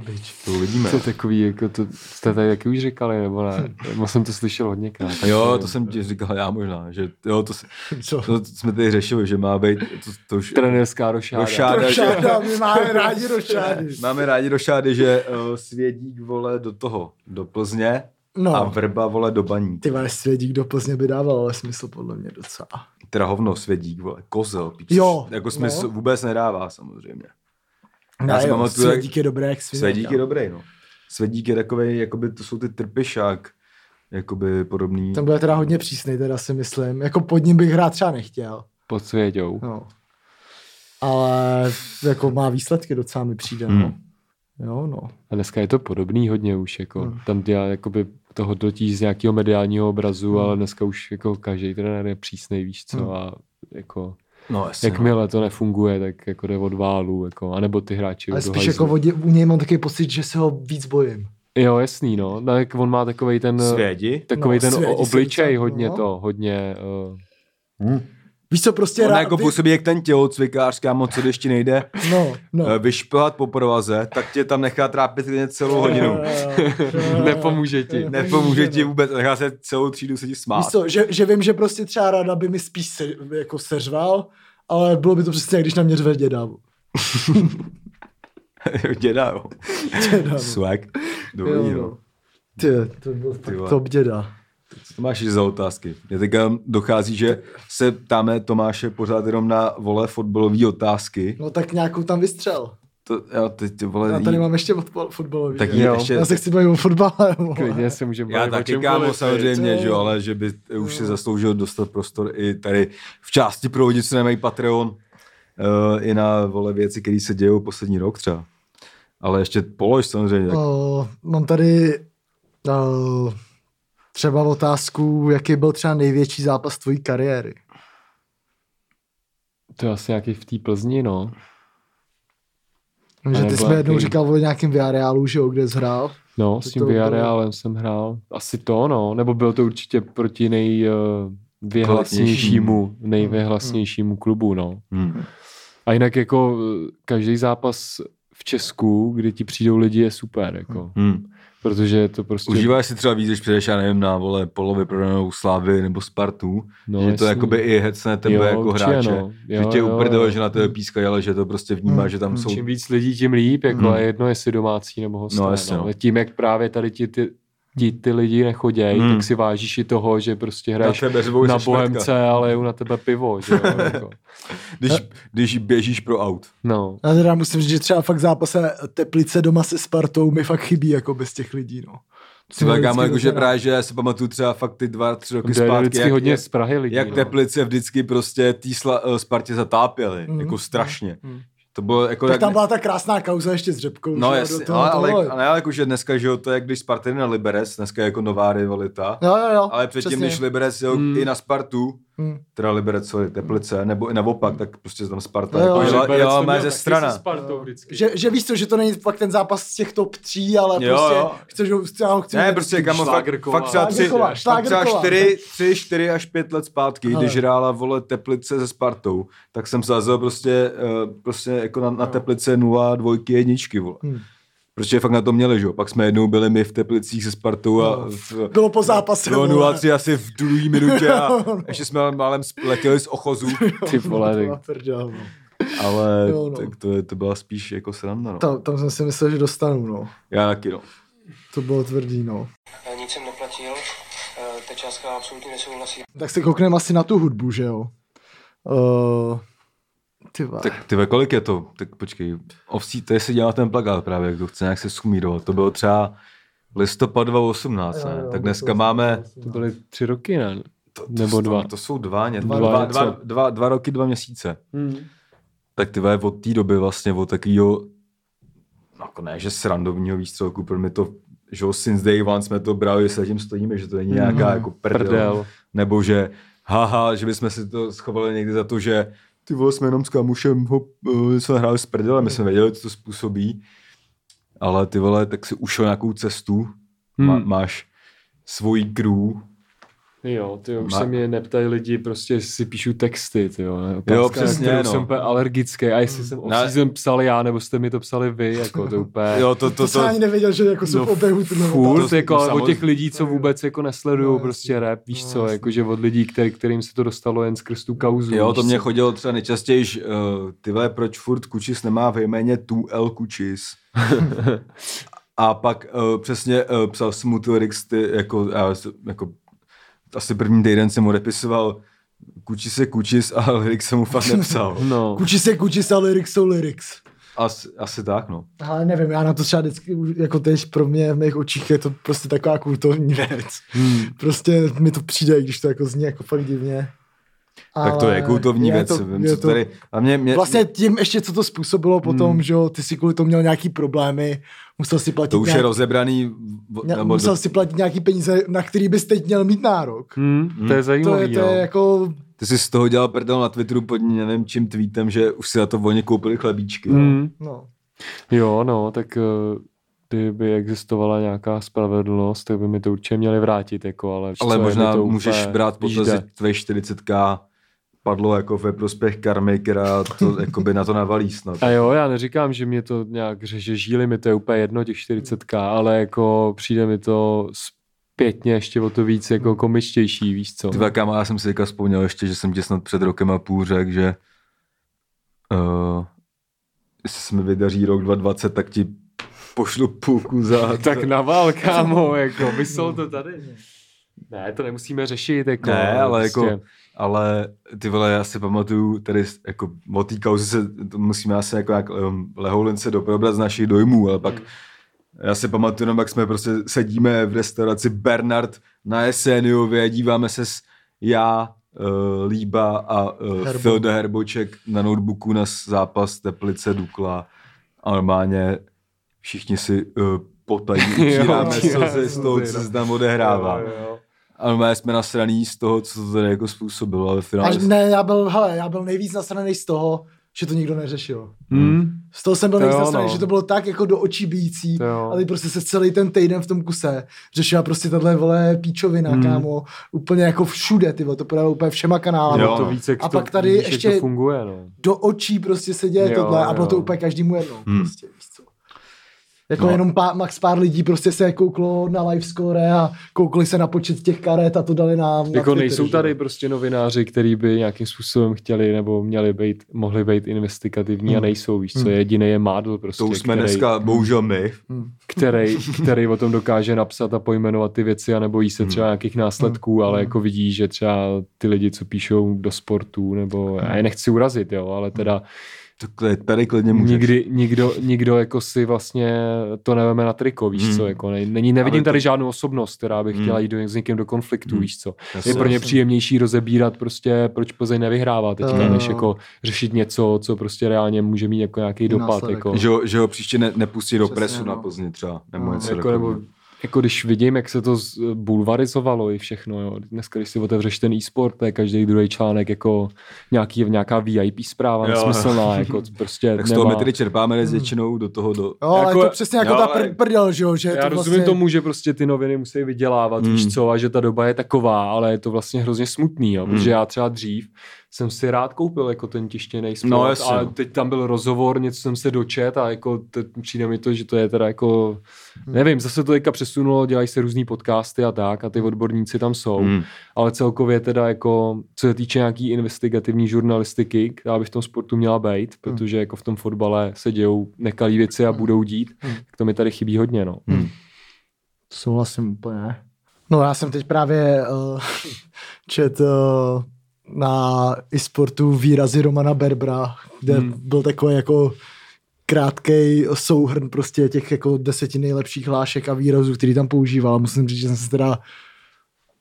S1: Vrbič.
S2: To uvidíme. no.
S3: To je takový, jako to jste tady taky už říkali, nebo ne? Nebo jsem to slyšel hodněkrát. tak
S2: Jo,
S3: nevím.
S2: to jsem ti říkal já možná, že jo, to, se-
S1: Co?
S2: to, to jsme tady řešili, že má být, to, to už
S3: Trenérská rošáda.
S2: rošáda, že,
S1: Rošáda, my máme rádi rošády.
S2: máme rádi rošády, že uh, svědík vole do toho, do Plzně no. a
S1: No,
S2: vrba vole do baní.
S1: ty máš svědík do Plzně by dával, ale smysl podle mě docela.
S2: Teda hovno svědík vole, kozel, píčeš.
S1: Jo,
S2: jako
S1: no.
S2: smysl vůbec nedává samozřejmě.
S1: Ne,
S2: si
S1: jo,
S2: pamatuju,
S1: svědík je dobré, jak svině,
S2: Svědík je
S1: jo.
S2: dobrý, no. Svědík je takový, jakoby to jsou ty trpišák, jakoby podobný.
S1: Ten bude teda hodně přísný, teda si myslím. Jako pod ním bych hrát třeba nechtěl.
S3: Pod svěťou.
S1: No. Ale jako má výsledky docela mi přijde. No.
S2: Hmm.
S1: Jo, no.
S3: A dneska je to podobný hodně už, jako
S1: Hmm.
S3: hmm. tam dělá, jakoby to hodnotí z nějakého mediálního obrazu,
S1: No.
S3: hmm. ale dneska už jako každý trenér je přísnej, víš co,
S1: Hmm.
S3: hmm. a jako
S2: No jasně.
S3: jakmile to nefunguje, tak jako jde od válu, jako, anebo ty hráči
S1: Ale
S3: jdou do
S1: spíš
S3: hajzlu.
S1: jako vodě, u něj mám takový pocit, že se ho víc bojím.
S3: Jo, jasný, no, no jak on má takovej ten,
S2: Svědi.
S3: takovej
S1: No,
S3: no, ten
S1: svědí se
S3: o- obličej
S1: docela,
S3: hodně
S1: no.
S3: to, hodně, uh,
S1: Víš co, prostě
S2: Ona
S1: rád...
S2: jako
S1: vy-
S2: působí jak ten tělocvikář, kámo, co ještě nejde
S1: No, no.
S2: no. vyšplhat po provaze, tak tě tam nechá trápit klidně celou hodinu.
S1: Eh,
S3: eh, nepomůže ti.
S1: Ne.
S2: Nepomůže ti vůbec, nechá se celou třídu se ti smát.
S1: Víš co, že, že vím, že prostě třeba rada by mi spíš se, jako seřval, ale bylo by to přesně, jak když na mě řve děda.
S2: Děda, jo.
S1: Děda, no.
S2: Swag. Dobrý,
S1: Jo,
S2: jo.
S1: no. Ty, to byl
S2: Ty vole.
S1: top děda.
S2: Co to máš ještě za otázky? Mě teďka dochází, že se ptáme Tomáše pořád jenom na vole fotbalové otázky.
S1: No tak nějakou tam vystřel.
S2: To, jo, teď ty vole,
S1: Já tady mám ještě fotbal, fotbalový.
S2: tak
S1: že?
S2: jí
S3: Jo.
S2: ještě...
S1: Já se chci bavit o fotbale. vole.
S3: Klidně se můžeme
S2: Já
S3: bavit o
S2: taky,
S3: čemkoliv.
S2: kámo, samozřejmě,
S1: co?
S2: že jo, ale že by už
S3: No.
S2: si zasloužil dostat prostor i tady v části pro lidi, co nemají Patreon, eh, i na, vole, věci, které se dějou poslední rok třeba. Ale ještě polož samozřejmě.
S3: No.
S1: O, mám tady o, třeba otázku, jaký byl třeba největší zápas tvojí kariéry.
S3: To je asi nějaký v té Plzni, no.
S1: Vím, Že
S3: A
S1: ty
S3: nebo
S1: jsme jednou
S3: jaký?
S1: říkal o nějakém Villarealu, že jo, kde jsi hrál.
S3: No,
S1: To
S3: s tím
S1: to bylo-
S3: Villarrealem jsem hrál. Asi to, no. Nebo byl to určitě proti eh, nejvyhlasnějšímu, nejvyhlasnějšímu klubu, no.
S2: Hmm.
S3: A jinak jako eh, každý zápas v Česku, kdy ti přijdou lidi, je
S1: Hm.
S3: super, jako.
S2: Hmm.
S3: Protože je to prostě...
S2: Užíváš si třeba víc, když přijdeš, já nevím, na vole polovi prodanou Slávy nebo Spartu,
S3: no,
S2: že to
S3: jasný.
S2: jakoby i hecne tebe
S3: Jo,
S2: jako
S3: určitě,
S2: hráče.
S3: no.
S2: že
S3: Jo,
S2: tě
S3: jo,
S2: uprdele,
S3: jo.
S2: že na tebe pískají, ale že to prostě vnímá,
S1: Mm,
S2: že tam
S1: mm.
S2: jsou...
S3: Čím víc lidí, tím líp, jako
S2: Mm.
S3: a jedno jestli domácí nebo hosté.
S2: No, jasně, no.
S3: Ale tím, jak právě tady ti ty, ti ty lidi nechodějí,
S2: Mm.
S3: tak si vážíš i toho, že prostě
S2: na
S3: hraješ
S2: tebe řvou,
S3: na
S2: jsi šmetka.
S3: Bohemce, ale jeu na tebe pivo, že jo, jako.
S2: Když, když běžíš pro aut.
S3: No,
S1: Já teda musím říct, že třeba fakt zápase Teplice doma se Spartou mi fakt chybí jako bez těch lidí, no.
S2: Třeba
S1: vždycky
S2: kámo, jakože
S1: zažrát.
S2: právě, že já si pamatuju třeba fakt ty dva, tři roky
S3: tam jde
S2: zpátky,
S3: vždycky
S2: jak,
S3: hodně
S2: jak,
S3: z Prahy lidí.
S2: jak
S3: no.
S2: Teplice vždycky prostě tý sla, eh, Spartě zatápěli,
S3: Hmm.
S1: Mhm.
S2: jako strašně.
S1: Mhm.
S2: To bylo jako...
S1: Tak
S2: jak-
S1: tam byla ta krásná kauza ještě s řepkou.
S2: No
S1: že jo,
S2: jasně,
S1: do toho,
S2: ale, ale,
S1: toho.
S2: ale, ale jakože dneska, že jo, to je jak když Sparta jde na Liberec, dneska je jako nová rivalita.
S1: Jo, jo, jo.
S2: Ale předtím,
S1: No, přesně.
S2: než Liberec jel
S3: Mm.
S2: i na Spartu,
S1: Hm.
S2: teda Liberec, sorry, Teplice, nebo i naopak, tak prostě tam Sparta
S1: Jo,
S2: jako
S1: jo.
S2: jela,
S3: Liberec
S2: jela
S3: No, to měl
S2: mé ze
S3: taky se
S2: strana.
S3: Spartou vždycky.
S1: Že, že víš co, že to není fakt ten zápas z těch top 3, ale
S2: Jo,
S1: prostě
S2: jo.
S1: chceš ho, já ho chci
S2: Ne,
S1: vidět.
S2: prostě kamo, fakt,
S3: Šlágrková.
S2: fakt třeba tři,
S1: Šlágrková,
S2: fakt třeba
S1: šlágrková.
S2: čtyři, tři, čtyři až pět let zpátky,
S1: Ale.
S2: když hrála, vole, Teplice se Spartou, tak jsem sázal prostě, eh, prostě jako na, na Teplice nula, dvojky, jedničky, vole.
S1: Hmm.
S2: Protože fakt na to měli, že jo. Pak jsme jednou byli my v Teplicích se Spartou a v,
S1: No. Bylo po zápase.
S2: bylo
S1: vole. No,
S2: 0-3 asi v druhé minutě a ještě jsme málem letěli z ochozu,
S3: Ty vole,
S1: To
S3: tak
S1: byla prdel, no.
S2: ale
S1: Jo, no.
S2: tak to, je, to byla spíš jako sranda, no.
S1: Tam, tam jsem si myslel, že dostanu, no.
S2: Já taky, no.
S1: To bylo tvrdý, no.
S6: Eh, Nic jsem neplatil, eh, ta částka absolutně nesouhlasí.
S1: Tak se koukneme asi na tu hudbu, že jo. Uh, ty vole.
S2: Tak ty ve kolik je to? Tak počkej, ovsí, to je si dělá ten plakát právě, kdo chce nějak se sumírovat. To bylo třeba listopad 2018, ne?
S1: Jo, jo,
S2: tak dneska máme...
S3: to byly tři roky, ne?
S2: To, to,
S3: Nebo dva.
S2: To, to jsou dva, ne? Dva,
S1: Dva,
S2: dva,
S3: něco.
S2: dva, dva, dva roky, dva měsíce.
S1: Hmm.
S2: Tak ty vole, od té doby vlastně od takového, no jako ne, že srandovního výstřelku, pro mě to, že jo, since day one jsme to brali, že se tím stojíme, že to není nějaká jako prdel.
S3: Hmm. Prdel.
S2: Nebo že haha, že bychom si to schovali někdy za to, že ty vole, jsme jenom s kamušem, hop, eh, jsme hráli s prdelem, my jsme věděli, co to způsobí. Ale ty vole, tak si ušel nějakou cestu, hmm. Má,
S3: Hmm.
S2: máš svoji crew,
S3: Jo, ty jo, už
S2: Ma-
S3: se mě neptají lidi, prostě si píšu texty, ty jo. ne?
S2: Jo,
S3: na
S2: přesně,
S3: kterou
S2: no. Hmm.
S3: jsem úplně alergický a jestli jsem
S2: Na-
S3: off season psal já, nebo jste mi to psali vy, jako to úplně...
S2: jo, to, to,
S1: to, to,
S2: to,
S1: jsem ani nevěděl, že jako jsou
S3: No,
S1: v oběhu tyhle
S3: Furt,
S2: to-
S3: to, jako
S2: to
S3: ale od
S2: samozřejmě-
S3: těch lidí, co vůbec jako nesledují
S1: No,
S3: no,
S1: jasně.
S3: prostě rap, víš
S1: No,
S3: no, co,
S1: jasně.
S3: jakože od lidí, který, kterým se to dostalo jen skrz tu kauzu.
S2: Jo,
S3: víš
S2: to mě
S3: co.
S2: chodilo třeba nejčastěji, že, uh, ty vole, proč furt Kučis nemá ve jméně 2L Kučis? a pak uh, přesně uh, psal jsem mu ty lyrics, ty, jako, já, se- jako, asi první týden jsem mu repisoval Kučis je Kučis a lyrics jsem mu fakt nepsal.
S3: No,
S1: Kuči se kuči a lyrics jsou lyrics.
S2: Asi, asi tak, no.
S1: Ale nevím, já na to třeba vždycky, už- jako teď pro mě v mých očích je to prostě taková kultovní věc.
S3: Hmm.
S1: Prostě mi to přijde, když to jako zní jako fakt divně.
S2: Ale tak to je kultovní věc. To, vím, co to... tady... A mě, mě,
S1: Vlastně tím ještě, co to způsobilo potom, hmm. že jo, ty si kvůli tomu měl nějaký problémy, musel si platit,
S2: to už je
S1: nějak,
S2: rozebraný... v-
S1: ně,
S2: nebo
S1: musel
S2: do-
S1: si platit nějaký peníze, na který bys teď měl mít nárok.
S3: Hmm, to je
S1: To
S3: zajímavé.
S1: je, to je jako
S2: Ty jsi z toho dělal prdel na Twitteru pod nevím čím tweetem, že už si na to volně koupili chlebíčky.
S3: Hmm.
S1: No.
S3: Jo, no, tak eh, kdyby existovala nějaká spravedlnost, tak by mi to určitě měli vrátit, jako, ale,
S2: Ale
S3: co, je mi
S2: možná
S3: to
S2: můžeš
S3: úplně
S2: brát potaz,
S3: pížde.
S2: že tvoje 40k padlo jako ve prospěch karmy, která to jakoby na to navalí snad.
S3: A jo, já neříkám, že mě to nějak řeže žíly, mi to je úplně jedno těch 40k, ale jako přijde mi to zpětně ještě o to víc jako komičtější, víš co?
S2: Ty vole, kámo, já jsem si teďka vzpomněl ještě, že jsem ti snad před rokem a půl řekl, že uh, jestli se mi vydaří rok 2020, tak ti pošlu půlku za...
S3: Tak naval, kámo, jako, vysol to tady. Ne, to nemusíme řešit, jako.
S2: Ne, ale
S3: prostě.
S2: jako- Ale ty vole, já si pamatuju, tady s- jako o té kauze se, to musíme asi jako jak um, lehoulince doprobrat z našich dojmů, ale
S3: Hmm.
S2: pak já si pamatuju, jenom, jak jsme prostě sedíme v restauraci Bernard na Jeseniově, díváme se s já, uh, Líba a uh,
S1: Herbo.
S2: Filda Herboček na notebooku na s- zápas Teplice Dukla a normálně všichni si uh, potají, utíráme
S3: utíráme
S2: slzy z toho,
S3: slzy,
S2: co
S3: no.
S2: se tam odehrává.
S3: Jo, jo.
S2: Ale my jsme nasraný z toho, co to tady jako způsobilo, ale v
S1: Až
S3: No,
S2: finále...
S1: ne, já byl, hele, já byl nejvíc nasraný z toho, že to nikdo neřešil.
S3: Hmm.
S1: Z toho jsem byl
S3: To
S1: nejvíc
S3: jo,
S1: nasraný,
S3: no.
S1: že to bylo tak jako do očí bíjící,
S3: To jo.
S1: ale prostě se celý ten týden v tom kuse řešila prostě tahle vole píčovina,
S3: Hmm.
S1: hmm. kámo, úplně jako všude, ty vole, to podává úplně všema kanálama.
S2: Jo,
S3: Jo, to
S2: no.
S3: víc, jak
S1: A
S3: to,
S1: pak tady
S3: vidíš, jak
S1: ještě- Jako
S3: to funguje, no.
S1: Do očí prostě se děje
S3: Jo,
S1: tohle a bylo to
S3: jo.
S1: úplně každému jedno.
S2: Hmm.
S1: Hmm. Prostě, víš co. Jako
S2: No.
S1: no. jenom pá, max pár lidí prostě se kouklo na live score a koukli se na počet těch karet a to dali nám. na
S3: Jako
S1: Twitter,
S3: nejsou
S1: že?
S3: tady prostě novináři, který by nějakým způsobem chtěli nebo měli být, mohli být investigativní a
S1: Hmm.
S3: nejsou, víš co,
S1: Hmm.
S3: jediný je Mádl prostě,
S2: To už jsme
S3: který,
S2: dneska, bohužel my.
S3: který, který o tom dokáže napsat a pojmenovat ty věci a nebojí se
S2: Hmm.
S3: třeba nějakých následků, ale
S1: Hmm.
S3: jako vidí, že třeba ty lidi, co píšou do sportu, nebo
S1: Hmm.
S3: já je nechci urazit, jo, ale
S2: Hmm.
S3: teda
S2: Takhle, tady klidně můžeš.
S3: nikdy, nikdo, nikdo jako si vlastně to neveme na triko, víš
S2: Hmm.
S3: co, jako ne, není, nevidím
S2: Ale to-
S3: tady žádnou osobnost, která by
S2: Hmm.
S3: chtěla jít do, s někým do konfliktu,
S2: Hmm.
S3: víš co.
S2: Jasně.
S3: Je pro ně příjemnější rozebírat prostě, proč Plzeň nevyhrává teďka,
S2: Eh.
S1: Jo.
S3: než jako řešit něco, co prostě reálně může mít jako nějaký dopad.
S1: následek.
S3: Jako,
S2: Že, ho- že ho příště ne, nepustí do
S1: Přesně,
S2: presu
S1: no.
S2: na Plzni třeba. Nebo
S1: No.
S2: něco
S3: jako, nebo, jako když vidím, jak se to z- bulvarizovalo i všechno, jo. dneska když si otevřeš ten e-sport, to je každý druhý článek jako nějaký, nějaká VIP zpráva
S2: Jo.
S3: nesmyslná, jako prostě
S2: Tak z toho
S3: nemá...
S2: my tedy čerpáme dnes většinou do toho do...
S1: Hmm. Jo, ale
S3: Jako-
S1: jako, to přesně jako
S2: jo,
S1: jo, ta
S2: ale-
S1: pr- prdel, že jo, že je
S3: Já
S1: to
S3: rozumím
S1: vlastně...
S3: tomu, že prostě ty noviny musí vydělávat,
S2: Mm.
S3: mm. víš co, a že ta doba je taková, ale je to vlastně hrozně smutný, jo,
S2: Mm.
S3: protože já třeba dřív jsem si rád koupil jako ten tištěný sport,
S2: No, jasně.
S3: ale teď tam byl rozhovor, něco jsem se dočet a jako t- přijde mi to, že to je teda jako,
S1: Hmm.
S3: nevím, zase to teďka přesunulo, dělají se různý podcasty a tak a ty odborníci tam jsou,
S2: Hmm.
S3: ale celkově teda jako, co se týče nějaký investigativní žurnalistiky, která by v tom sportu měla
S1: Hmm.
S3: být, protože jako v tom fotbale se dějou nekalý věci a budou dít,
S1: Mm.
S3: tak to mi tady chybí hodně,
S2: Hmm.
S3: no.
S1: Souhlasím úplně. No já jsem teď právě uh, čet uh, na eSportu výrazy Romana Berbra, kde
S3: Hmm.
S1: hmm. byl takový jako krátký souhrn prostě těch jako deseti nejlepších hlášek a výrazů, který tam používal. Musím říct, že jsem se teda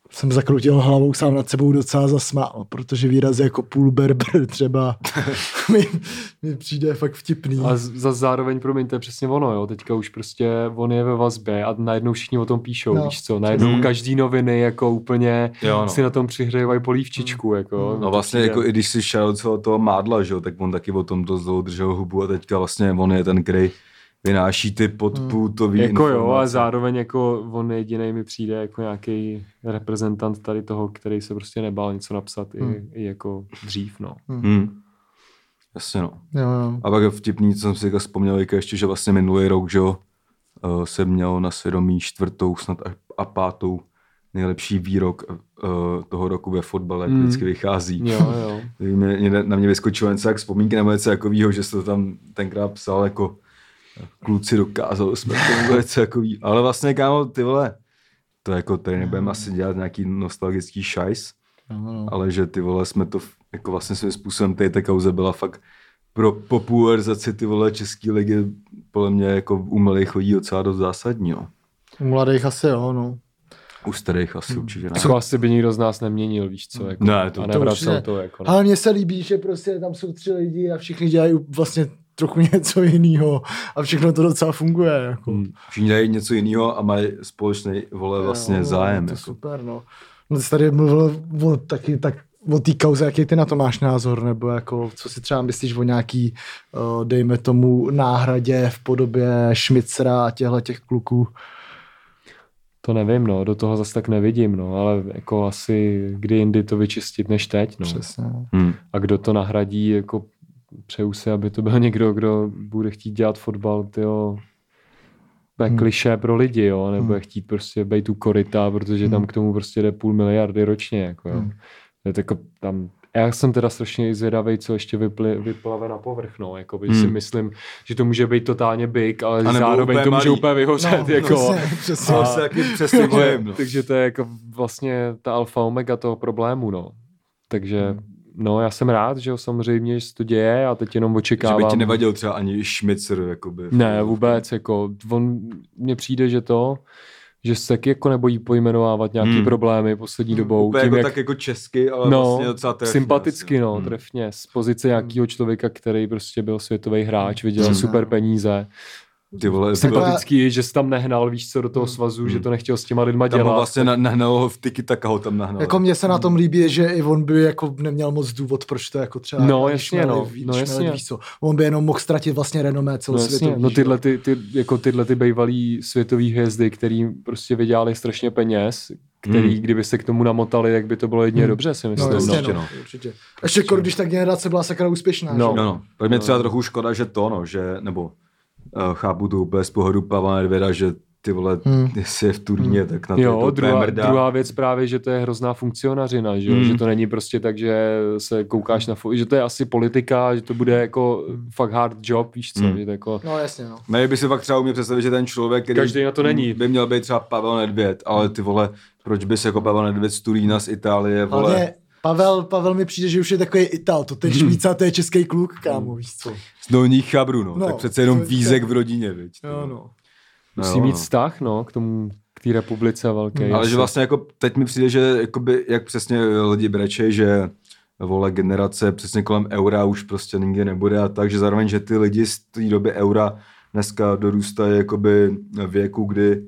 S1: jsem zakrutil hlavou sám nad sebou docela zasmál, protože výrazy jako půl berber třeba mi, mi přijde fakt vtipný.
S3: A z- za zároveň, promiň, to je přesně ono, jo. Teďka už prostě on je ve vazbě a najednou všichni o tom píšou, no.
S1: No.
S3: víš co. Najednou
S2: Mhm.
S3: každý noviny jako úplně
S2: Jo, no.
S3: si na tom přihrávají polívčičku, jako.
S2: No vlastně, jako i když si šel co toho mádla, že jo, tak on taky o tom dost dlouho držel hubu a teďka vlastně on je ten, který vynáší
S1: Hmm.
S2: ty podpůtový
S3: Jako jo, a
S2: informace.
S3: zároveň jako on jediný mi přijde jako nějaký reprezentant tady toho, který se prostě nebál něco napsat i,
S1: Hmm.
S3: i jako dřív, no.
S2: Hmm. Jasně no.
S1: Jo, jo.
S2: A pak je vtipný, co jsem si teďka vzpomněl, jak ještě, že vlastně minulý rok, že jo, eh, jsem měl na svědomí čtvrtou snad a- a pátou nejlepší výrok eh, toho roku ve fotbale, jak
S3: Mm.
S2: vždycky vychází.
S3: Jo, jo.
S2: Mě, mě, na mě vyskočilo něco jak vzpomínky nebo něco takového, že se to tam tenkrát psal jako kluci dokázali jsme to něco takový. Ale vlastně, kámo, ty vole, to jako tady nebudeme asi dělat nějaký nostalgický šajs,
S1: Jo, jo.
S2: ale že ty vole jsme to, f- jako vlastně svým způsobem tady ta kauze byla fakt pro popularizaci ty vole český ligy podle mě jako u mladých chodí docela dost zásadní, jo.
S1: U mladých asi jo, no.
S2: U starých
S1: Hmm.
S2: asi určitě ne.
S3: Jako asi by nikdo z nás neměnil, víš co, jako,
S2: Ne, to-
S3: a
S2: to
S3: nevracel
S1: určitě.
S3: to, to jako. Ne.
S1: Ale mně se líbí, že prostě tam jsou tři lidi a všichni dělají vlastně trochu něco jiného a všechno to docela funguje. Jako.
S2: Všichni dají něco jiného a mají společný vole vlastně
S1: Jo,
S2: zájem.
S1: To je
S2: Jako.
S1: super, no. No ty jsi tady mluvil o, taky, tak o té kauze, jaký ty na to máš názor, nebo jako, co si třeba myslíš o nějaký, eh, dejme tomu, náhradě v podobě Šmicera a těchto těch kluků.
S3: To nevím, no, do toho zase tak nevidím, no, ale jako asi kdy jindy to vyčistit než teď, no.
S1: Přesně.
S2: Hmm.
S3: A kdo to nahradí, jako přeju si, aby to byl někdo, kdo bude chtít dělat fotbal, tyjo, to je
S1: Hmm.
S3: klišé pro lidi, jo, nebo
S1: Hmm.
S3: je chtít prostě být tu koryta, protože tam
S1: Hmm.
S3: k tomu prostě jde půl miliardy ročně, jako jo.
S1: Hmm.
S3: To je jako tam, já jsem teda strašně zvědavý, co ještě vypli, vyplave na povrch, no, jako, hmm. si
S2: Hmm.
S3: myslím, že to může být totálně big, ale
S2: A nebo
S3: zároveň
S2: úplně
S3: to může
S2: malý.
S3: úplně vyhořet,
S1: No,
S3: jako.
S1: přesně, přesně.
S2: To se taky přesně bojím, no.
S3: Takže to je jako vlastně ta alfa omega toho problému, no. Takže
S2: Hmm.
S3: no, já jsem rád, že jo, samozřejmě, že se to děje a teď jenom
S2: Že
S3: očekávám.
S2: by ti nevadil třeba ani šmicer, jakoby.
S3: Ne, vůbec, jako, on, mně přijde, že to, že se taky jako nebojí pojmenovávat nějaký
S2: Hmm.
S3: problémy poslední dobou.
S2: Úplně
S3: tím,
S2: jako
S3: jak
S2: tak jako česky, ale
S3: No,
S2: vlastně docela trefně.
S3: sympaticky,
S2: asi.
S3: no,
S2: Hmm.
S3: trefně, z pozice nějakého člověka, který prostě byl světový hráč, vydělal
S2: Hmm.
S3: super peníze.
S2: Ty vole,
S1: Sympatický.
S2: bylo-
S3: Sympatický, že se tam nehnal, víš co, do toho svazu, že to nechtěl s těma lidma
S2: Hmm. tam
S3: dělat.
S2: ho vlastně na- nahnalo ho v tiki taka ho tam
S3: No.
S2: nahnalo.
S1: Jako mně se na tom líbí, že i on by jako neměl moc důvod, proč to jako třeba...
S3: No,
S1: když
S3: jasně,
S1: měli-
S3: no,
S1: když
S3: no,
S1: měli
S3: jasně.
S1: víš co, On by jenom mohl ztratit vlastně renomé
S3: No,
S1: celosvětový.
S3: jasně, no
S1: že?
S3: tyhle, ty, ty, jako tyhle ty bývalý světový hvězdy, který prostě vydělali strašně peněz, který
S2: Hmm.
S3: kdyby se k tomu namotali, jak by to bylo jedině
S1: Hmm.
S3: dobře, si
S1: No,
S3: myslím.
S1: jasně,
S2: určitě,
S1: no,
S2: no.
S1: určitě. Ještě kor, když ta generace byla sakra úspěšná,
S3: No.
S1: že?
S2: No, no. Pro mě třeba trochu škoda, že to, no, že, nebo uh, chápu to úplně z pohledu Pavla Nedvěda, že ty vole,
S1: Hmm.
S2: jestli je v turníně, tak na to je to
S3: No, Jo,
S2: úplně
S3: druhá,
S2: mrdá.
S3: druhá věc právě, že to je hrozná funkcionařina, že, jo?
S2: Mm.
S3: že to není prostě tak, že se koukáš na... Fo- že to je asi politika, že to bude jako fakt hard job, víš co,
S2: Mm.
S3: že to jako...
S1: No, jasně, no.
S2: Ne, by si fakt třeba uměl představit, že ten člověk, který
S3: Každý na to není.
S2: by měl být třeba Pavel Nedvěd, ale ty vole, proč by se jako Pavel Nedvěd z Turína z Itálie, vole.
S1: Hlavně Pavel, Pavel mi přijde, že už je takový Ital, to ten Švýca, to je český kluk, kámo, víš co.
S2: Z dolních chabrů, no.
S1: No,
S2: tak přece jenom
S1: to je-
S2: vízek v rodině, viď. ty
S1: Jo,
S2: vole.
S1: no.
S2: No,
S3: Musí
S2: jo,
S3: mít
S2: no.
S3: vztah, no, k tomu, k té republice velké.
S2: Ale že vlastně jako teď mi přijde, že jakoby, jak přesně lidi brečej, že vole generace přesně kolem eura už prostě nikdy nebude a tak, že zároveň, že ty lidi z té doby eura dneska dorůstají jakoby věku, kdy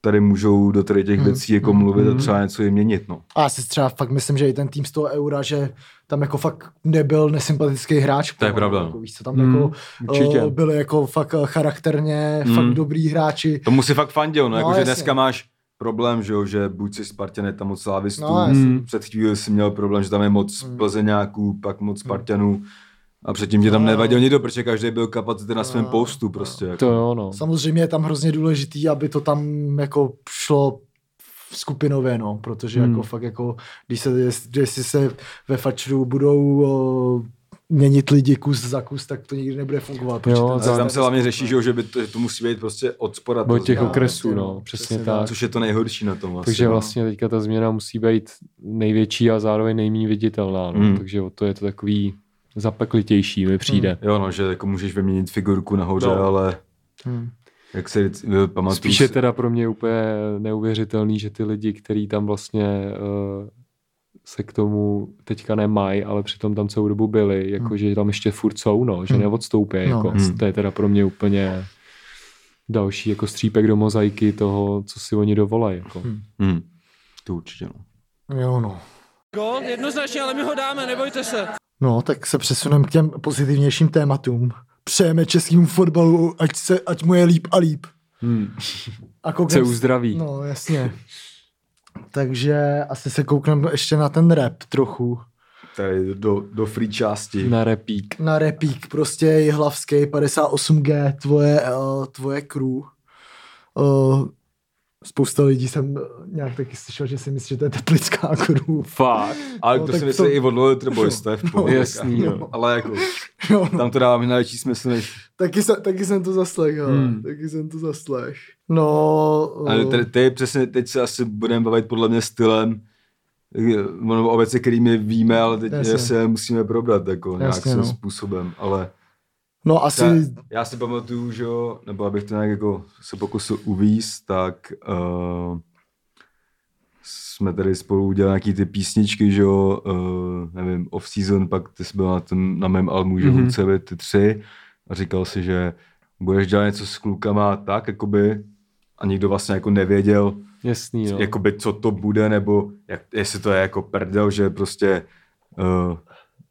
S2: tady můžou do tady
S1: Hmm,
S2: těch věcí jako mluvit a třeba něco jim měnit, no.
S1: A já si třeba fakt myslím, že i ten tým z toho eura, že tam jako fakt nebyl nesympatický hráč.
S2: To je pravda,
S1: Jako,
S2: no.
S1: víš co, tam jako
S3: Mm, určitě.
S1: eh, byli jako fakt eh, charakterně,
S2: Mm.
S1: fakt dobrý hráči.
S2: Tomu si fakt fandil, no,
S1: No,
S2: no jakože
S1: jasně.
S2: dneska máš problém, že jo, že buď si Spartané tam moc slávistů,
S1: No, jasně.
S3: Mm.
S2: před chvíli si měl problém, že tam je moc
S1: Hmm.
S2: hmm. plzeňáků, pak moc Spartanů a předtím tě tam
S1: No.
S2: nevadil nikdo, protože každý byl kapacity na svém
S1: No.
S2: postu prostě. Jako.
S3: To jo, no.
S1: Samozřejmě je tam hrozně důležitý, aby to tam jako šlo skupinově, no, protože
S3: Hmm.
S1: jako fakt jako, když se, jestli se ve fačru budou o, měnit lidi kus za kus, tak to nikdy nebude fungovat. protože
S3: Jo,
S1: ten
S2: Ale
S3: za-
S1: systém
S2: tam
S1: je
S2: se hlavně
S1: nastavený.
S2: řeší, že, jo, že by to, že to musí být prostě od spora.
S3: Od
S2: to
S3: těch
S2: změna,
S3: okresů,
S1: jasně,
S3: no,
S1: no,
S3: přesně
S1: přesně
S3: tak.
S1: tak.
S2: Což je to nejhorší na tom vlastně.
S3: Takže
S2: no.
S3: vlastně teďka ta změna musí být největší a zároveň nejméně viditelná. No.
S2: Hmm.
S3: Takže o to je to takový zapeklitější, mi přijde.
S2: Jo, no, že jako můžeš vyměnit figurku nahoře,
S3: No.
S2: no. ale
S1: Hmm.
S2: jak se vždycky- eh, pamatuju...
S3: Spíše
S2: si-
S3: teda pro mě je úplně neuvěřitelný, že ty lidi, kteří tam vlastně eh, se k tomu teďka nemají, ale přitom tam celou dobu byli, jako že tam ještě furt jsou, no, že
S1: Hmm.
S3: neodstoupí.
S1: No,
S3: Jako.
S2: jasně.
S3: To je teda pro mě úplně další jako střípek do mozaiky toho, co si oni dovolají. Jako.
S2: Hmm. To určitě, no.
S1: Jo, no.
S5: Gol, jednoznačně, ale my ho dáme, nebojte se.
S1: No, tak se přesuneme k těm pozitivnějším tématům. Přejeme českému fotbalu, ať, se, ať mu je líp a líp.
S3: Hmm.
S1: A kouknem,
S3: Se uzdraví.
S1: No, jasně. Takže asi se koukneme ještě na ten rap trochu.
S2: Tady do, do free části.
S3: Na repík.
S1: Na repík, prostě Jihlavský 58G, tvoje, uh, tvoje crew. Uh, spousta lidí jsem eh, nějak taky slyšel, že si myslí, že to je teplická crew.
S3: Fakt.
S2: Ale
S1: No,
S2: no, to
S1: tak No,
S2: si
S1: to-
S2: myslí i od Loyalty Boys, to je v pohodě.
S3: jasný, jo.
S2: Ale jako,
S1: Jo, no.
S2: tam to dává mnohem větší smysl, než
S1: taky, jsem, taky jsem to zaslech,
S3: Hmm.
S1: hmm. taky jsem to zaslech. No,
S2: Ale
S1: eh,
S2: tady, tady přesně, teď se asi budeme bavit podle mě stylem, eh, ono o věci, kterými víme, ale teď
S1: Jasně.
S2: se musíme probrat jako
S1: Jasně,
S2: nějakým
S1: no.
S2: způsobem, ale
S1: No asi,
S2: Ta, já si pamatuju, že jo, nebo abych to nějak jako se pokusil uvíst, tak uh, jsme tady spolu udělali nějaký ty písničky, že jo, uh, nevím, off-season, pak ty jsi byl na, tom, na mém albu, že
S3: Mhm.
S2: mm-hmm. CV ty tři a říkal si, že budeš dělat něco s klukama a tak, jakoby, a nikdo vlastně jako nevěděl,
S3: Jasný, no.
S2: jakoby co to bude, nebo jak, jestli to je jako prdel, že prostě uh,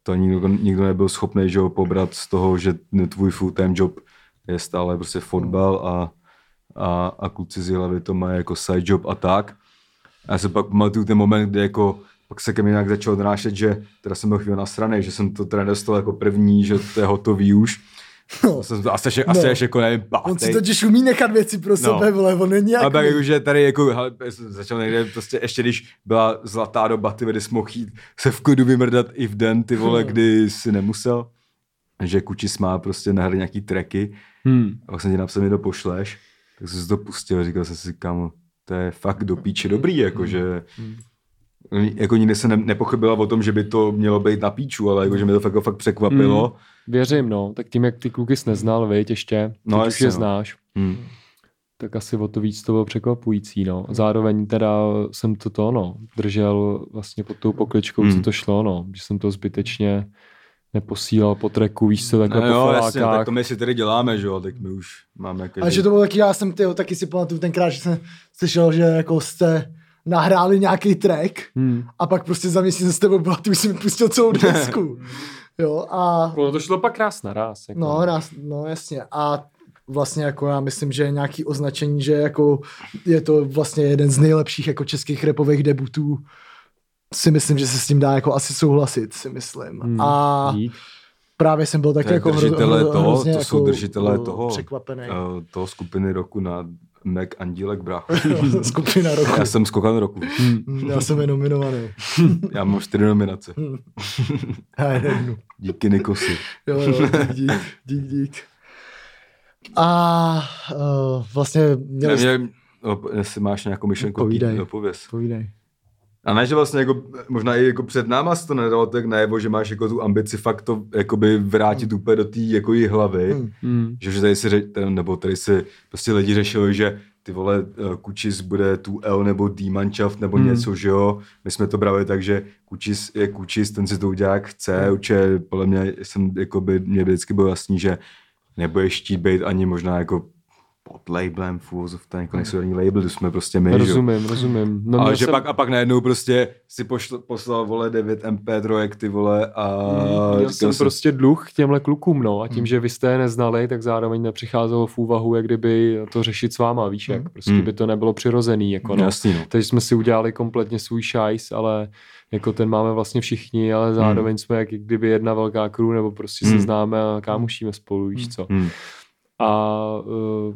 S2: to nikdo, nikdo nebyl schopný, že ho pobrat z toho, že tvůj full-time job je stále prostě fotbal a, a, a kluci z hlavy to mají jako side job a tak. A já se pak pamatuju ten moment, kdy jako pak se ke mně nějak začalo odnášet, že teda jsem byl chvíli nasranej, že jsem to teda dostal jako první, že to je hotový už.
S1: no,
S2: Jsem to asi, až, asi
S1: No.
S2: až jako nevím,
S1: on si
S2: pátý.
S1: totiž umí nechat věci pro sebe, vole, on není
S2: No. Ale
S1: jak...
S2: pak jakože tady jako, hele, začal někde prostě ještě když byla zlatá doba, ty vole, jsi mohl jít se v klidu vymrdat i v den, ty vole, kdy si nemusel. Že Kučis má prostě nahry nějaký tracky
S3: Hmm.
S2: a pak jsem ti napsal, mi to pošleš. Tak jsem si to pustil a říkal jsem si, kamo, to je fakt do píče dobrý, jakože jako nikdy se ne, nepochybila o tom, že by to mělo být na píču, ale jakože mi to fakt, jako fakt překvapilo.
S3: Věřím, no. Tak tím, jak ty kluky jsi neznal, viď, ještě,
S2: No,
S3: no, teď už
S2: jasně,
S3: je
S2: no.
S3: znáš,
S2: Hmm.
S3: tak asi o to víc to bylo překvapující, no. Zároveň teda jsem to to, no, držel vlastně pod tou pokličkou,
S2: Hmm.
S3: co to šlo, no. Že jsem to zbytečně neposílal po treku, víš co, takhle
S2: No,
S3: no,
S2: jo,
S3: po
S2: jasně, tak
S3: felákách.
S2: to my si tady děláme, že jo, tak my už máme každý...
S1: Ale že to bylo taky, já jsem tyjo, taky si pamatuju tenkrát, že jsem slyšel, že jako jste nahráli nějaký track
S3: Hmm.
S1: a pak prostě za měsíc jsem s tebou byla, ty už jsi mi pustil celou desku. Jo, a
S3: Ono to šlo pak krás naraz. Jako.
S1: no, nás, no jasně. A vlastně jako já myslím, že je nějaký označení, že jako je to vlastně jeden z nejlepších jako českých repových debutů si myslím, že se s tím dá jako asi souhlasit, si myslím.
S3: Hmm.
S1: A
S3: Dík.
S1: právě jsem byl tak
S2: To je
S1: jako hro-
S2: držitelé
S1: hro-
S2: toho,
S1: hrozně
S2: to jsou držitelé
S1: uh,
S2: toho.
S1: překvapený.
S2: Eh, toho skupiny roku na Mac Andílek brácho.
S1: Skupina roku.
S2: Já jsem skokan roku.
S1: Hmm. Já jsem je nominovaný.
S2: Já mám čtyři nominace.
S1: Hmm. Já je jednu.
S2: Díky Nikosi.
S1: Jo, jo, dík, dík, dík, dík. A uh, vlastně měli jste...
S2: Nevím, no, jestli máš nějakou myšlenku,
S1: Povídej.
S2: no, pověz.
S1: Povídej.
S2: A ne, že vlastně jako, možná i jako před náma se to nedalo tak najevo, že máš jako tu ambici fakt to jakoby vrátit úplně do té jako její hlavy.
S1: Hmm.
S3: Hmm.
S2: Že, že tady si, ře- ten- nebo tady si prostě lidi řešili, že ty vole eh, Kučis bude tu L nebo d nebo
S3: Hmm.
S2: hmm. něco, že jo. My jsme to brali tak, že Kučis je Kučis, ten si to udělá jak
S3: Hmm.
S2: chce, určitě podle mě jsem, jako by mě vždycky bylo jasný, že nebudeš štít být ani možná jako pod labelem, fůz, to jako nejsou ani label, to jsme prostě my, že jo.
S3: Rozumím, rozumím. No,
S2: Ale
S3: měl
S2: že
S3: jsem-
S2: pak, a pak najednou prostě si pošl, poslal, vole, 9 MP3, ty vole, a... říkal
S3: Měl jsem
S2: jsem- Hmm.
S3: prostě dluh k těmhle klukům, no. A tím, že vy jste je neznali, tak zároveň nepřicházelo v úvahu, jak kdyby to řešit s váma, víš jak. Prostě
S2: Hmm.
S3: by to nebylo přirozený, jako no.
S2: Jasný, no.
S3: Takže jsme si udělali kompletně svůj šajs, ale jako ten máme vlastně všichni, ale zároveň jsme jak kdyby jedna velká crew, nebo prostě se
S2: Hmm.
S3: známe a kámošíme spolu, víš co.
S2: Hmm.
S3: A uh,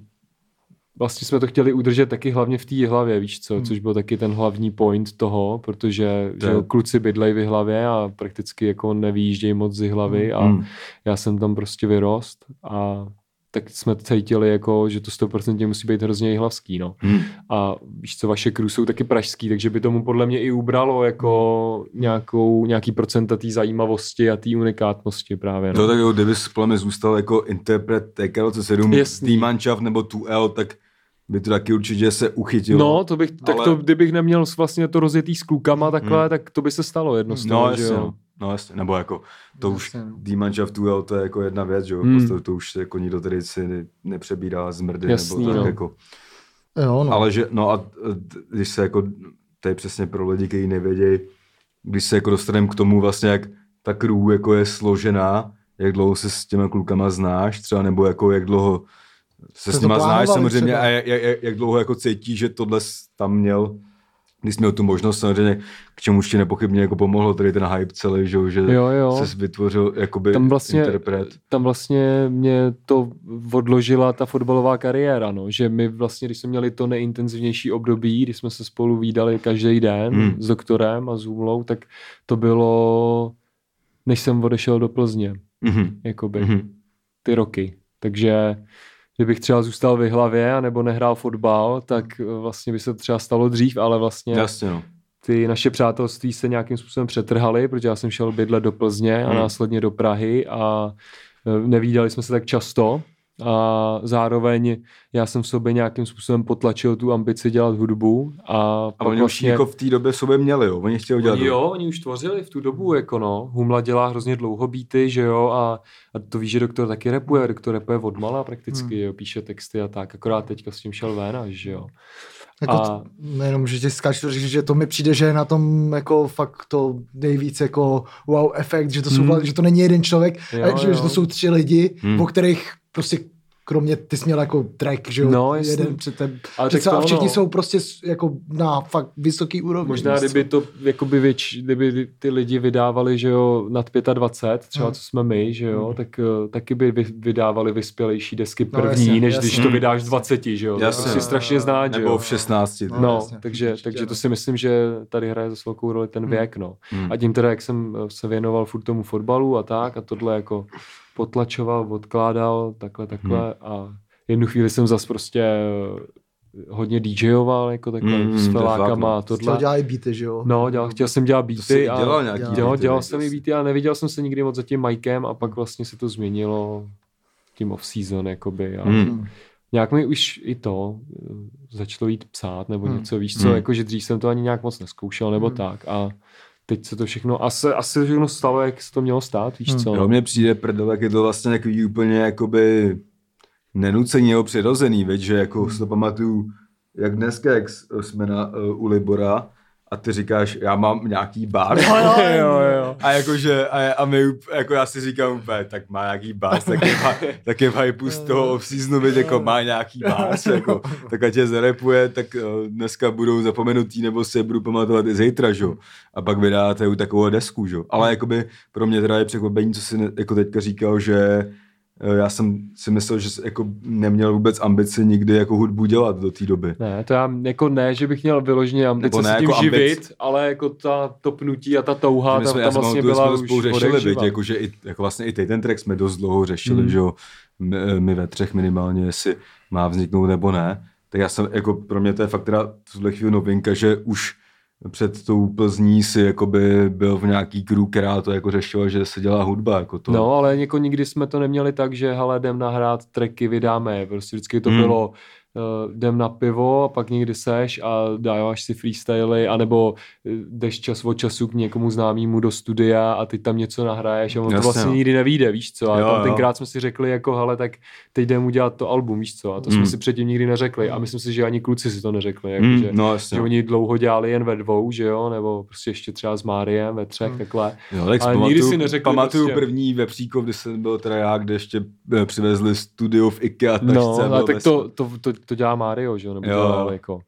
S3: vlastně jsme to chtěli udržet taky hlavně v té hlavě, víš co,
S2: Hmm.
S3: což byl taky ten hlavní point toho, protože že
S2: Jo.
S3: jo, kluci bydlejí v hlavě a prakticky jako nevýjíždějí moc z hlavy a
S2: Hmm.
S3: já jsem tam prostě vyrost a tak jsme cítili jako, že to 100% musí být hrozně jihlavský, no.
S2: Hmm.
S3: A víš co, vaše crew jsou taky pražský, takže by tomu podle mě i ubralo jako nějakou, nějaký procenta té zajímavosti a té unikátnosti právě, no.
S2: No tak jo, kdyby Spleme zůstal jako interpret TK27,
S3: Jasný.
S2: Týmančav nebo 2L, tak by to taky určitě se uchytilo.
S3: No, to bych, tak
S2: ale-
S3: to, kdybych neměl s- vlastně to rozjetý s klukama takhle,
S2: Hmm.
S3: tak to by se stalo jedno z toho,
S2: no
S3: že
S2: jasně,
S3: jo.
S2: no. no jasně, nebo jako to už
S1: Jasně, no.
S2: Týmančav 2L to je jako jedna věc, že jo,
S3: Hmm.
S2: prostě to už jako nikdo tady si ne- nepřebírá z mrdy,
S3: Jasný,
S2: nebo tak
S3: no.
S2: jako.
S1: Jo, no.
S2: Ale že, no a eh, d- když se jako, to je přesně pro lidi, kteří nevědějí, když se jako dostaneme k tomu vlastně, jak ta crew jako je složená, jak dlouho se s těma klukama znáš třeba, nebo jako jak dlouho se
S1: Jste
S2: s
S1: to
S2: nima znáš
S1: plánovali
S2: samozřejmě
S1: třeba?
S2: a jak, jak, jak dlouho jako cítíš, že tohle s- tam měl, když jsi měl tu možnost samozřejmě, k čemuž ti nepochybně jako pomohlo tady ten hype celý, že, jo, že
S3: Jo, jo.
S2: se vytvořil jakoby
S3: Tam vlastně,
S2: interpret.
S3: tam vlastně mě to odložila ta fotbalová kariéra, no. že my vlastně, když jsme měli to neintenzivnější období, když jsme se spolu výdali každý den
S2: Hmm.
S3: s doktorem a s Úmlou, tak to bylo, než jsem odešel do Plzně,
S2: Mhm.
S3: jakoby.
S2: Mhm.
S3: ty roky. Takže kdybych třeba zůstal v hlavě a nebo nehrál fotbal, tak eh, vlastně by se to třeba stalo dřív, ale vlastně
S2: Hmm. Jasně no.
S3: ty naše přátelství se nějakým způsobem přetrhaly, protože já jsem šel bydlet do Plzně a
S2: Hmm.
S3: následně do Prahy a eh, nevídali jsme se tak často a zároveň já jsem v sobě nějakým způsobem potlačil tu ambici dělat hudbu a, vlastně
S2: A oni už jako v té době v sobě měli, jo. Oni chtěli udělat.
S3: Oni jo, oni už tvořili v tu dobu, jako no. Humla dělá hrozně dlouho beaty, že jo, a, a to víš, že doktor taky repuje, doktor repuje odmala prakticky, hmm. jo, píše texty a tak, akorát teďka s tím šel ven až, že jo.
S1: Jako
S3: A-
S1: a... Nejenom, že tě skáču říct, že to mi přijde, že je na tom jako fakt to nejvíc jako wow efekt, že to, jsou,
S3: Hmm.
S1: vla- že to není jeden člověk,
S3: Jo,
S1: jo, a, že,
S3: jo.
S1: že to jsou tři lidi,
S2: Hmm.
S1: hmm. po kterých prostě kromě ty jsi měl jako track, že jo,
S3: No, jasně.
S1: jeden před teb,
S3: Ale
S1: před
S3: tak to
S1: a všichni
S3: ono.
S1: jsou prostě s- jako na fakt vysoký úrovni.
S3: Možná kdyby
S1: no.
S3: to, jakoby věč, kdyby ty lidi vydávali, že jo, nad 25, třeba
S1: Hmm.
S3: co jsme my, že jo, tak eh, taky by vy- vydávali vyspělejší desky
S1: No,
S3: první,
S1: jasně,
S3: než
S1: jasně.
S3: když to
S2: Hmm.
S3: vydáš v 20, že jo,
S2: Jasně.
S3: to si strašně znát, že
S2: Nebo
S3: jo.
S2: v 16.
S1: No.
S3: No,
S1: jasně,
S3: takže,
S1: určitě,
S3: takže to
S1: no.
S3: si myslím, že tady hraje zase velkou roli ten věk, no.
S2: Hmm.
S3: A tím teda, jak jsem eh, se věnoval furt tomu fotbalu a tak, a tohle jako potlačoval, odkládal, takhle, takhle
S2: Hmm.
S3: a jednu chvíli jsem zas prostě eh, hodně DJoval, jako takhle
S2: Mm,
S3: hmm,
S2: to
S3: s
S2: je fakt,
S3: felákama
S2: no.
S3: a
S1: tohle...
S3: tohle.
S1: dělá i beaty, že jo.
S3: No, dělal, chtěl jsem dělat
S2: To jsi
S3: beaty.
S2: i dělal
S3: a,
S2: nějaký
S1: Jo,
S3: Jo,
S2: beaty,
S3: dělal
S2: ne?
S3: jsem i beaty, ale neviděl jsem se nikdy moc za tím Mikem a pak vlastně se to změnilo tím off-season, jakoby. A
S2: Hmm.
S3: Nějak mi už i to eh, začalo jít psát nebo
S1: Hmm.
S3: něco, víš co,
S2: Hmm.
S3: jako že dřív jsem to ani nějak moc neskoušel nebo
S1: Hmm.
S3: tak a teď se to všechno, asi, asi všechno stalo, jak se to mělo stát, víš
S1: Hmm.
S3: co.
S2: Jo, mně přijde prdel, jak je to vlastně takový úplně jakoby nenuceně jeho přirozený, veď, že jako si to pamatuju, jak dneska, jak s- jsme na, uh, u Libora a ty říkáš, já mám nějaký bar.
S3: jo, jo.
S2: A jakože, a, a my, up- jako já si říkám úplně, tak má nějaký bás, tak je, va- tak je v hypeu z toho v seasonu, byť jako má nějaký bás, jako, tak ať je zarepuje, tak eh, dneska budou zapomenutí, nebo si je budu pamatovat i zítra, že? jo. A pak vydáte u takovou desku, že? jo. Ale jakoby pro mě teda je překvapení, co jsi ne- jako teďka říkal, že eh, já jsem si myslel, že jsi jako neměl vůbec ambici nikdy jako hudbu dělat do té doby.
S3: Ne, to já jako ne, že bych měl vyloženě ambice
S2: Nebo ne,
S3: se tím
S2: jako ambic.
S3: živit, ale jako ta topnutí a ta touha,
S2: my
S3: tam,
S2: jsme, já
S3: tam
S2: si
S3: vlastně
S2: pamatuju,
S3: byla
S2: jsme to
S3: už
S2: spolu řešili, byť,
S3: odevživa.
S2: jako, že i, jako vlastně i teď ten track jsme dost dlouho řešili,
S3: Mm.
S2: že jo, my, eh, my, ve třech minimálně, jestli má vzniknout nebo ne. Tak já jsem, jako pro mě to je fakt teda v tuhle chvíli novinka, že už před tou Plzní si jakoby byl v nějaký crew, která to jako řešila, že se dělá hudba, jako to.
S3: No, ale jako nikdy jsme to neměli tak, že hele, jdem nahrát tracky, vydáme je. Prostě vždycky to
S2: Hmm.
S3: hmm. bylo, uh, jdem na pivo a pak někdy seš a dáváš si freestyly, anebo eh, jdeš čas od času k někomu známému do studia a teď tam něco nahraješ a on
S2: Jasně,
S3: to vlastně
S2: no.
S3: nikdy nevíde, víš co. A
S2: Jo,
S3: jo, tam
S2: jo.
S3: tenkrát jsme si řekli jako, hele, tak teď jdem udělat to album, víš co. A to
S2: Hmm.
S3: jsme si předtím nikdy neřekli a myslím si, že ani kluci si to neřekli. Jako,
S2: mm,
S3: že,
S2: no jasně.
S3: že oni dlouho dělali jen ve dvou, že jo, nebo prostě ještě třeba s Máriem ve třech,
S1: Hmm.
S3: takhle.
S2: Jo, tak si
S3: Ale nikdy
S2: pamatuju,
S3: si neřekli
S2: pamatuju
S3: prostě.
S2: první vepříkov, kdy jsem byl teda já, kde ještě eh, přivezli studio v IKEA. tašce a
S3: No, ale
S2: bylo
S3: tak
S2: veselo.
S3: to, to, to, to dělá Mario, že jo? Nebo
S2: Jo.
S3: jo. Dělal, jako.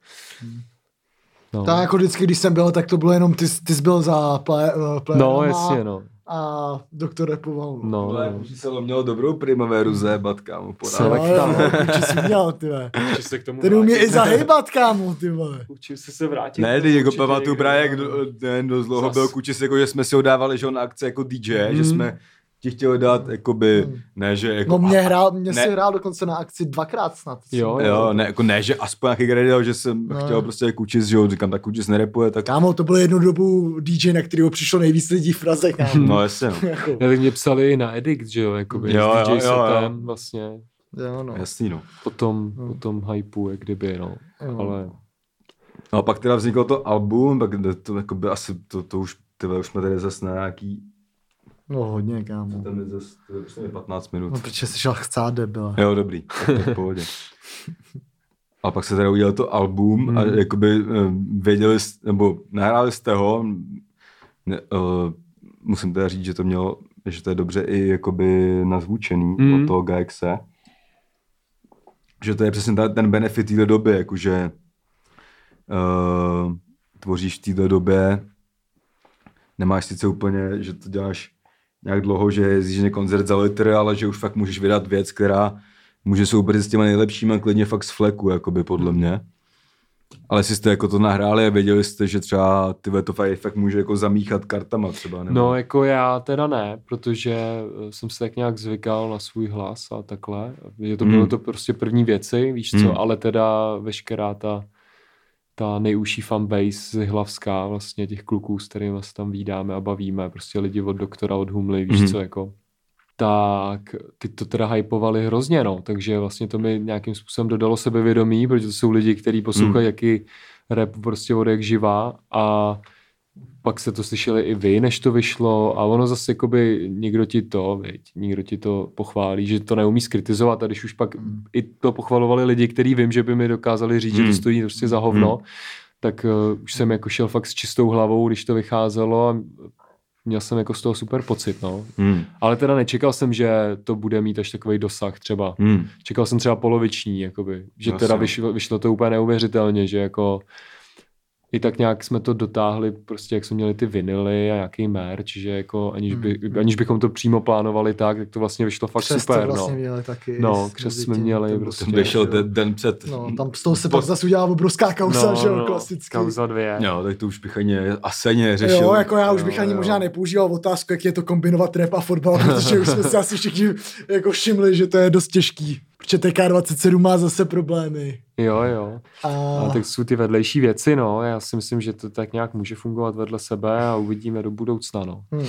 S3: No.
S1: Tak jako vždycky, když jsem byl, tak to bylo jenom, ty, jsi- ty jsi byl za play, play
S3: no, jasně, no.
S1: a doktor repoval.
S3: no,
S2: Ale
S3: no.
S2: no. se měl dobrou primaveru zébat, kámo,
S1: Co,
S2: porád.
S3: Select-
S1: jo,
S3: tam.
S1: jo, určitě jsi měl, ty vole.
S3: se k tomu
S1: Ten umí i zahybat, kámo, ty vole.
S3: Učil se se vrátit.
S2: Ne, ty jako pamatuju právě, jak do- ten dost dlouho
S3: Zas.
S2: byl kučis, jako že jsme si ho dávali, že on na akce jako DJ, mm. že
S3: Mm.
S2: jsme ti chtěli dát, jakoby,
S3: Mhm.
S1: Mm.
S2: ne, že jako...
S1: No mě hrál, mě
S2: ne.
S1: si hrál dokonce na akci dvakrát snad.
S3: Jo,
S2: Jo, ne, jako ne, že aspoň nějaký gradel, že jsem no.
S1: No.
S2: chtěl prostě kučis, že jo, říkám, tak kučis nerepuje, tak...
S1: Kámo, to byl jednu dobu DJ, na kterého přišlo nejvíc lidí v Praze, kámo.
S2: No jasně, no.
S1: Jako,
S3: Ne, tak mě psali i na Edict, že jo, jakoby,
S2: Jo,
S3: jo, s
S2: jo,
S3: DJ
S2: jo,
S3: jo,
S2: jo.
S3: setem, vlastně,
S1: jo, no.
S2: Jasný, no.
S3: po tom,
S1: Hmm.
S3: po tom hypeu, jak kdyby, no.
S1: Jo.
S3: Ale
S2: No a pak teda vzniklo to album, pak to, jako by asi, to, to už, ty vole, už jsme tady zase na nějaký,
S1: No hodně, kámo.
S2: tam je zase, to je prostě 15 minut.
S1: No, protože jsi šel chcát byla.
S2: Jo, dobrý, tak to v pohodě. A pak se teda udělal to album a
S3: Hmm.
S2: jakoby eh, věděli, s- nebo nahráli jste ho, ne, uh, musím teda říct, že to mělo, že to je dobře i jakoby nazvučený
S3: Hmm.
S2: od toho GXE. Že to je přesně ta, ten benefit téhle doby, jakože uh, tvoříš v téhle době, nemáš sice úplně, že to děláš nějak dlouho, že jezdíš na koncert za litr, ale že už fakt můžeš vydat věc, která může soupeřit s těma nejlepšíma klidně fakt z fleku, jakoby podle mě. Ale jestli jste jako to nahráli a věděli jste, že třeba ty vole, to fakt, fakt může jako zamíchat kartama třeba, nebo...
S3: No, jako já teda ne, protože eh, jsem se tak nějak zvykal na svůj hlas a takhle. Je to
S2: Hmm.
S3: bylo to prostě první věci, víš co,
S2: Hmm.
S3: ale teda veškerá ta ta nejužší fanbase z Hlavská vlastně těch kluků, s kterými se tam vídáme a bavíme, prostě lidi od doktora, od Humly, víš
S2: Mhm.
S3: mm-hmm. co, jako tak ty to teda hypovali hrozně, no, takže vlastně to mi nějakým způsobem dodalo sebevědomí, protože to jsou lidi, kteří
S2: Hmm.
S3: poslouchají, jaký rap prostě od jak živá a pak se to slyšeli i vy, než to vyšlo a ono zase jakoby někdo ti to, viď, někdo ti to pochválí, že to neumí skritizovat a když už pak i to pochvalovali lidi, kteří vím, že by mi dokázali říct, že
S2: Hmm.
S3: to stojí prostě za hovno, tak uh, už jsem jako šel fakt s čistou hlavou, když to vycházelo a měl jsem jako z toho super pocit, no.
S2: Hmm.
S3: Ale teda nečekal jsem, že to bude mít až takový dosah třeba.
S2: Hmm.
S3: Čekal jsem třeba poloviční, jakoby. Že
S2: Jasně.
S3: teda vyšlo, vyšlo to úplně neuvěřitelně, že jako i tak nějak jsme to dotáhli, prostě jak jsme měli ty vinily a nějaký merch, že jako aniž, by,
S1: Mm.
S3: aniž bychom to přímo plánovali tak, tak to vlastně vyšlo fakt
S1: Křest
S3: super,
S1: to vlastně
S3: no.
S1: měli taky.
S3: No,
S1: s-
S3: křest
S1: mezi
S3: jsme
S1: tím,
S3: měli
S1: ten
S3: prostě.
S2: Ten vyšel
S1: jo.
S2: den, den před.
S1: No, tam z toho se pak zase udělá obrovská
S3: No,
S1: kausa, že jo, klasicky.
S3: Kauza dvě.
S2: Jo, tak to už bych ani aseně řešil.
S1: Jo, jako já už bych
S3: Jo,
S1: ani
S3: jo.
S1: možná nepoužíval otázku, jak je to kombinovat rap a fotbal, protože už jsme si asi všichni jako všimli, že to je dost těžký. Protože TK27 má zase problémy.
S3: Jo, jo.
S1: A,
S3: A tak jsou ty vedlejší věci, no. Já si myslím, že to tak nějak může fungovat vedle sebe a uvidíme do budoucna, no.
S1: hm.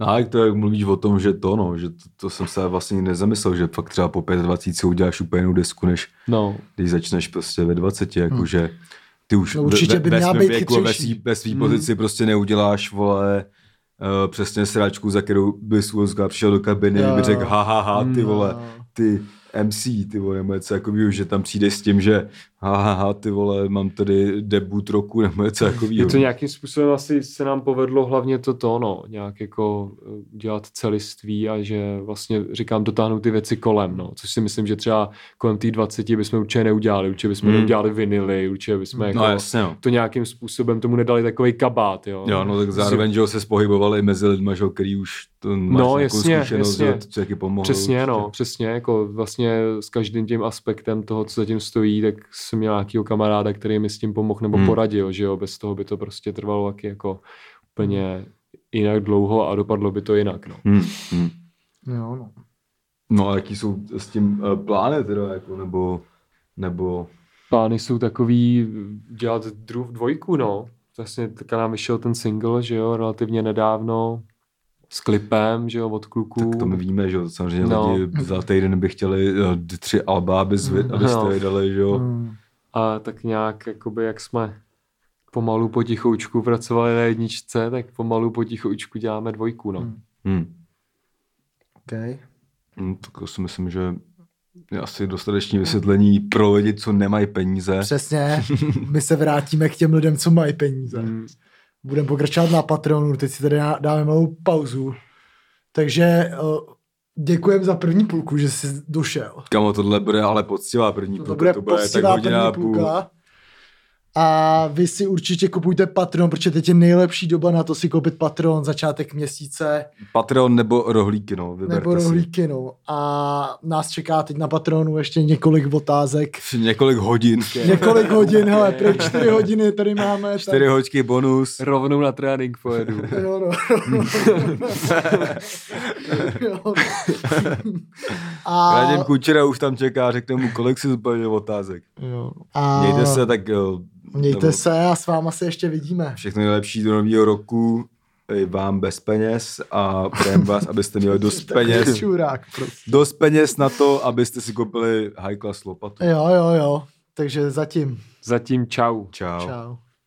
S2: No, jak to jak mluvíš o tom, že to, no, že to, to jsem se vlastně nikdy nezamyslel, že fakt třeba po 25 si uděláš úplně jinou desku, než
S3: No,
S2: když začneš prostě ve 20, jakože ty už
S1: Hmm. No, určitě
S2: ve,
S1: by
S2: ve
S1: měla
S2: svém
S1: být
S2: věku a ve
S1: chytřejší. Hmm.
S2: svý, ve svý pozici prostě neuděláš, vole, eh, přesně sráčku, za kterou bys úzka přišel do kabiny,
S1: Jo,
S2: by
S1: jo. Hmm.
S2: řekl ha, ha, ha, ty
S3: Mm,
S2: vole,
S1: jo.
S2: ty MC, ty vole, nebo něco takového, že tam přijdeš s tím, že ha, ha, ha, ty vole, mám tady debut roku, nebo něco
S3: Je
S2: takového.
S3: to nějakým způsobem asi se nám povedlo hlavně to to, no, nějak jako eh, dělat celiství a že vlastně, říkám, dotáhnout ty věci kolem, no, což si myslím, že třeba kolem té 20 bychom určitě neudělali, určitě bychom
S2: Hmm.
S3: neudělali vinily, určitě bychom jako
S2: No jasně, no.
S3: to nějakým způsobem tomu nedali takový kabát, jo.
S2: Jo, no tak zároveň, že jo, se spohybovali mezi lidmi, že jo, který už to máš
S3: No,
S2: nějakou
S3: jasně,
S2: zkušenost,
S3: jasně.
S2: že jo, to taky pomohlo. prostě.
S3: Přesně,
S2: určitě.
S3: no, přesně, jako vlastně s každým tím aspektem toho, co zatím stojí, tak jsem měl nějakýho kamaráda, který mi s tím pomohl nebo
S2: Hmm.
S3: hmm. poradil, že jo, bez toho by to prostě trvalo taky jako úplně jinak dlouho a dopadlo by to jinak, no.
S2: Hmm, hmm.
S1: Jo, no.
S2: No a jaký jsou s tím uh, plány teda, jako, nebo, nebo,
S3: Plány jsou takový dělat dru, dvojku, no. Vlastně tak nám vyšel ten single, že jo, relativně nedávno s klipem, že jo, od kluků.
S2: tak to my víme, že jo, samozřejmě no.
S3: No.
S2: lidi za týden by chtěli uh, d- tři alba, aby, zvy,
S1: Mm,
S2: abyste
S3: no.
S2: je dali, že jo.
S1: Hm.
S3: A tak nějak, jakoby, jak jsme pomalu potichoučku pracovali na jedničce, tak pomalu potichoučku děláme dvojku, no.
S1: Hmm.
S2: Hmm.
S1: Okay.
S2: Hmm, tak to si myslím, že je asi dostatečné vysvětlení pro lidi, co nemají peníze.
S1: Přesně, my se vrátíme k těm lidem, co mají peníze.
S3: Mm.
S1: Budeme pokračovat na Patreonu, teď si tady dá- dáme malou pauzu. Takže děkujeme za první půlku, že jsi došel.
S2: Kamo, tohle bude ale poctivá první
S1: To
S2: půlka,
S1: bude
S2: to bude tak
S1: poctivá
S2: hodina
S1: No první
S2: a půl.
S1: půlka. A vy si určitě kupujte Patreon, protože teď je nejlepší doba na to si koupit Patreon, začátek měsíce
S2: Patreon nebo rohlíky, no, vyberte
S1: nebo
S2: si.
S1: rohlíky. No. A nás čeká teď na Patreonu ještě několik otázek.
S2: Několik hodin.
S1: Několik hodin, hele, pro čtyři hodiny tady máme. tak-
S2: Čtyři hoďky bonus.
S3: Rovnou na trénink pojedu.
S1: Jo, no. Jo, no. A...
S2: Radim Kučera už tam čeká, řekne mu, kolik si zbalil otázek.
S1: Jo. A...
S2: Mějte se, tak eh,
S1: Mějte
S2: nebo
S1: se a s váma se ještě vidíme.
S2: všechno nejlepší do nového roku, i vám bez peněz a přejem vás, abyste měli dost
S1: Takový
S2: peněz.
S1: Čurák, prostě.
S2: Dost peněz na to, abyste si koupili high class lopatu.
S1: Jo, jo, jo. Takže zatím.
S3: Zatím čau.
S2: Čau.
S1: Čau.